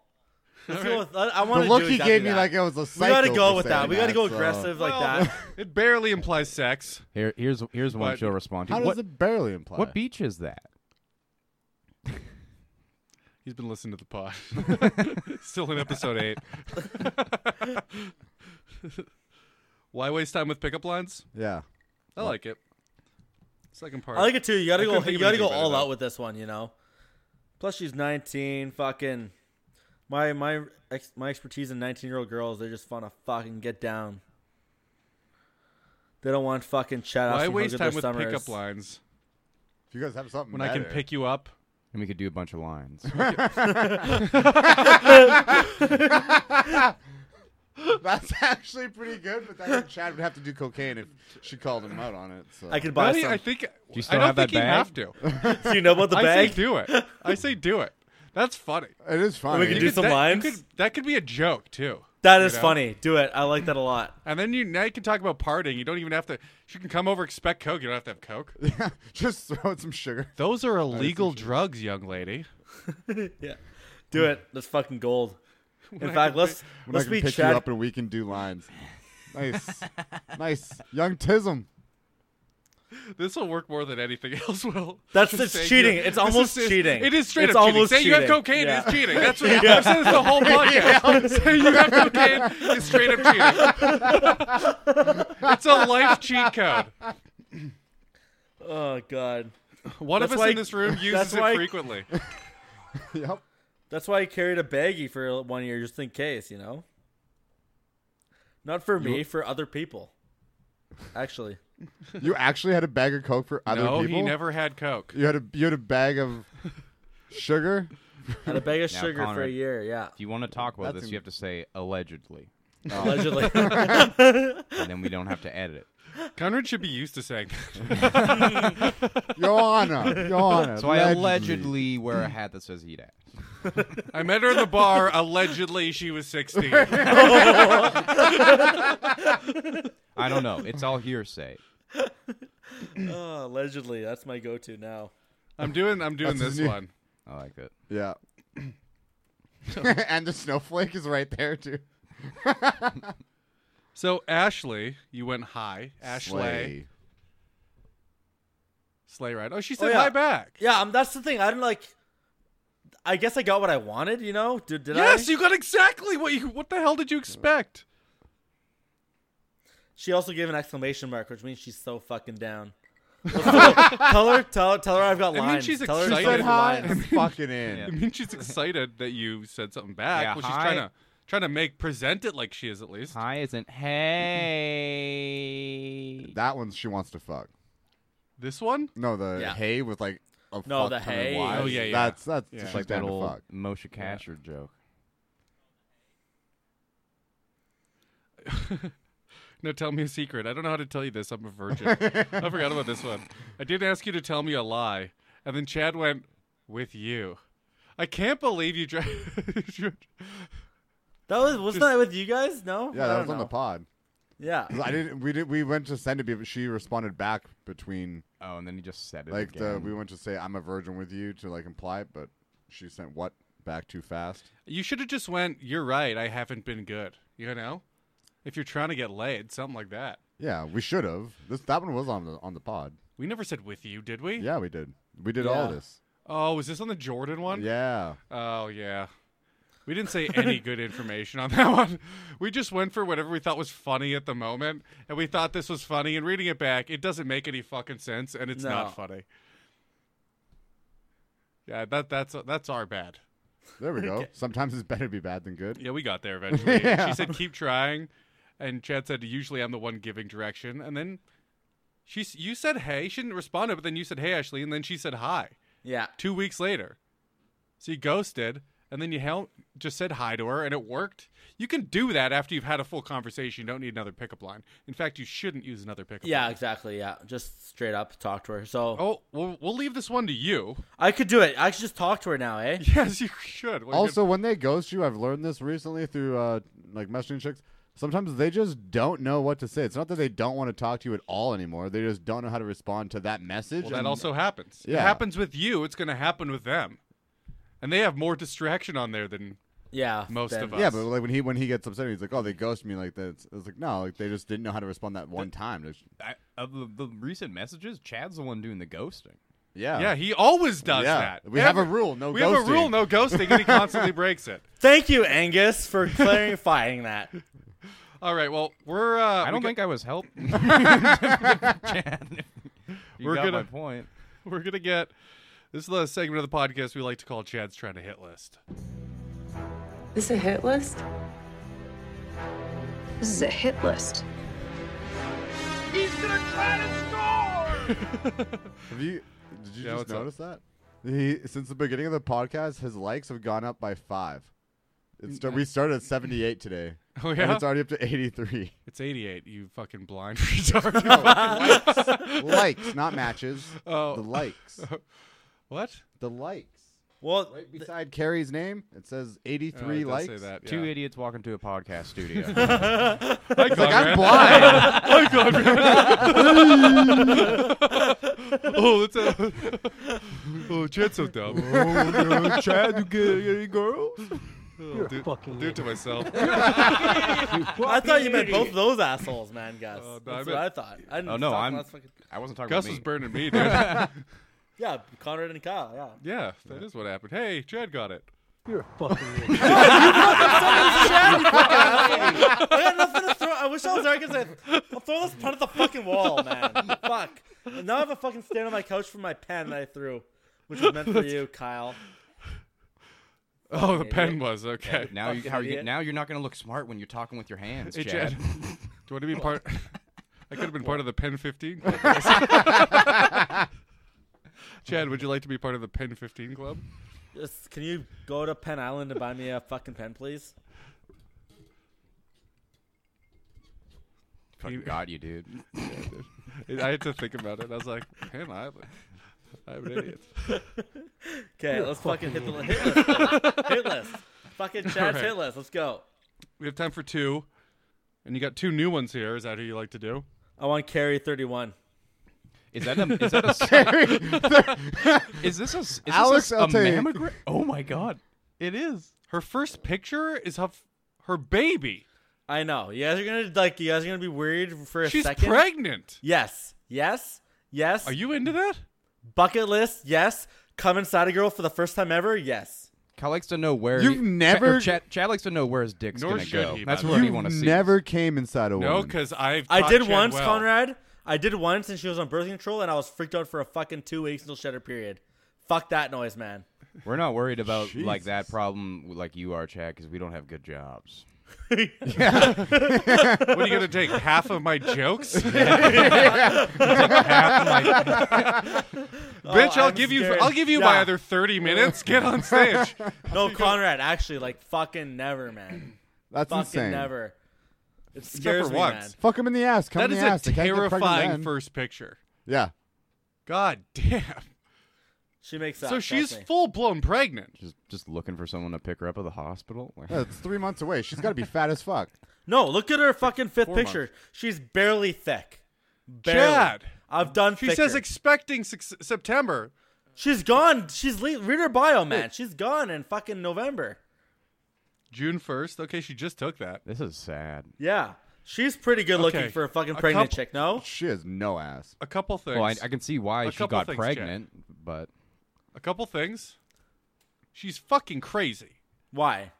[SPEAKER 4] Let's go with, I, I
[SPEAKER 5] The
[SPEAKER 4] want to
[SPEAKER 5] look
[SPEAKER 4] do
[SPEAKER 5] he
[SPEAKER 4] exactly
[SPEAKER 5] gave me,
[SPEAKER 4] that.
[SPEAKER 5] like it was a psycho.
[SPEAKER 4] we gotta go
[SPEAKER 5] for
[SPEAKER 4] with that.
[SPEAKER 5] saying
[SPEAKER 4] We gotta go
[SPEAKER 5] so-
[SPEAKER 4] aggressive like
[SPEAKER 3] Well,
[SPEAKER 4] that.
[SPEAKER 3] it barely implies sex.
[SPEAKER 6] Here, here's here's one
[SPEAKER 3] But-
[SPEAKER 6] she'll respond to.
[SPEAKER 5] How does
[SPEAKER 6] What,
[SPEAKER 5] it barely imply?
[SPEAKER 6] what beach is that?
[SPEAKER 3] He's been listening to the pod. Still in episode eight. Why waste time with pickup lines?
[SPEAKER 5] Yeah.
[SPEAKER 3] I like it. Second part.
[SPEAKER 4] I like it too. You gotta
[SPEAKER 3] I
[SPEAKER 4] go.
[SPEAKER 3] couldn't think
[SPEAKER 4] You
[SPEAKER 3] of
[SPEAKER 4] gotta go
[SPEAKER 3] anything better,
[SPEAKER 4] all
[SPEAKER 3] though.
[SPEAKER 4] out with this one. You know. Plus, she's 19. Fucking my my ex, my expertise in 19 year old girls. They just want to fucking get down. They don't want fucking chat.
[SPEAKER 3] Why
[SPEAKER 4] asking how
[SPEAKER 3] waste
[SPEAKER 4] good
[SPEAKER 3] time
[SPEAKER 4] their
[SPEAKER 3] with
[SPEAKER 4] summer
[SPEAKER 3] pickup
[SPEAKER 4] is.
[SPEAKER 3] lines
[SPEAKER 5] If you guys have something
[SPEAKER 3] when I can pick you up?
[SPEAKER 6] And we could do a bunch of lines.
[SPEAKER 5] That's actually pretty good, but then Chad would have to do cocaine if she called him out on it. So
[SPEAKER 4] I could buy
[SPEAKER 3] Really?
[SPEAKER 4] some.
[SPEAKER 3] I think.
[SPEAKER 6] you still
[SPEAKER 3] I don't
[SPEAKER 6] have that
[SPEAKER 3] think you
[SPEAKER 6] bag?
[SPEAKER 3] have to.
[SPEAKER 4] Do you know about the
[SPEAKER 3] I say
[SPEAKER 4] bag?
[SPEAKER 3] do it. I say do it. That's funny.
[SPEAKER 5] It is funny.
[SPEAKER 4] could
[SPEAKER 3] You
[SPEAKER 4] do
[SPEAKER 3] could-
[SPEAKER 4] some
[SPEAKER 3] that, you
[SPEAKER 4] lines?
[SPEAKER 3] could- that could be a joke too.
[SPEAKER 4] That is
[SPEAKER 3] know?
[SPEAKER 4] funny. Do it. I like that a lot.
[SPEAKER 3] And then you now you can talk about partying. You don't even have to. She can come over, expect coke. You don't have to have coke.
[SPEAKER 5] Just throw in some sugar.
[SPEAKER 3] Those are illegal drugs, young lady.
[SPEAKER 4] Yeah. Do it. That's fucking gold. In
[SPEAKER 3] I
[SPEAKER 4] fact,
[SPEAKER 3] can
[SPEAKER 4] let's
[SPEAKER 5] When
[SPEAKER 4] let's
[SPEAKER 5] I can
[SPEAKER 4] be
[SPEAKER 5] pick
[SPEAKER 4] Chad.
[SPEAKER 5] you up and we can do lines. Nice, nice, young Tism.
[SPEAKER 3] This will work more than anything else will.
[SPEAKER 4] That's-
[SPEAKER 3] Just
[SPEAKER 4] it's
[SPEAKER 3] saying
[SPEAKER 4] cheating.
[SPEAKER 3] you're-
[SPEAKER 4] It's
[SPEAKER 3] this
[SPEAKER 4] almost
[SPEAKER 3] is-
[SPEAKER 4] cheating.
[SPEAKER 3] It is straight
[SPEAKER 4] It's
[SPEAKER 3] up cheating.
[SPEAKER 4] almost
[SPEAKER 3] Saying you have
[SPEAKER 4] cheating.
[SPEAKER 3] cocaine
[SPEAKER 4] Yeah.
[SPEAKER 3] is cheating. That's what I've said this the whole podcast. Saying you have cocaine is straight up cheating. it's a life cheat code.
[SPEAKER 4] Oh god.
[SPEAKER 3] One
[SPEAKER 4] That's
[SPEAKER 3] of us
[SPEAKER 4] why-
[SPEAKER 3] in this room
[SPEAKER 4] that's
[SPEAKER 3] uses it
[SPEAKER 4] why-
[SPEAKER 3] frequently.
[SPEAKER 5] Yep.
[SPEAKER 4] That's why I carried a baggie for one year just in case, you know? Not for me, for other people. Actually.
[SPEAKER 5] You actually had a bag of coke for other
[SPEAKER 3] no,
[SPEAKER 5] people.
[SPEAKER 3] he never had coke.
[SPEAKER 5] You had a you had a bag of sugar.
[SPEAKER 4] Had a bag of
[SPEAKER 6] Now,
[SPEAKER 4] sugar for a
[SPEAKER 6] Conrad-
[SPEAKER 4] year, yeah.
[SPEAKER 6] If you want to talk about
[SPEAKER 5] That's
[SPEAKER 6] this,
[SPEAKER 5] in-
[SPEAKER 6] you have to say allegedly,
[SPEAKER 5] Oh.
[SPEAKER 4] Allegedly.
[SPEAKER 6] and then we don't have to edit it.
[SPEAKER 3] Conrad should be used to saying that.
[SPEAKER 5] Your Honor, Your Honor.
[SPEAKER 6] So I allegedly wear a hat that says eat at.
[SPEAKER 3] I met her in the bar. Allegedly, she was 16.
[SPEAKER 6] I don't know. It's all hearsay.
[SPEAKER 4] Oh, allegedly. That's my go to now.
[SPEAKER 3] I'm doing. I'm doing
[SPEAKER 5] That's his
[SPEAKER 3] this
[SPEAKER 5] new-
[SPEAKER 3] one.
[SPEAKER 6] I like it.
[SPEAKER 5] Yeah. and the snowflake is right there too.
[SPEAKER 3] So Ashley, you went high. Ashley, sleigh ride. Oh, she said
[SPEAKER 4] yeah.
[SPEAKER 3] hi back.
[SPEAKER 4] Yeah, um, that's the thing. I didn't like I guess I got what I wanted, you know? Did, did
[SPEAKER 3] Yes,
[SPEAKER 4] I?
[SPEAKER 3] you got exactly what you. What the hell did you expect?
[SPEAKER 4] She also gave an exclamation mark, which means she's so fucking down. tell her, tell, tell her I've got
[SPEAKER 3] I mean,
[SPEAKER 4] lines.
[SPEAKER 3] she's
[SPEAKER 4] tell her
[SPEAKER 3] excited.
[SPEAKER 4] I've
[SPEAKER 5] Said
[SPEAKER 4] got
[SPEAKER 5] hi
[SPEAKER 4] lines.
[SPEAKER 5] and fucking in.
[SPEAKER 3] I mean, she's excited that you said something back.
[SPEAKER 6] Yeah,
[SPEAKER 3] well, she's
[SPEAKER 6] hi.
[SPEAKER 3] trying to trying to make present it like she is at least.
[SPEAKER 6] Hi isn't hey.
[SPEAKER 5] That one she wants to fuck.
[SPEAKER 3] This one.
[SPEAKER 5] No, the
[SPEAKER 4] Yeah.
[SPEAKER 5] hay with like a
[SPEAKER 4] No,
[SPEAKER 5] fuck
[SPEAKER 4] the
[SPEAKER 5] ton of
[SPEAKER 4] hay.
[SPEAKER 5] wives.
[SPEAKER 3] Oh, yeah, yeah.
[SPEAKER 5] That's that's
[SPEAKER 3] Yeah.
[SPEAKER 5] she's
[SPEAKER 6] It's like that
[SPEAKER 5] down to
[SPEAKER 6] old
[SPEAKER 5] fuck.
[SPEAKER 6] Moshe Kasher joke.
[SPEAKER 3] No, tell me a secret. I don't know how to tell you this. I'm a virgin. I forgot about this one. I did ask you to tell me a lie, and then Chad went with you. I can't believe you tried.
[SPEAKER 4] That was wasn't that with you guys? No.
[SPEAKER 5] Yeah,
[SPEAKER 4] I
[SPEAKER 5] that
[SPEAKER 4] don't
[SPEAKER 5] was on the
[SPEAKER 4] know.
[SPEAKER 5] pod.
[SPEAKER 4] Yeah.
[SPEAKER 5] 'Cause I didn't. We did. We went to send it, but she responded back between
[SPEAKER 6] Oh, and then he just said it.
[SPEAKER 5] like the.
[SPEAKER 6] again.
[SPEAKER 5] We went to say I'm a virgin with you to like imply it, but she sent what back too fast.
[SPEAKER 3] you should have just went. You're right. I haven't been good. You know, if you're trying to get laid, something like that.
[SPEAKER 5] Yeah, we should have. This that one was on the on the pod.
[SPEAKER 3] We never said with you, did we?
[SPEAKER 5] Yeah, we did. We did all
[SPEAKER 4] Yeah.
[SPEAKER 5] this.
[SPEAKER 3] Oh, was this on the Jordan one?
[SPEAKER 5] Yeah.
[SPEAKER 3] Oh yeah. We didn't say any good information on that one. We just went for whatever we thought was funny at the moment, and we thought this was funny. And reading it back, it doesn't make any fucking sense, and it's
[SPEAKER 4] No.
[SPEAKER 3] not funny. Yeah, that that's that's our bad.
[SPEAKER 5] There we go. Sometimes it's better to be bad than good.
[SPEAKER 3] Yeah, we got there eventually.
[SPEAKER 5] Yeah.
[SPEAKER 3] She said, "Keep trying," and Chad said, "Usually I'm the one giving direction." And then she, s- you said, "Hey," she didn't respond, to it, but then you said, "Hey, Ashley," and then she said, "Hi."
[SPEAKER 4] Yeah.
[SPEAKER 3] Two weeks later, So you ghosted, and then you hel- just said hi to her, and it worked. You can do that after you've had a full conversation. You don't need another pickup line. In fact, you shouldn't use another pickup
[SPEAKER 4] Yeah,
[SPEAKER 3] line.
[SPEAKER 4] exactly. Yeah, just straight up talk to her. So
[SPEAKER 3] Oh, we'll, we'll leave this one to you.
[SPEAKER 4] I could do it. I should just talk to her now, eh?
[SPEAKER 3] Yes, you should. Well,
[SPEAKER 5] Also, when they ghost you, I've learned this recently through uh, like messaging chicks. Sometimes they just don't know what to say. It's not that they don't want to talk to you at all anymore. They just don't know how to respond to that message.
[SPEAKER 3] Well, that
[SPEAKER 5] and-
[SPEAKER 3] also happens. It
[SPEAKER 5] Yeah.
[SPEAKER 3] happens with you. It's going to happen with them. And they have more distraction on there than
[SPEAKER 4] Yeah.
[SPEAKER 3] Most of us.
[SPEAKER 5] yeah, but like when he when he gets upset, he's like, "Oh, they ghosted me like that." It's, it's like no, like they just didn't know how to respond that one time. Just-
[SPEAKER 6] I, of the, the recent messages, Chad's the one doing the ghosting.
[SPEAKER 5] yeah,
[SPEAKER 3] yeah. He always does
[SPEAKER 5] Oh. Yeah.
[SPEAKER 3] that.
[SPEAKER 5] We have a rule, no
[SPEAKER 3] we have
[SPEAKER 5] ghosting.
[SPEAKER 3] a rule, no ghosting, and he constantly breaks it.
[SPEAKER 4] Thank you, Angus, for clarifying that.
[SPEAKER 3] All right. Well, we're. Uh,
[SPEAKER 6] I don't
[SPEAKER 3] we
[SPEAKER 6] think I was helped. Chad, you
[SPEAKER 3] We're
[SPEAKER 6] got
[SPEAKER 3] gonna-
[SPEAKER 6] my point.
[SPEAKER 3] we're gonna get. This is the segment of the podcast we like to call Chad's trying to hit list.
[SPEAKER 9] This a hit list? This is a hit list.
[SPEAKER 5] Have you? Did you
[SPEAKER 3] Yeah,
[SPEAKER 5] just
[SPEAKER 3] what's up?
[SPEAKER 5] notice that? He since the beginning of the podcast, his likes have gone up by five. It's we started at seventy eight today.
[SPEAKER 3] Oh,
[SPEAKER 5] and
[SPEAKER 3] yeah?
[SPEAKER 5] it's already up to eighty three
[SPEAKER 3] It's 88. You fucking blind retard.
[SPEAKER 5] likes, not matches.
[SPEAKER 3] Oh.
[SPEAKER 5] the likes,
[SPEAKER 3] what?
[SPEAKER 5] the likes.
[SPEAKER 4] Well,
[SPEAKER 5] Right beside Carrie's name, it says eighty
[SPEAKER 3] Oh,
[SPEAKER 5] three
[SPEAKER 3] it does
[SPEAKER 5] likes.
[SPEAKER 3] Say that. Yeah.
[SPEAKER 6] Two idiots walk into a podcast studio.
[SPEAKER 3] Like,
[SPEAKER 5] Like I'm blind.
[SPEAKER 3] oh, that's a. oh, Chad's so dumb.
[SPEAKER 5] Oh,
[SPEAKER 6] Chad, you get any girls?
[SPEAKER 3] I'll do, do it to myself.
[SPEAKER 4] I thought you meant both of those assholes, man, Gus.
[SPEAKER 3] Uh, no,
[SPEAKER 4] That's
[SPEAKER 3] I
[SPEAKER 4] what
[SPEAKER 3] meant-
[SPEAKER 4] I thought. I didn't
[SPEAKER 6] Oh, no,
[SPEAKER 4] talk
[SPEAKER 6] I'm-
[SPEAKER 4] last fucking-
[SPEAKER 6] I wasn't talking
[SPEAKER 3] Gus
[SPEAKER 6] about
[SPEAKER 3] was
[SPEAKER 6] me.
[SPEAKER 3] burning me, dude. yeah,
[SPEAKER 4] Yeah, Conrad and Kyle. Yeah.
[SPEAKER 3] that is what happened. Hey, Chad got it.
[SPEAKER 4] I got nothing to throw. I wish I was there. I could say, I'll throw this pen at the fucking wall, man. Fuck. Now I have a fucking stand on my couch for my pen that I threw, which was meant for you, Kyle.
[SPEAKER 3] Oh, the pen was okay.
[SPEAKER 6] now you
[SPEAKER 4] Fucking
[SPEAKER 6] how you,
[SPEAKER 4] idiot.
[SPEAKER 6] now you're not going to look smart when you're talking with your hands,
[SPEAKER 3] Hey,
[SPEAKER 6] Chad.
[SPEAKER 3] Chad. do you want to be part? I could have been part of the Pen 15 club. Chad, would you like to be part of the Pen 15 club?
[SPEAKER 4] Just, can you go to Penn Island and buy me a fucking pen, please?
[SPEAKER 6] Fucking got you, dude.
[SPEAKER 3] I had to think about it. I was like, Pen Island. I'm an idiot.
[SPEAKER 4] Okay, let's fucking hit the hit list. then. hit list. Fucking Chad's
[SPEAKER 3] Alright.
[SPEAKER 4] hit list. Let's go.
[SPEAKER 3] We have time for two, and you got two new ones here. Is that who you like to do?
[SPEAKER 4] I want carry 31.
[SPEAKER 6] Is that a is that a is this a is this
[SPEAKER 5] Alex,
[SPEAKER 6] a,
[SPEAKER 5] I'll
[SPEAKER 6] a
[SPEAKER 5] tell you.
[SPEAKER 6] mammogram? Oh my god, it is.
[SPEAKER 3] Her first picture is of her baby.
[SPEAKER 4] I know. You guys are gonna like. You guys are gonna be weird for a
[SPEAKER 3] She's
[SPEAKER 4] second.
[SPEAKER 3] pregnant.
[SPEAKER 4] Yes. Yes. Yes.
[SPEAKER 3] Are you into that?
[SPEAKER 4] Bucket list. Yes. Come inside a girl for the first time ever. Yes.
[SPEAKER 6] Kyle likes to know where
[SPEAKER 5] You've
[SPEAKER 6] he- Chad-
[SPEAKER 5] never-
[SPEAKER 6] or Chad, Chad likes to know where his dick's
[SPEAKER 3] Nor
[SPEAKER 6] gonna
[SPEAKER 3] should
[SPEAKER 6] go.
[SPEAKER 3] he, by
[SPEAKER 6] That's
[SPEAKER 3] the
[SPEAKER 6] where
[SPEAKER 3] way.
[SPEAKER 6] he want to see.
[SPEAKER 5] Never came inside a woman.
[SPEAKER 3] No, because I've
[SPEAKER 4] I
[SPEAKER 3] taught
[SPEAKER 4] did
[SPEAKER 3] Chad
[SPEAKER 4] once,
[SPEAKER 3] well.
[SPEAKER 4] Conrad. I did once, and she was on birth control, and I was freaked out for a fucking two weeks until she had her period. Fuck that noise, man.
[SPEAKER 6] We're not worried about like that problem like you are, Chad, because we don't have good jobs.
[SPEAKER 3] What are you gonna take? Half of my jokes? Bitch, I'll
[SPEAKER 4] Oh, I'm
[SPEAKER 3] give you
[SPEAKER 4] scared.
[SPEAKER 3] I'll give you my
[SPEAKER 4] Yeah.
[SPEAKER 3] other thirty minutes. Get on stage.
[SPEAKER 4] No, Conrad, actually, like fucking never, man.
[SPEAKER 5] that's
[SPEAKER 4] fucking
[SPEAKER 5] insane.
[SPEAKER 4] never. It scares
[SPEAKER 3] for
[SPEAKER 4] me,
[SPEAKER 3] once.
[SPEAKER 4] man.
[SPEAKER 5] Fuck him in the ass. Come
[SPEAKER 3] that
[SPEAKER 5] in
[SPEAKER 3] is
[SPEAKER 5] the
[SPEAKER 3] a
[SPEAKER 5] ass. They can't get pregnant
[SPEAKER 3] terrifying
[SPEAKER 5] then.
[SPEAKER 3] first picture.
[SPEAKER 5] Yeah,
[SPEAKER 3] God damn.
[SPEAKER 4] She makes up.
[SPEAKER 3] so
[SPEAKER 4] trust
[SPEAKER 3] she's
[SPEAKER 4] me.
[SPEAKER 3] full blown pregnant.
[SPEAKER 6] Just just looking for someone to pick her up at the hospital. Like,
[SPEAKER 5] Yeah, it's three months away. She's got to be fat as fuck.
[SPEAKER 4] no. Look at her fucking fifth
[SPEAKER 3] Four
[SPEAKER 4] picture. She's barely thick. Barely.
[SPEAKER 3] Chad.
[SPEAKER 4] I've done.
[SPEAKER 3] She
[SPEAKER 4] thicker.
[SPEAKER 3] says expecting six- September.
[SPEAKER 4] she's gone. She's le- read her bio, man. She's gone in fucking November.
[SPEAKER 3] June first. Okay, she just took that.
[SPEAKER 6] this is sad.
[SPEAKER 4] Yeah, she's pretty good
[SPEAKER 3] Okay.
[SPEAKER 4] looking for a fucking
[SPEAKER 3] A
[SPEAKER 4] pregnant
[SPEAKER 3] couple-
[SPEAKER 4] chick. No,
[SPEAKER 5] She has no ass.
[SPEAKER 3] A couple things.
[SPEAKER 6] Well, I, I can see why
[SPEAKER 3] A
[SPEAKER 6] she
[SPEAKER 3] couple
[SPEAKER 6] got
[SPEAKER 3] things, Chad.
[SPEAKER 6] pregnant, but
[SPEAKER 3] A couple things. She's fucking crazy.
[SPEAKER 4] why?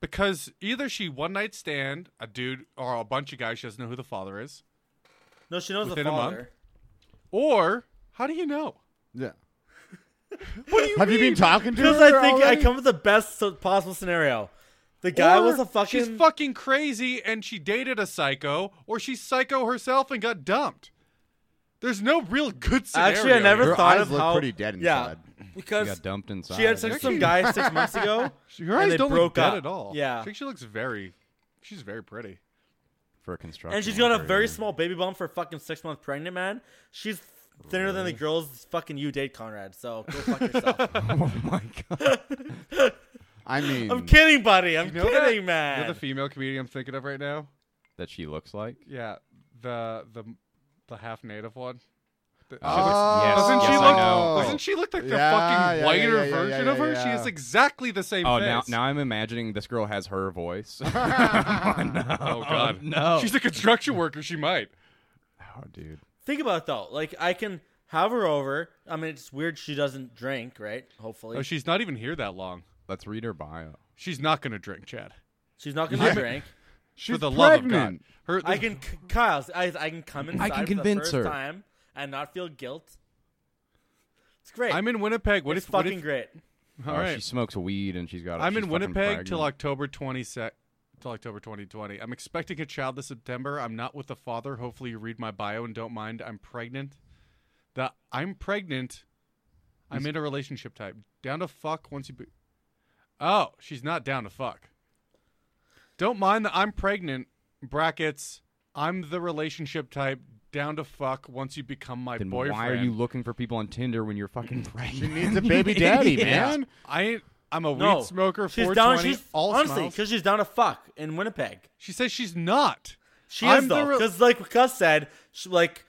[SPEAKER 3] Because either she one night stand a dude or a bunch of guys she doesn't know who the father is,
[SPEAKER 4] No, she knows
[SPEAKER 3] Within
[SPEAKER 4] the
[SPEAKER 3] a month?
[SPEAKER 4] father.
[SPEAKER 3] or how do you know?
[SPEAKER 5] Yeah. what do you Have you been talking to her?
[SPEAKER 4] Because I think I
[SPEAKER 5] already?
[SPEAKER 4] come with the best so- possible scenario. The guy
[SPEAKER 3] Or
[SPEAKER 4] was a fucking.
[SPEAKER 3] She's fucking crazy and she dated a psycho, or she's psycho herself and got dumped. There's no real good scenario.
[SPEAKER 4] Actually, I never
[SPEAKER 3] here.
[SPEAKER 5] Her
[SPEAKER 4] thought
[SPEAKER 5] eyes
[SPEAKER 4] of
[SPEAKER 5] look
[SPEAKER 4] how.
[SPEAKER 5] pretty dead
[SPEAKER 4] yeah,
[SPEAKER 5] inside.
[SPEAKER 6] She
[SPEAKER 4] because
[SPEAKER 6] got dumped inside.
[SPEAKER 4] she had sex with some guy six months ago.
[SPEAKER 3] She, her
[SPEAKER 4] And
[SPEAKER 3] eyes
[SPEAKER 4] they
[SPEAKER 3] don't
[SPEAKER 4] broke
[SPEAKER 3] look dead
[SPEAKER 4] up.
[SPEAKER 3] at all.
[SPEAKER 4] Yeah.
[SPEAKER 3] I think she looks very. She's very pretty.
[SPEAKER 6] for a construction.
[SPEAKER 4] And she's got a
[SPEAKER 6] worker,
[SPEAKER 4] very
[SPEAKER 6] yeah.
[SPEAKER 4] small baby bump for a fucking six month pregnant man. She's thinner than the girls fucking you date, Conrad. So go fuck yourself.
[SPEAKER 6] Oh my god!
[SPEAKER 5] I mean,
[SPEAKER 4] I'm kidding, buddy. I'm
[SPEAKER 3] You know that-
[SPEAKER 4] kidding,
[SPEAKER 3] You
[SPEAKER 4] man.
[SPEAKER 3] know the female comedian I'm thinking of right now?
[SPEAKER 6] That she looks like.
[SPEAKER 3] Yeah, the the the half native one. The- she
[SPEAKER 5] Oh,
[SPEAKER 3] looks- doesn't she
[SPEAKER 5] yes, I
[SPEAKER 3] look?
[SPEAKER 5] know.
[SPEAKER 3] Doesn't she look like the
[SPEAKER 5] Yeah,
[SPEAKER 3] fucking
[SPEAKER 5] yeah,
[SPEAKER 3] whiter
[SPEAKER 5] yeah, yeah,
[SPEAKER 3] version
[SPEAKER 5] yeah,
[SPEAKER 3] of her? She
[SPEAKER 5] yeah.
[SPEAKER 3] is exactly the same.
[SPEAKER 6] Oh,
[SPEAKER 3] face.
[SPEAKER 6] now now I'm imagining this girl has her voice. oh, no.
[SPEAKER 3] Oh god,
[SPEAKER 6] no!
[SPEAKER 3] She's a construction worker. She might.
[SPEAKER 6] oh, dude.
[SPEAKER 4] Think about it though. Like I can have her over. I mean, it's weird she doesn't drink, right? Hopefully,
[SPEAKER 3] Oh, she's not even here that long.
[SPEAKER 6] Let's read her bio.
[SPEAKER 3] She's not gonna drink, Chad.
[SPEAKER 4] she's not gonna drink.
[SPEAKER 3] For
[SPEAKER 5] she's
[SPEAKER 3] the love of
[SPEAKER 5] pregnant.
[SPEAKER 3] God, her.
[SPEAKER 4] I can, c- Kyle. I, I can come inside
[SPEAKER 6] can
[SPEAKER 4] for the
[SPEAKER 6] convince
[SPEAKER 4] first
[SPEAKER 6] her.
[SPEAKER 4] time and not feel guilt. It's great.
[SPEAKER 3] I'm in Winnipeg. What
[SPEAKER 4] it's
[SPEAKER 3] if?
[SPEAKER 4] fucking
[SPEAKER 3] what if,
[SPEAKER 4] great.
[SPEAKER 3] All
[SPEAKER 6] Oh,
[SPEAKER 3] right.
[SPEAKER 6] She smokes weed and she's got.
[SPEAKER 3] I'm
[SPEAKER 6] she's
[SPEAKER 3] in
[SPEAKER 6] fucking
[SPEAKER 3] Winnipeg till
[SPEAKER 6] pregnant.
[SPEAKER 3] October 22nd. Till October 2020. I'm expecting a child this September. I'm not with the father. Hopefully, you read my bio and don't mind. I'm pregnant. The I'm pregnant. I'm in a relationship type. Down to fuck once you. Be- oh, she's not down to fuck. Don't mind that I'm pregnant. Brackets. I'm the relationship type. Down to fuck once you become my
[SPEAKER 6] Then
[SPEAKER 3] boyfriend.
[SPEAKER 6] why are you looking for people on Tinder when you're fucking
[SPEAKER 5] she
[SPEAKER 6] pregnant?
[SPEAKER 5] needs a baby daddy, man.
[SPEAKER 3] I ain't. I'm a
[SPEAKER 4] No
[SPEAKER 3] weed smoker.
[SPEAKER 4] She's
[SPEAKER 3] 420.
[SPEAKER 4] down. She's
[SPEAKER 3] all
[SPEAKER 4] honestly
[SPEAKER 3] smiles.
[SPEAKER 4] because she's down to fuck in Winnipeg.
[SPEAKER 3] She says she's not.
[SPEAKER 4] She
[SPEAKER 3] I'm
[SPEAKER 4] is
[SPEAKER 3] the
[SPEAKER 4] though,
[SPEAKER 3] real-
[SPEAKER 4] because like Gus said, she, like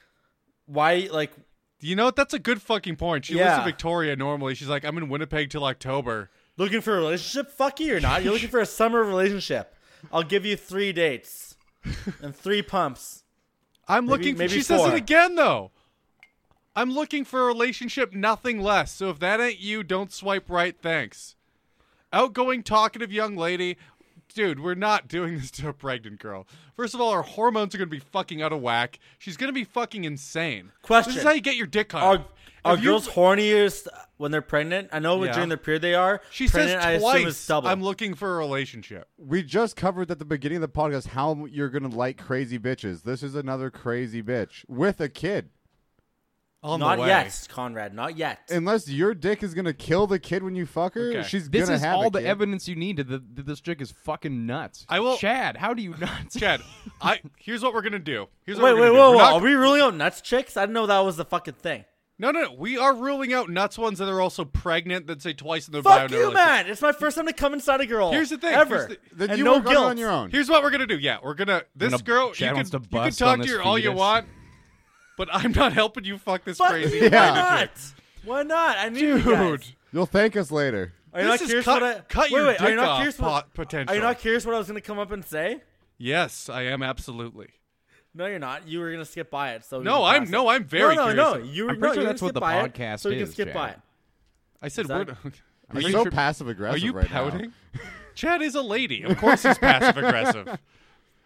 [SPEAKER 4] why like
[SPEAKER 3] You know what? That's a good fucking point. She lives
[SPEAKER 4] Yeah.
[SPEAKER 3] in Victoria normally. She's like, I'm in Winnipeg till October.
[SPEAKER 4] looking for a relationship? Fuck you, you're not. You're looking for a summer relationship. I'll give you three dates and three pumps.
[SPEAKER 3] I'm
[SPEAKER 4] Maybe-
[SPEAKER 3] looking.
[SPEAKER 4] maybe
[SPEAKER 3] she says
[SPEAKER 4] four.
[SPEAKER 3] it again though. I'm looking for a relationship, nothing less. So if that ain't you, don't swipe right. Thanks. Outgoing, talkative young lady. Dude, we're not doing this to a pregnant girl. First of all, her hormones are gonna be fucking out of whack. She's gonna be fucking insane.
[SPEAKER 4] Question.
[SPEAKER 3] This is how you get your dick cut.
[SPEAKER 4] Are
[SPEAKER 3] off.
[SPEAKER 4] are
[SPEAKER 3] If you-
[SPEAKER 4] girls horniest when they're pregnant? I know
[SPEAKER 3] Yeah.
[SPEAKER 4] during their period they are.
[SPEAKER 3] She
[SPEAKER 4] pregnant, I
[SPEAKER 3] says
[SPEAKER 4] assume it's
[SPEAKER 3] twice.
[SPEAKER 4] double.
[SPEAKER 3] I'm looking for a relationship.
[SPEAKER 5] We just covered at the beginning of the podcast how you're gonna like crazy bitches. This is another crazy bitch with a kid.
[SPEAKER 3] On
[SPEAKER 4] not
[SPEAKER 3] the way.
[SPEAKER 4] yet, Conrad. Not yet.
[SPEAKER 5] Unless your dick is gonna kill the kid when you fuck her,
[SPEAKER 3] Okay.
[SPEAKER 5] she's
[SPEAKER 6] This
[SPEAKER 5] gonna
[SPEAKER 6] is
[SPEAKER 5] have
[SPEAKER 6] all
[SPEAKER 5] a
[SPEAKER 6] the
[SPEAKER 5] kid.
[SPEAKER 6] evidence you need that, the, that this chick is fucking nuts.
[SPEAKER 3] I will-
[SPEAKER 6] Chad, how do you not?
[SPEAKER 3] Chad, I here's what we're gonna do. Here's
[SPEAKER 4] wait,
[SPEAKER 3] what we're
[SPEAKER 4] wait,
[SPEAKER 3] gonna do.
[SPEAKER 4] whoa,
[SPEAKER 3] We're
[SPEAKER 4] whoa!
[SPEAKER 3] not-
[SPEAKER 4] Are we ruling out nuts chicks? I didn't know that was the fucking thing.
[SPEAKER 3] No, no, no. We are ruling out nuts ones that are also pregnant that say twice in the bio.
[SPEAKER 4] Fuck
[SPEAKER 3] no
[SPEAKER 4] you,
[SPEAKER 3] relationship.
[SPEAKER 4] man! It's my first time to come inside a girl.
[SPEAKER 3] Here's the thing,
[SPEAKER 4] Ever.
[SPEAKER 3] here's the-
[SPEAKER 5] Then
[SPEAKER 4] and
[SPEAKER 5] you
[SPEAKER 4] no
[SPEAKER 5] were
[SPEAKER 4] guilt.
[SPEAKER 5] on your own.
[SPEAKER 3] Here's what we're gonna do. Yeah, we're gonna this
[SPEAKER 6] gonna-
[SPEAKER 3] girl.
[SPEAKER 6] Chad
[SPEAKER 3] you can
[SPEAKER 6] wants to
[SPEAKER 3] you can
[SPEAKER 6] bust
[SPEAKER 3] talk
[SPEAKER 6] on
[SPEAKER 3] to
[SPEAKER 6] this
[SPEAKER 3] her all you
[SPEAKER 6] fetus.
[SPEAKER 3] want, but I'm not helping you fuck this
[SPEAKER 4] Fuck
[SPEAKER 3] crazy.
[SPEAKER 4] you,
[SPEAKER 5] Yeah.
[SPEAKER 4] Why not? Why not? I need
[SPEAKER 3] dude.
[SPEAKER 4] you guys.
[SPEAKER 5] You'll thank us later.
[SPEAKER 4] Are you
[SPEAKER 3] This
[SPEAKER 4] not
[SPEAKER 3] is
[SPEAKER 4] curious
[SPEAKER 3] cut-
[SPEAKER 4] what I
[SPEAKER 3] cut
[SPEAKER 4] wait,
[SPEAKER 3] your
[SPEAKER 4] wait, are you
[SPEAKER 3] dick
[SPEAKER 4] not
[SPEAKER 3] off
[SPEAKER 4] curious
[SPEAKER 3] pot-
[SPEAKER 4] what,
[SPEAKER 3] potential.
[SPEAKER 4] Are you not curious what I was gonna come up and say?
[SPEAKER 3] Yes, I am absolutely.
[SPEAKER 4] No, you're not. You were gonna skip by it. So we
[SPEAKER 3] No,
[SPEAKER 4] can
[SPEAKER 3] I'm-
[SPEAKER 4] pass
[SPEAKER 3] no,
[SPEAKER 4] it.
[SPEAKER 3] I'm very
[SPEAKER 4] no, no,
[SPEAKER 3] curious.
[SPEAKER 4] no. You were
[SPEAKER 6] I'm pretty
[SPEAKER 4] no,
[SPEAKER 6] sure
[SPEAKER 4] you
[SPEAKER 6] that's what
[SPEAKER 4] skip
[SPEAKER 6] the
[SPEAKER 4] by it,
[SPEAKER 6] podcast
[SPEAKER 4] so you can
[SPEAKER 6] is,
[SPEAKER 4] skip by
[SPEAKER 6] Chad.
[SPEAKER 4] it.
[SPEAKER 3] I said
[SPEAKER 4] Is that-
[SPEAKER 3] we're.
[SPEAKER 5] You're
[SPEAKER 3] you
[SPEAKER 5] so
[SPEAKER 3] sure-
[SPEAKER 5] passive aggressive.
[SPEAKER 3] Are you
[SPEAKER 5] right now.
[SPEAKER 3] pouting? Chad is a lady. Of course, he's passive aggressive.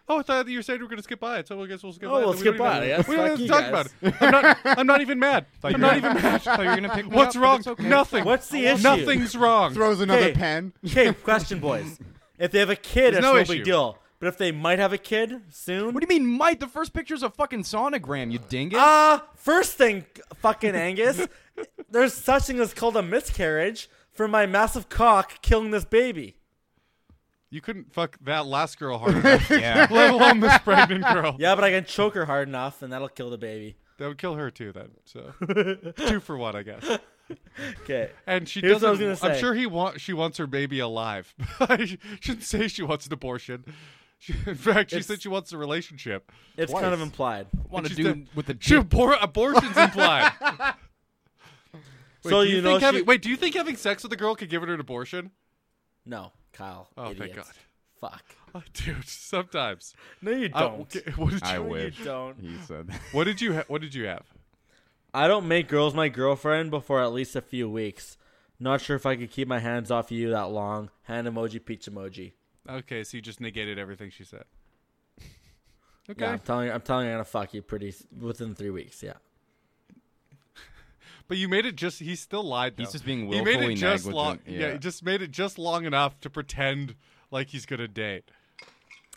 [SPEAKER 3] Oh, I thought you were saying we were gonna skip by it, so I guess we'll skip
[SPEAKER 4] Oh,
[SPEAKER 3] by it.
[SPEAKER 4] we'll
[SPEAKER 3] then.
[SPEAKER 4] skip
[SPEAKER 3] we don't
[SPEAKER 4] by it.
[SPEAKER 3] even-
[SPEAKER 4] Yes,
[SPEAKER 3] we don't
[SPEAKER 4] fuck
[SPEAKER 3] even
[SPEAKER 4] you guys.
[SPEAKER 3] talk about it. I'm not. I'm not even mad. I'm not even mad.
[SPEAKER 6] So you're gonna pick me
[SPEAKER 3] What's
[SPEAKER 6] up, but
[SPEAKER 3] wrong?
[SPEAKER 6] it's okay.
[SPEAKER 3] Nothing.
[SPEAKER 4] What's the issue?
[SPEAKER 3] Nothing's wrong.
[SPEAKER 5] Throws another
[SPEAKER 4] Hey.
[SPEAKER 5] pen.
[SPEAKER 4] Okay, question, boys. If they have a kid,
[SPEAKER 3] There's
[SPEAKER 4] it's
[SPEAKER 3] no
[SPEAKER 4] no,
[SPEAKER 3] issue.
[SPEAKER 4] big deal. But if they might have a kid soon,
[SPEAKER 6] What do you mean, Mike? The first picture's a fucking sonogram, you dingus.
[SPEAKER 4] Uh, first thing, fucking Angus, there's such thing as called a miscarriage for my massive cock killing this baby.
[SPEAKER 3] You couldn't fuck that last girl hard enough,
[SPEAKER 6] yeah.
[SPEAKER 3] let alone this pregnant girl.
[SPEAKER 4] Yeah, but I can choke her hard enough, and that'll kill the baby.
[SPEAKER 3] That would kill her too. Then, so two for one, I guess.
[SPEAKER 4] Okay.
[SPEAKER 3] And she
[SPEAKER 4] Here's what
[SPEAKER 3] doesn't.
[SPEAKER 4] I was gonna
[SPEAKER 3] am
[SPEAKER 4] say.
[SPEAKER 3] sure he wants. She wants her baby alive. I shouldn't say she wants an abortion. She, in fact, she
[SPEAKER 4] It's-
[SPEAKER 3] said she wants a relationship.
[SPEAKER 4] It's kind of implied.
[SPEAKER 6] Want to
[SPEAKER 3] She's
[SPEAKER 6] do
[SPEAKER 3] the-
[SPEAKER 6] with the
[SPEAKER 3] She
[SPEAKER 6] dick.
[SPEAKER 3] abor- abortion's implied. Wait,
[SPEAKER 4] so
[SPEAKER 3] do you,
[SPEAKER 4] you, know,
[SPEAKER 3] think
[SPEAKER 4] she,
[SPEAKER 3] having, wait, do you think having sex with a girl could give her an abortion?
[SPEAKER 4] no, Kyle.
[SPEAKER 3] Oh, thank
[SPEAKER 4] idiot.
[SPEAKER 3] God.
[SPEAKER 4] Fuck. Oh,
[SPEAKER 3] Oh, dude, sometimes.
[SPEAKER 4] No, you
[SPEAKER 3] I-
[SPEAKER 4] don't.
[SPEAKER 3] okay, what did you?
[SPEAKER 6] I
[SPEAKER 4] No,
[SPEAKER 6] wish.
[SPEAKER 4] You don't.
[SPEAKER 6] He said.
[SPEAKER 3] What did you? Ha- what did you have?
[SPEAKER 4] I don't make girls my girlfriend before at least a few weeks. Not sure if I could keep my hands off you that long. Hand emoji, peach emoji.
[SPEAKER 3] Okay, so you just negated everything she said. Okay.
[SPEAKER 4] Yeah, I'm telling you, I'm telling you, I'm gonna fuck you pretty s- within three weeks. Yeah.
[SPEAKER 3] But you made it just he still lied though.
[SPEAKER 6] He's just being
[SPEAKER 3] He made it
[SPEAKER 6] willfully
[SPEAKER 3] just
[SPEAKER 6] negligent,
[SPEAKER 3] long yeah.
[SPEAKER 6] yeah.
[SPEAKER 3] he just made it just long enough to pretend like he's gonna date.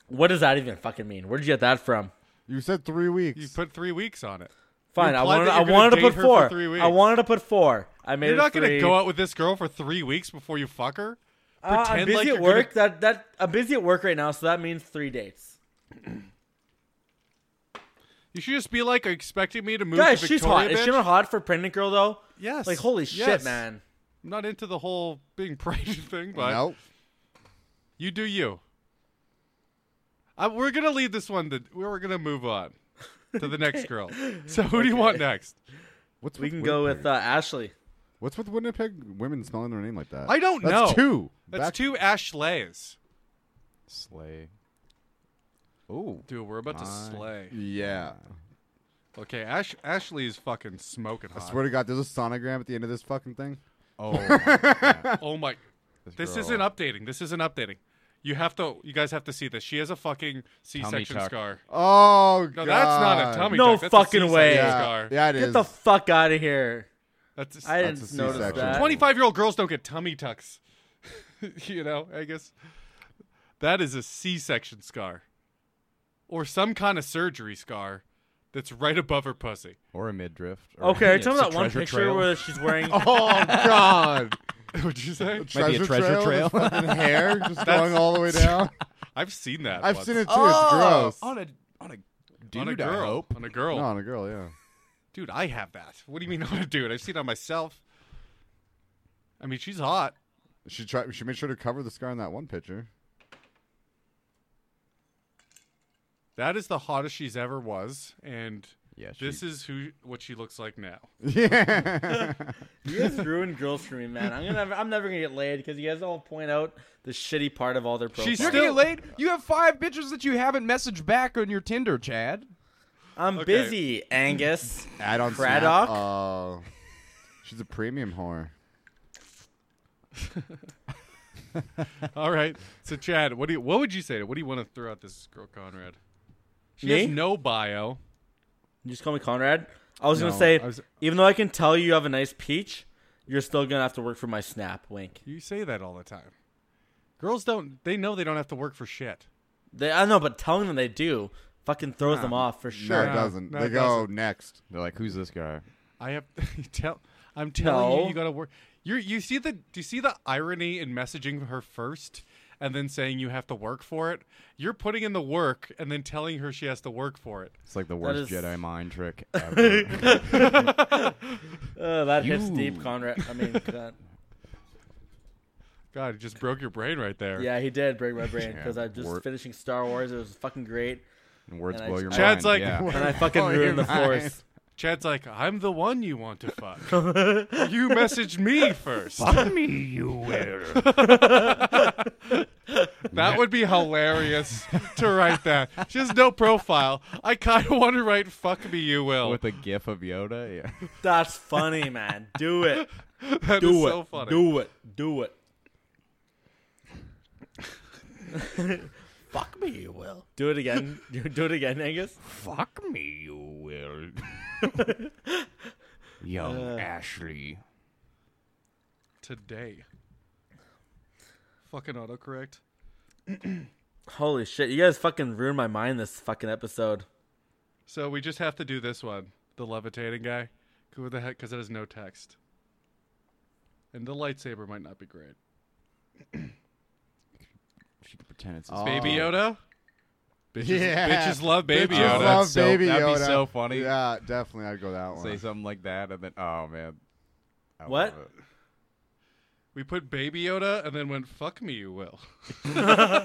[SPEAKER 4] What does that even fucking mean? Where did you get that from?
[SPEAKER 5] You said three
[SPEAKER 3] You
[SPEAKER 5] weeks.
[SPEAKER 3] put three weeks on it.
[SPEAKER 4] Fine, I
[SPEAKER 3] implied
[SPEAKER 4] wanted
[SPEAKER 3] that
[SPEAKER 4] I
[SPEAKER 3] you're gonna
[SPEAKER 4] wanted to
[SPEAKER 3] date
[SPEAKER 4] put
[SPEAKER 3] her for
[SPEAKER 4] four.
[SPEAKER 3] three
[SPEAKER 4] I
[SPEAKER 3] weeks.
[SPEAKER 4] wanted to put four. I made
[SPEAKER 3] You're
[SPEAKER 4] it
[SPEAKER 3] not
[SPEAKER 4] three.
[SPEAKER 3] gonna go out with this girl for three weeks before you fuck her.
[SPEAKER 4] Uh, I'm
[SPEAKER 3] pretend
[SPEAKER 4] busy at
[SPEAKER 3] like you're gonna-
[SPEAKER 4] work. That that I'm busy at work right now, so that means three dates.
[SPEAKER 3] You should just be like, "Are you expecting me to move
[SPEAKER 4] Guys,
[SPEAKER 3] to
[SPEAKER 4] she's
[SPEAKER 3] Victoria?"
[SPEAKER 4] hot. Is she
[SPEAKER 3] bitch?"
[SPEAKER 4] not hot for pregnant girl though?
[SPEAKER 3] Yes.
[SPEAKER 4] Like holy shit,
[SPEAKER 3] Yes.
[SPEAKER 4] man.
[SPEAKER 3] I'm not into the whole being pregnant thing, but
[SPEAKER 5] No.
[SPEAKER 3] you do you. I, we're gonna leave this one. To, we're gonna move on to the next girl. So who do you want next?
[SPEAKER 5] What's
[SPEAKER 4] We
[SPEAKER 5] with
[SPEAKER 4] can go
[SPEAKER 5] Winnipeg?
[SPEAKER 4] with uh, Ashley.
[SPEAKER 5] What's with Winnipeg women smelling their name like that?
[SPEAKER 3] I don't
[SPEAKER 5] That's
[SPEAKER 3] know.
[SPEAKER 5] Two.
[SPEAKER 3] That's
[SPEAKER 5] Back-
[SPEAKER 3] two Ashleys.
[SPEAKER 6] Slay. Ooh.
[SPEAKER 3] Dude, we're about to
[SPEAKER 6] My.
[SPEAKER 3] slay.
[SPEAKER 5] Yeah.
[SPEAKER 3] Okay, Ash Ashley is fucking smoking
[SPEAKER 5] I
[SPEAKER 3] hot.
[SPEAKER 5] swear to God, there's a sonogram at the end of this fucking thing.
[SPEAKER 6] Oh. my God.
[SPEAKER 3] oh my, this
[SPEAKER 6] girl-
[SPEAKER 3] isn't updating. This isn't updating. You have to. You guys have to see this. She has a fucking C-section
[SPEAKER 6] tuck.
[SPEAKER 3] scar.
[SPEAKER 5] Oh
[SPEAKER 3] No,
[SPEAKER 5] God.
[SPEAKER 3] that's not a tummy.
[SPEAKER 4] No
[SPEAKER 3] tuck. That's a
[SPEAKER 4] fucking
[SPEAKER 3] C-section
[SPEAKER 4] way.
[SPEAKER 5] Yeah,
[SPEAKER 3] Scar.
[SPEAKER 5] yeah it
[SPEAKER 4] Get
[SPEAKER 5] is.
[SPEAKER 4] the fuck out of here.
[SPEAKER 3] That's
[SPEAKER 4] I
[SPEAKER 5] That's
[SPEAKER 4] didn't
[SPEAKER 5] a
[SPEAKER 4] notice
[SPEAKER 5] C-section.
[SPEAKER 4] that.
[SPEAKER 3] 25 year old girls don't get tummy tucks. you know, I guess that is a C section scar or some kind of surgery scar that's right above her pussy.
[SPEAKER 6] Or a midriff. Or
[SPEAKER 4] Okay, are you
[SPEAKER 6] it's
[SPEAKER 4] talking
[SPEAKER 6] a
[SPEAKER 4] about one
[SPEAKER 6] treasure
[SPEAKER 4] picture
[SPEAKER 6] trail.
[SPEAKER 4] where she's wearing
[SPEAKER 5] oh God.
[SPEAKER 3] Would you say?
[SPEAKER 6] Might be a treasure trail.
[SPEAKER 5] the fucking hair just going all the way down.
[SPEAKER 3] I've seen that.
[SPEAKER 5] I've
[SPEAKER 3] once.
[SPEAKER 5] seen it too.
[SPEAKER 6] Oh,
[SPEAKER 5] it's gross.
[SPEAKER 6] on a on a dude.
[SPEAKER 3] on a
[SPEAKER 6] I
[SPEAKER 3] girl.
[SPEAKER 6] hope.
[SPEAKER 3] On a girl.
[SPEAKER 5] No, on a girl, yeah.
[SPEAKER 3] Dude, I have that. What do you mean on a dude? I've seen it on myself. I mean, she's hot.
[SPEAKER 5] She tried. She made sure to cover the scar in that one picture.
[SPEAKER 3] That is the hottest she's ever was, and
[SPEAKER 6] Yeah,
[SPEAKER 3] this
[SPEAKER 6] she-
[SPEAKER 3] is who what she looks like now.
[SPEAKER 5] Yeah.
[SPEAKER 4] You guys ruin girls for me, man. I'm gonna I'm never gonna get laid because you guys all point out the shitty part of all their profiles.
[SPEAKER 3] She's
[SPEAKER 6] You're
[SPEAKER 3] still
[SPEAKER 6] getting laid. You have five bitches that you haven't messaged back on your Tinder, Chad.
[SPEAKER 4] I'm busy, Angus.
[SPEAKER 5] Add on Snap.
[SPEAKER 4] Braddock?
[SPEAKER 5] Oh, she's a premium whore.
[SPEAKER 3] All right. So Chad, what do you what would you say to what do you want to throw at this girl Conrad? She
[SPEAKER 4] Me?
[SPEAKER 3] has no bio.
[SPEAKER 4] You just call me Conrad. I was gonna
[SPEAKER 3] No,
[SPEAKER 4] say,
[SPEAKER 3] I was-
[SPEAKER 4] even though I can tell you you have a nice peach, you're still gonna have to work for my snap. Wink.
[SPEAKER 3] You say that all the time. Girls don't they know they don't have to work for shit.
[SPEAKER 4] They, I know, but telling them they do fucking throws them off for
[SPEAKER 5] No,
[SPEAKER 4] sure.
[SPEAKER 5] it doesn't.
[SPEAKER 3] no,
[SPEAKER 5] they
[SPEAKER 3] it
[SPEAKER 5] go
[SPEAKER 3] doesn't.
[SPEAKER 5] next.
[SPEAKER 6] They're like, who's this guy?
[SPEAKER 3] I have you tell I'm telling
[SPEAKER 4] No.
[SPEAKER 3] you you got to work. You you see the do you see the irony in messaging her first and then saying you have to work for it? You're putting in the work and then telling her she has to work for it.
[SPEAKER 6] It's like the worst
[SPEAKER 4] is-
[SPEAKER 6] Jedi mind trick ever.
[SPEAKER 4] Uh, that hits
[SPEAKER 6] You-
[SPEAKER 4] deep, Conrad. I mean, God.
[SPEAKER 3] God, you just broke your brain right there.
[SPEAKER 4] yeah, he did break my brain
[SPEAKER 6] Yeah,
[SPEAKER 4] because I was just
[SPEAKER 6] wor-
[SPEAKER 4] finishing Star Wars. It was fucking great,
[SPEAKER 6] and words
[SPEAKER 4] And I
[SPEAKER 6] blow
[SPEAKER 4] just-
[SPEAKER 6] your
[SPEAKER 3] Chad's
[SPEAKER 6] mind.
[SPEAKER 3] like,
[SPEAKER 6] yeah.
[SPEAKER 4] and I fucking
[SPEAKER 5] Oh,
[SPEAKER 4] ruined
[SPEAKER 5] you're
[SPEAKER 4] the
[SPEAKER 5] mine.
[SPEAKER 4] force.
[SPEAKER 3] Chad's like, "I'm the one you want to fuck." you messaged me first.
[SPEAKER 6] me, you will.
[SPEAKER 3] That would be hilarious to write that. She has no profile. I kind of want to write "fuck me, you will."
[SPEAKER 6] With a gif of Yoda, yeah.
[SPEAKER 4] That's funny, man. Do it.
[SPEAKER 3] That
[SPEAKER 4] Do
[SPEAKER 3] is
[SPEAKER 4] it.
[SPEAKER 3] so funny.
[SPEAKER 4] Do it. Do it. Fuck me, you will. Do it again. Do it again, Angus.
[SPEAKER 6] Fuck me, you will. Young
[SPEAKER 4] Uh.
[SPEAKER 6] Ashley.
[SPEAKER 3] Today. Fucking autocorrect.
[SPEAKER 4] Holy shit! You guys fucking ruined my mind this fucking episode.
[SPEAKER 3] So we just have to do this one. The levitating guy. Who the heck? Because it has no text. And the lightsaber might not be great.
[SPEAKER 6] She could pretend it's his
[SPEAKER 5] Oh.
[SPEAKER 3] Baby Yoda. Bitches,
[SPEAKER 5] Yeah.
[SPEAKER 3] bitches love Baby
[SPEAKER 5] Bitches
[SPEAKER 3] Yoda.
[SPEAKER 5] love
[SPEAKER 6] so-
[SPEAKER 5] baby
[SPEAKER 6] that'd be
[SPEAKER 5] Yoda.
[SPEAKER 6] so funny.
[SPEAKER 5] Yeah, definitely. I'd go that one.
[SPEAKER 6] Say something like that, and then, oh, man. I
[SPEAKER 4] What?
[SPEAKER 6] love it.
[SPEAKER 3] we put Baby Yoda and then went "fuck me, you will."
[SPEAKER 5] It
[SPEAKER 4] know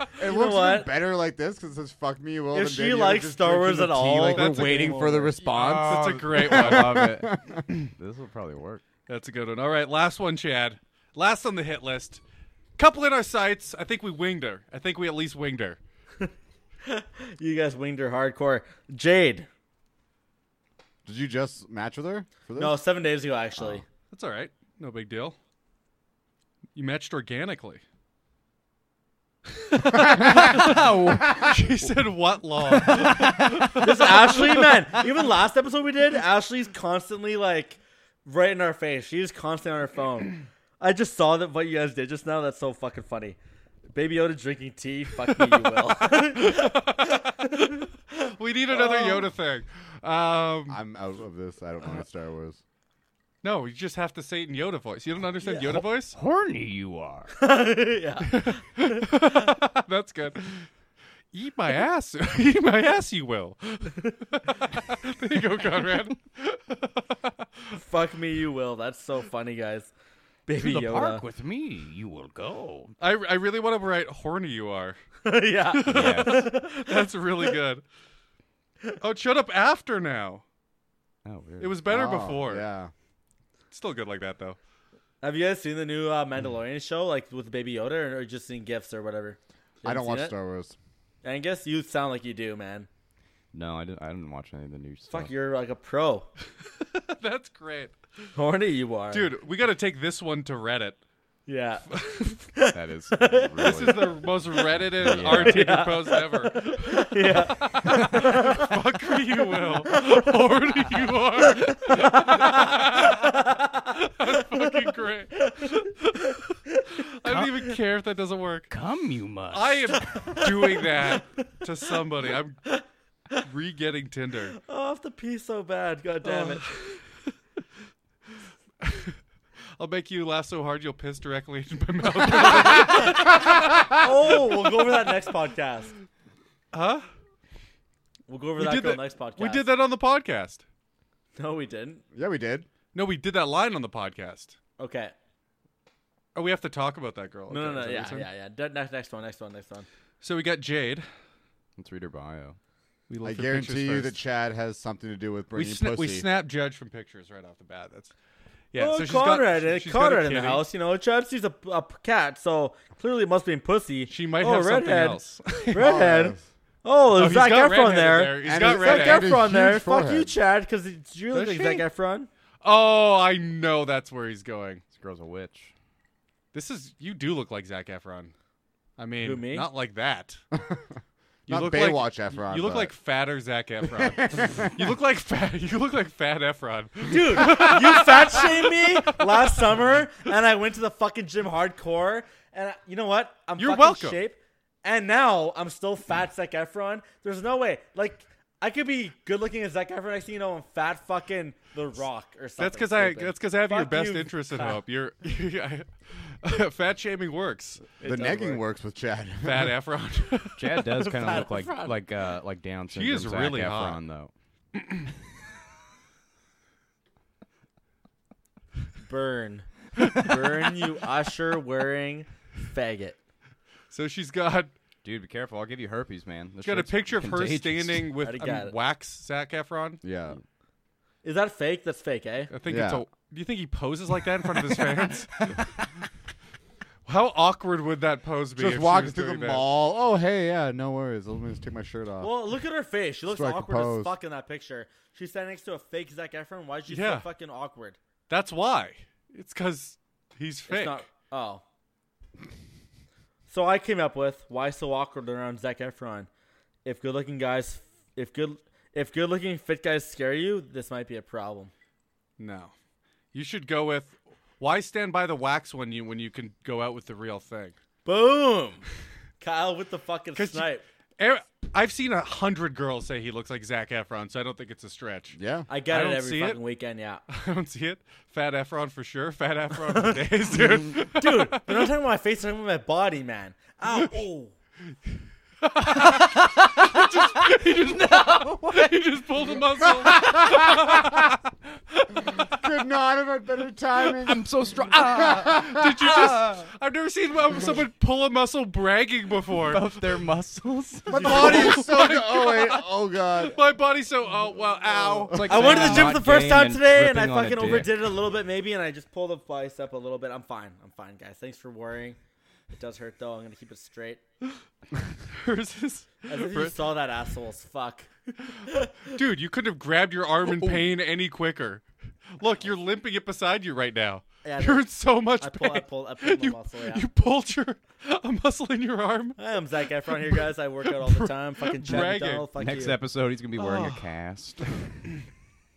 [SPEAKER 5] looks even
[SPEAKER 4] what?
[SPEAKER 5] better like this because it says "fuck me, you will."
[SPEAKER 4] If
[SPEAKER 5] and
[SPEAKER 4] she
[SPEAKER 5] baby Yoda
[SPEAKER 4] likes
[SPEAKER 5] just
[SPEAKER 4] Star
[SPEAKER 5] drinking
[SPEAKER 4] Wars
[SPEAKER 5] the
[SPEAKER 4] at
[SPEAKER 5] tea
[SPEAKER 4] all,
[SPEAKER 5] like
[SPEAKER 3] that's
[SPEAKER 5] we're
[SPEAKER 3] a
[SPEAKER 5] waiting
[SPEAKER 4] game
[SPEAKER 5] for the
[SPEAKER 4] over.
[SPEAKER 5] response.
[SPEAKER 3] That's a
[SPEAKER 6] Oh,
[SPEAKER 3] great
[SPEAKER 6] I
[SPEAKER 3] one.
[SPEAKER 6] love it. this will probably work.
[SPEAKER 3] That's a good one. All right, last one, Chad. Last on the hit list. Couple in our sights. I think we winged her. I think we at least winged her.
[SPEAKER 4] You guys winged her hardcore. Jade.
[SPEAKER 5] Did you just match with her for this?
[SPEAKER 4] No, seven days ago actually.
[SPEAKER 3] That's all right. No big deal. You matched organically. she said, "What law?"
[SPEAKER 4] This Ashley, man. Even last episode we did, Ashley's constantly like right in our face. She's constantly on her phone. I just saw that what you guys did just now. That's so fucking funny. Baby Yoda drinking tea. Fuck me, you will.
[SPEAKER 3] We need another Yoda thing. Um,
[SPEAKER 5] I'm out of this. I don't know Star Wars.
[SPEAKER 3] no, you just have to say it in Yoda voice. You don't understand Yoda voice?
[SPEAKER 6] Horny you are.
[SPEAKER 4] yeah.
[SPEAKER 3] That's good. Eat my ass. Eat my ass, you will. there you go, Conrad.
[SPEAKER 4] Fuck me, you will. That's so funny, guys.
[SPEAKER 6] to
[SPEAKER 4] Baby
[SPEAKER 6] the
[SPEAKER 4] Yoda.
[SPEAKER 6] park with me, you will go.
[SPEAKER 3] I, I really want to write horny you are.
[SPEAKER 4] yeah.
[SPEAKER 6] Yes.
[SPEAKER 3] That's really good. Oh, shut up after now.
[SPEAKER 6] oh, weird.
[SPEAKER 3] It was better
[SPEAKER 5] Oh,
[SPEAKER 3] before.
[SPEAKER 5] Yeah.
[SPEAKER 3] Still good like that, though.
[SPEAKER 4] Have you guys seen the new uh, Mandalorian show, like with Baby Yoda, or, or just seen gifs or whatever? You
[SPEAKER 5] I don't
[SPEAKER 4] haven't
[SPEAKER 5] watch
[SPEAKER 4] seen it?
[SPEAKER 5] Star Wars.
[SPEAKER 4] Angus, you sound like you do, man.
[SPEAKER 6] no, I didn't. I didn't watch any of the new stuff.
[SPEAKER 4] Fuck, you're like a pro.
[SPEAKER 3] That's great.
[SPEAKER 4] Horny you are,
[SPEAKER 3] Dude, we got to take this one to Reddit.
[SPEAKER 4] Yeah.
[SPEAKER 6] That is. Really,
[SPEAKER 3] This is the most Reddited
[SPEAKER 6] Yeah.
[SPEAKER 3] RT post ever.
[SPEAKER 4] yeah.
[SPEAKER 3] Fuck me, you will. Horny you are. That's fucking great. I don't even care if that doesn't work.
[SPEAKER 6] Come, you must.
[SPEAKER 3] I am doing that to somebody. I'm re getting Tinder.
[SPEAKER 4] Oh, I have to pee so bad. God damn it.
[SPEAKER 3] Oh. I'll make you laugh so hard you'll piss directly into my mouth.
[SPEAKER 4] Oh, we'll go over that next podcast.
[SPEAKER 3] Huh?
[SPEAKER 4] We'll go over
[SPEAKER 3] We
[SPEAKER 4] that
[SPEAKER 3] did
[SPEAKER 4] girl
[SPEAKER 3] that-
[SPEAKER 4] next podcast.
[SPEAKER 3] We did that on the podcast.
[SPEAKER 4] No, we didn't.
[SPEAKER 5] Yeah, we did.
[SPEAKER 3] No, we did that line on the podcast.
[SPEAKER 4] Okay.
[SPEAKER 3] Oh, we have to talk about that girl.
[SPEAKER 4] No,
[SPEAKER 3] Okay,
[SPEAKER 4] no, no.
[SPEAKER 3] is that what
[SPEAKER 4] Yeah,
[SPEAKER 3] you're saying?
[SPEAKER 4] yeah, yeah. That- Next, next one. Next one. Next one.
[SPEAKER 3] So we got Jade.
[SPEAKER 6] Let's read her bio.
[SPEAKER 3] We
[SPEAKER 5] I
[SPEAKER 3] looked at pictures
[SPEAKER 5] guarantee you
[SPEAKER 3] first.
[SPEAKER 5] that Chad has something to do with
[SPEAKER 3] we
[SPEAKER 5] bringing
[SPEAKER 3] sna-
[SPEAKER 5] pussy.
[SPEAKER 3] we snap judge from pictures right off the bat. That's yeah.
[SPEAKER 4] oh,
[SPEAKER 3] so she's
[SPEAKER 4] Conrad,
[SPEAKER 3] got,
[SPEAKER 4] eh,
[SPEAKER 3] she- she's got a
[SPEAKER 4] Conrad in the
[SPEAKER 3] kitty.
[SPEAKER 4] house. You know, Chad sees a, a p- cat, so clearly it must be in pussy.
[SPEAKER 3] She might
[SPEAKER 4] oh,
[SPEAKER 3] have something
[SPEAKER 4] redhead.
[SPEAKER 3] else.
[SPEAKER 5] Oh,
[SPEAKER 4] Redhead.
[SPEAKER 5] yes.
[SPEAKER 4] Oh,
[SPEAKER 3] Oh,
[SPEAKER 4] there's
[SPEAKER 3] he's
[SPEAKER 4] Zac Efron
[SPEAKER 3] got redhead
[SPEAKER 4] there.
[SPEAKER 3] in there. He's
[SPEAKER 5] And
[SPEAKER 3] got
[SPEAKER 5] it's
[SPEAKER 4] Zac
[SPEAKER 3] redhead.
[SPEAKER 5] redhead. And a
[SPEAKER 4] Efron there.
[SPEAKER 5] huge
[SPEAKER 4] Fuck you,
[SPEAKER 5] forehead.
[SPEAKER 4] Chad, because you look
[SPEAKER 3] Does
[SPEAKER 4] like
[SPEAKER 3] she?
[SPEAKER 4] Zac Efron.
[SPEAKER 3] Oh, I know that's where he's going.
[SPEAKER 6] This girl's a witch.
[SPEAKER 3] This is you do look like Zach Efron. I mean,
[SPEAKER 4] Who, me?
[SPEAKER 3] not like that. You
[SPEAKER 5] Not
[SPEAKER 3] look
[SPEAKER 5] Baywatch
[SPEAKER 3] like,
[SPEAKER 5] Efron,
[SPEAKER 3] You look
[SPEAKER 5] but-
[SPEAKER 3] like fatter Zach Efron. you look like fat. You look like fat Efron.
[SPEAKER 4] Dude, you fat shamed me last summer, and I went to the fucking gym hardcore. And I, you know what? I'm
[SPEAKER 3] You're
[SPEAKER 4] fucking
[SPEAKER 3] welcome.
[SPEAKER 4] shape. And now I'm still fat Zac Efron. There's no way. Like, I could be good looking as Zac Efron. I see, you know, I'm fat fucking The Rock or something.
[SPEAKER 3] That's because I.
[SPEAKER 4] stupid.
[SPEAKER 3] That's because I have your
[SPEAKER 4] Fuck
[SPEAKER 3] best
[SPEAKER 4] you.
[SPEAKER 3] interest at hope. You're fat shaming works.
[SPEAKER 5] The negging works with Chad.
[SPEAKER 3] Fat Efron.
[SPEAKER 6] Chad does kind of look like like uh, like Down syndrome.
[SPEAKER 3] is
[SPEAKER 6] Zac
[SPEAKER 3] really
[SPEAKER 6] Efron,
[SPEAKER 3] hot.
[SPEAKER 6] though.
[SPEAKER 4] Burn. Burn, you usher wearing faggot.
[SPEAKER 3] so she's got
[SPEAKER 6] Dude, be careful. I'll give you herpes, man. This
[SPEAKER 3] She got a
[SPEAKER 6] shit's
[SPEAKER 3] picture of
[SPEAKER 6] contagious.
[SPEAKER 3] her standing with
[SPEAKER 4] Already
[SPEAKER 3] um,
[SPEAKER 4] got it.
[SPEAKER 3] wax Zac Efron.
[SPEAKER 5] yeah.
[SPEAKER 4] Is that fake? That's fake, eh?
[SPEAKER 3] I think it's
[SPEAKER 5] Yeah.
[SPEAKER 3] a. Do you think he poses like that in front of his fans? How awkward would that pose be?
[SPEAKER 5] Just
[SPEAKER 3] if she
[SPEAKER 5] walks
[SPEAKER 3] was
[SPEAKER 5] through the
[SPEAKER 3] doing that?
[SPEAKER 5] mall. Oh, hey, yeah, no worries. Let me just take my shirt off.
[SPEAKER 4] Well, look at her face. She looks
[SPEAKER 5] Strike a
[SPEAKER 4] awkward as
[SPEAKER 5] pose.
[SPEAKER 4] fuck in that picture. She's standing next to a fake Zac Efron. Why is she
[SPEAKER 3] Yeah.
[SPEAKER 4] so fucking awkward?
[SPEAKER 3] That's why. It's because he's fake.
[SPEAKER 4] It's not. Oh. So I came up with why so awkward around Zac Efron. If good-looking guys, if good, if good-looking fit guys scare you, this might be a problem.
[SPEAKER 3] No, you should go with. Why stand by the wax when you when you can go out with the real thing?
[SPEAKER 4] Boom. Kyle with the fucking
[SPEAKER 3] 'Cause you-
[SPEAKER 4] snipe.
[SPEAKER 3] Er- I've seen a hundred girls say he looks like Zac Efron, so I don't think it's a stretch.
[SPEAKER 5] yeah.
[SPEAKER 4] I get
[SPEAKER 3] I
[SPEAKER 4] it
[SPEAKER 3] don't
[SPEAKER 4] every
[SPEAKER 3] see
[SPEAKER 4] fucking
[SPEAKER 3] it.
[SPEAKER 4] weekend. Yeah.
[SPEAKER 3] I don't see it. Fat Efron for sure. Fat Efron for days, dude.
[SPEAKER 4] Dude, they're not talking about my face, they're talking about my body, man. Ow, oh.
[SPEAKER 3] he just pulled a muscle.
[SPEAKER 5] Could not have had better timing.
[SPEAKER 6] I'm so strong. Ah,
[SPEAKER 3] Did you just? I've never seen one- someone pull a muscle bragging before.
[SPEAKER 6] of their muscles.
[SPEAKER 5] my body is so. Oh wait. Oh god.
[SPEAKER 3] My body's so. Oh well. Ow.
[SPEAKER 6] It's like
[SPEAKER 4] I went to the
[SPEAKER 6] saying
[SPEAKER 4] gym
[SPEAKER 6] I'm
[SPEAKER 4] for
[SPEAKER 6] not
[SPEAKER 4] the first
[SPEAKER 6] gay
[SPEAKER 4] time today and I
[SPEAKER 6] ripping on a
[SPEAKER 4] fucking
[SPEAKER 6] dick.
[SPEAKER 4] overdid it a little bit maybe and I just pulled a bicep a little bit. I'm fine. I'm fine, guys. Thanks for worrying. It does hurt though. I'm gonna keep it straight.
[SPEAKER 3] Hers is-
[SPEAKER 4] As if you saw that asshole's fuck.
[SPEAKER 3] Dude, you couldn't have grabbed your arm
[SPEAKER 4] Oh.
[SPEAKER 3] in pain any quicker. Look, you're limping it beside you right now.
[SPEAKER 4] Yeah, I
[SPEAKER 3] you're
[SPEAKER 4] know.
[SPEAKER 3] in so much
[SPEAKER 4] I
[SPEAKER 3] pain.
[SPEAKER 4] pulled I pulled I pulled my
[SPEAKER 3] you,
[SPEAKER 4] muscle, yeah.
[SPEAKER 3] you pulled your a muscle in your arm.
[SPEAKER 4] I am Zach Efron here, guys. I work out all the time. Fucking Chad
[SPEAKER 3] Bragging.
[SPEAKER 4] McDonald, fuck
[SPEAKER 6] Next
[SPEAKER 4] you.
[SPEAKER 6] episode, he's gonna be wearing a cast.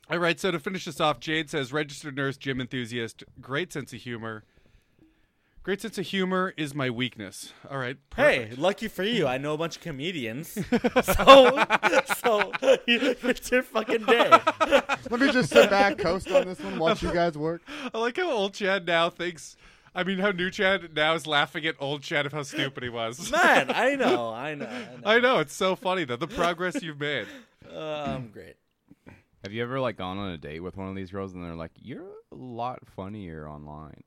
[SPEAKER 3] All right, so to finish this off, Jade says registered nurse, gym enthusiast, great sense of humor. Great sense of humor is my weakness. All right.
[SPEAKER 4] Hey, lucky for you, I know a bunch of comedians. so, so it's your fucking day.
[SPEAKER 5] Let me just sit back, coast on this one, watch you guys work.
[SPEAKER 3] I like how old Chad now thinks. I mean, how new Chad now is laughing at old Chad of how stupid he was.
[SPEAKER 4] Man, I know, I know, I know.
[SPEAKER 3] I know it's so funny though the progress you've made.
[SPEAKER 4] Uh, I'm great.
[SPEAKER 6] Have you ever like gone on a date with one of these girls and they're like, "You're a lot funnier online."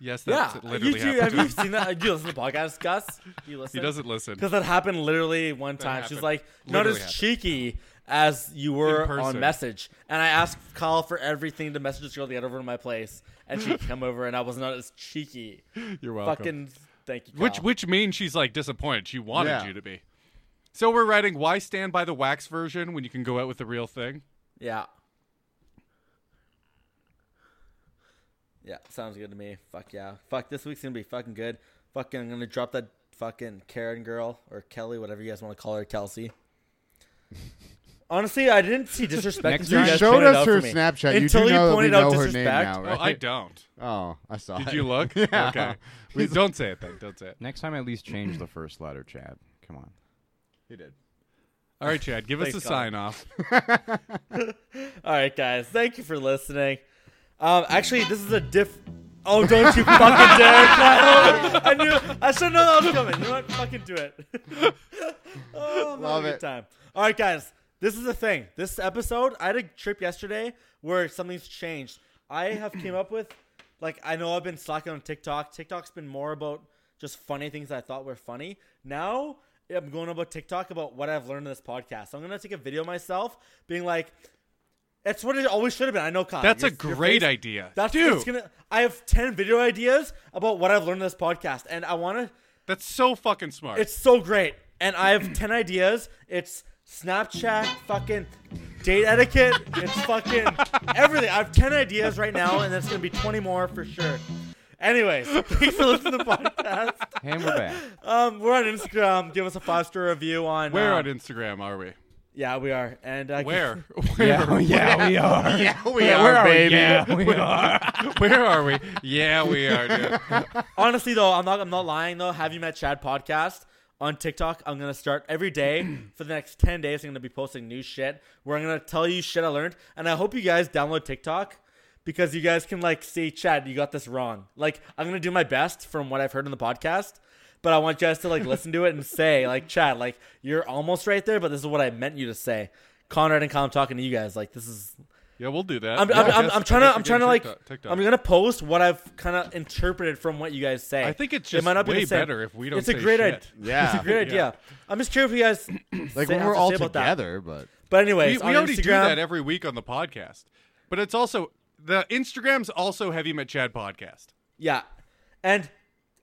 [SPEAKER 3] Yes,
[SPEAKER 4] Yeah,
[SPEAKER 3] that's
[SPEAKER 4] you
[SPEAKER 3] literally
[SPEAKER 4] do.
[SPEAKER 3] happened.
[SPEAKER 4] Have
[SPEAKER 3] to
[SPEAKER 4] you
[SPEAKER 3] him.
[SPEAKER 4] seen that? Do you listen to the podcast, Gus? Do you listen?
[SPEAKER 3] He doesn't listen.
[SPEAKER 4] Because that happened literally one time. She's
[SPEAKER 3] happened.
[SPEAKER 4] like, not as
[SPEAKER 3] Literally happened.
[SPEAKER 4] cheeky as you were
[SPEAKER 3] In
[SPEAKER 4] on
[SPEAKER 3] person.
[SPEAKER 4] message. And I asked Kyle for everything to message this girl to get over to my place. And she come over, and I was not as cheeky.
[SPEAKER 3] You're welcome.
[SPEAKER 4] Fucking thank you. Kyle.
[SPEAKER 3] Which which means she's like disappointed. She wanted
[SPEAKER 5] Yeah.
[SPEAKER 3] you to be. So we're writing why stand by the wax version when you can go out with the real thing.
[SPEAKER 4] Yeah. Yeah, sounds good to me. Fuck yeah. Fuck, this week's gonna be fucking good. Fucking, I'm gonna drop that fucking Karen girl or Kelly, whatever you guys want to call her, Kelsey. Honestly, I didn't see disrespect.
[SPEAKER 6] Next
[SPEAKER 4] until
[SPEAKER 6] time-
[SPEAKER 4] guys
[SPEAKER 5] You showed
[SPEAKER 4] pointed
[SPEAKER 5] us
[SPEAKER 4] out for
[SPEAKER 5] her
[SPEAKER 4] me.
[SPEAKER 5] Snapchat. You
[SPEAKER 4] Until
[SPEAKER 5] do
[SPEAKER 4] you
[SPEAKER 5] know that we
[SPEAKER 4] pointed out
[SPEAKER 5] know her name
[SPEAKER 4] disrespect.
[SPEAKER 5] now,
[SPEAKER 3] Oh,
[SPEAKER 5] right?
[SPEAKER 3] I don't.
[SPEAKER 5] Oh, I saw.
[SPEAKER 3] Did
[SPEAKER 5] it.
[SPEAKER 3] you look?
[SPEAKER 5] Yeah.
[SPEAKER 3] Okay. We don't say it then. Don't say it.
[SPEAKER 6] Next time, at least change the first letter, Chad. Come on.
[SPEAKER 5] He did.
[SPEAKER 3] All right, Chad, give us a
[SPEAKER 4] Thanks, Colin.
[SPEAKER 3] sign off.
[SPEAKER 4] All right, guys, thank you for listening. Um, actually, this is a diff. Oh, don't you fucking dare, Kyle! I knew I should know that was coming. You know what? Fucking do it. Oh, I'm
[SPEAKER 5] Love
[SPEAKER 4] having a
[SPEAKER 5] it.
[SPEAKER 4] good time. All right, guys. This is the thing. This episode, I had a trip yesterday where something's changed. I have came up with, like, I know I've been slacking on TikTok. TikTok's been more about just funny things I thought were funny. Now I'm going about TikTok about what I've learned in this podcast. So I'm gonna take a video myself being like, "That's what it always should have been." I know, Kyle.
[SPEAKER 3] That's a
[SPEAKER 4] your- your
[SPEAKER 3] great
[SPEAKER 4] face-
[SPEAKER 3] idea.
[SPEAKER 4] That's
[SPEAKER 3] Dude,
[SPEAKER 4] it's gonna. I have ten video ideas about what I've learned in this podcast, and I want to.
[SPEAKER 3] that's so fucking smart.
[SPEAKER 4] It's so great. And I have 10 ideas. It's Snapchat, fucking date etiquette. It's fucking everything. I have 10 ideas right now, and that's going to be 20 more for sure. Anyways, thanks for listening to the podcast.
[SPEAKER 6] And we're back.
[SPEAKER 4] Um, we're on Instagram. Give us a five star review on.
[SPEAKER 3] Where
[SPEAKER 4] uh,
[SPEAKER 3] on Instagram are we?
[SPEAKER 4] Yeah, we are. And uh,
[SPEAKER 3] Where?
[SPEAKER 6] yeah,
[SPEAKER 3] Where?
[SPEAKER 6] yeah, we are.
[SPEAKER 5] Yeah, we
[SPEAKER 6] Yeah,
[SPEAKER 5] are,
[SPEAKER 6] where are we?
[SPEAKER 5] baby.
[SPEAKER 6] Yeah, we are.
[SPEAKER 3] Where are we? Yeah, we are. Dude.
[SPEAKER 4] honestly though, I'm not I'm not lying though. Have you met Chad podcast on TikTok? I'm gonna start every day for the next ten days. I'm gonna be posting new shit where I'm gonna tell you shit I learned, and I hope you guys download TikTok because you guys can like see Chad, you got this wrong. Like I'm gonna do my best from what I've heard in the podcast. But I want you guys to like listen to it and say, like, Chad, like you're almost right there, but this is what I meant you to say. Conrad and Kyle, I'm talking to you guys. Like this is
[SPEAKER 3] Yeah, we'll do that.
[SPEAKER 4] I'm,
[SPEAKER 3] Yeah,
[SPEAKER 4] I'm,
[SPEAKER 3] I
[SPEAKER 4] I'm,
[SPEAKER 3] guess-
[SPEAKER 4] I'm trying
[SPEAKER 3] I guess
[SPEAKER 4] to I'm
[SPEAKER 3] we
[SPEAKER 4] trying
[SPEAKER 3] get
[SPEAKER 4] to like
[SPEAKER 3] TikTok- TikTok.
[SPEAKER 4] I'm gonna post what I've kind of interpreted from what you guys say.
[SPEAKER 3] I think it's
[SPEAKER 4] It
[SPEAKER 3] just
[SPEAKER 4] might not be
[SPEAKER 3] way
[SPEAKER 4] the same.
[SPEAKER 3] better if we don't
[SPEAKER 4] It's
[SPEAKER 3] say
[SPEAKER 4] a great
[SPEAKER 3] shit.
[SPEAKER 4] idea.
[SPEAKER 5] Yeah.
[SPEAKER 4] it's a great idea. I'm just curious if you guys
[SPEAKER 5] Like
[SPEAKER 4] say-
[SPEAKER 5] when
[SPEAKER 4] have
[SPEAKER 5] we're
[SPEAKER 4] to
[SPEAKER 5] all
[SPEAKER 4] say about that.
[SPEAKER 5] together, but
[SPEAKER 4] But anyways,
[SPEAKER 3] we, we
[SPEAKER 4] on
[SPEAKER 3] already
[SPEAKER 4] Instagram,
[SPEAKER 3] do that every week on the podcast, but it's also the Instagram's also Heavy Met Chad podcast.
[SPEAKER 4] yeah. And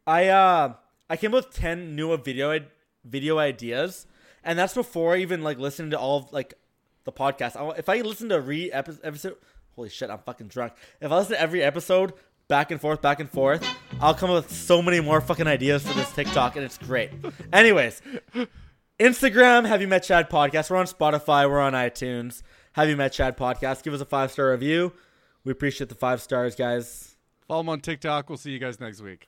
[SPEAKER 4] I uh I came up with ten new video id- video ideas, and that's before even like listening to all of, like the podcast. I, if I listen to re epi- episode, holy shit, I'm fucking drunk. If I listen to every episode back and forth, back and forth, I'll come up with so many more fucking ideas for this TikTok, and it's great. Anyways, Instagram, Have You Met Chad Podcast. We're on Spotify. We're on iTunes. Have You Met Chad Podcast. Give us a five star review. We appreciate the five stars, guys.
[SPEAKER 3] Follow them on TikTok. We'll see you guys next week.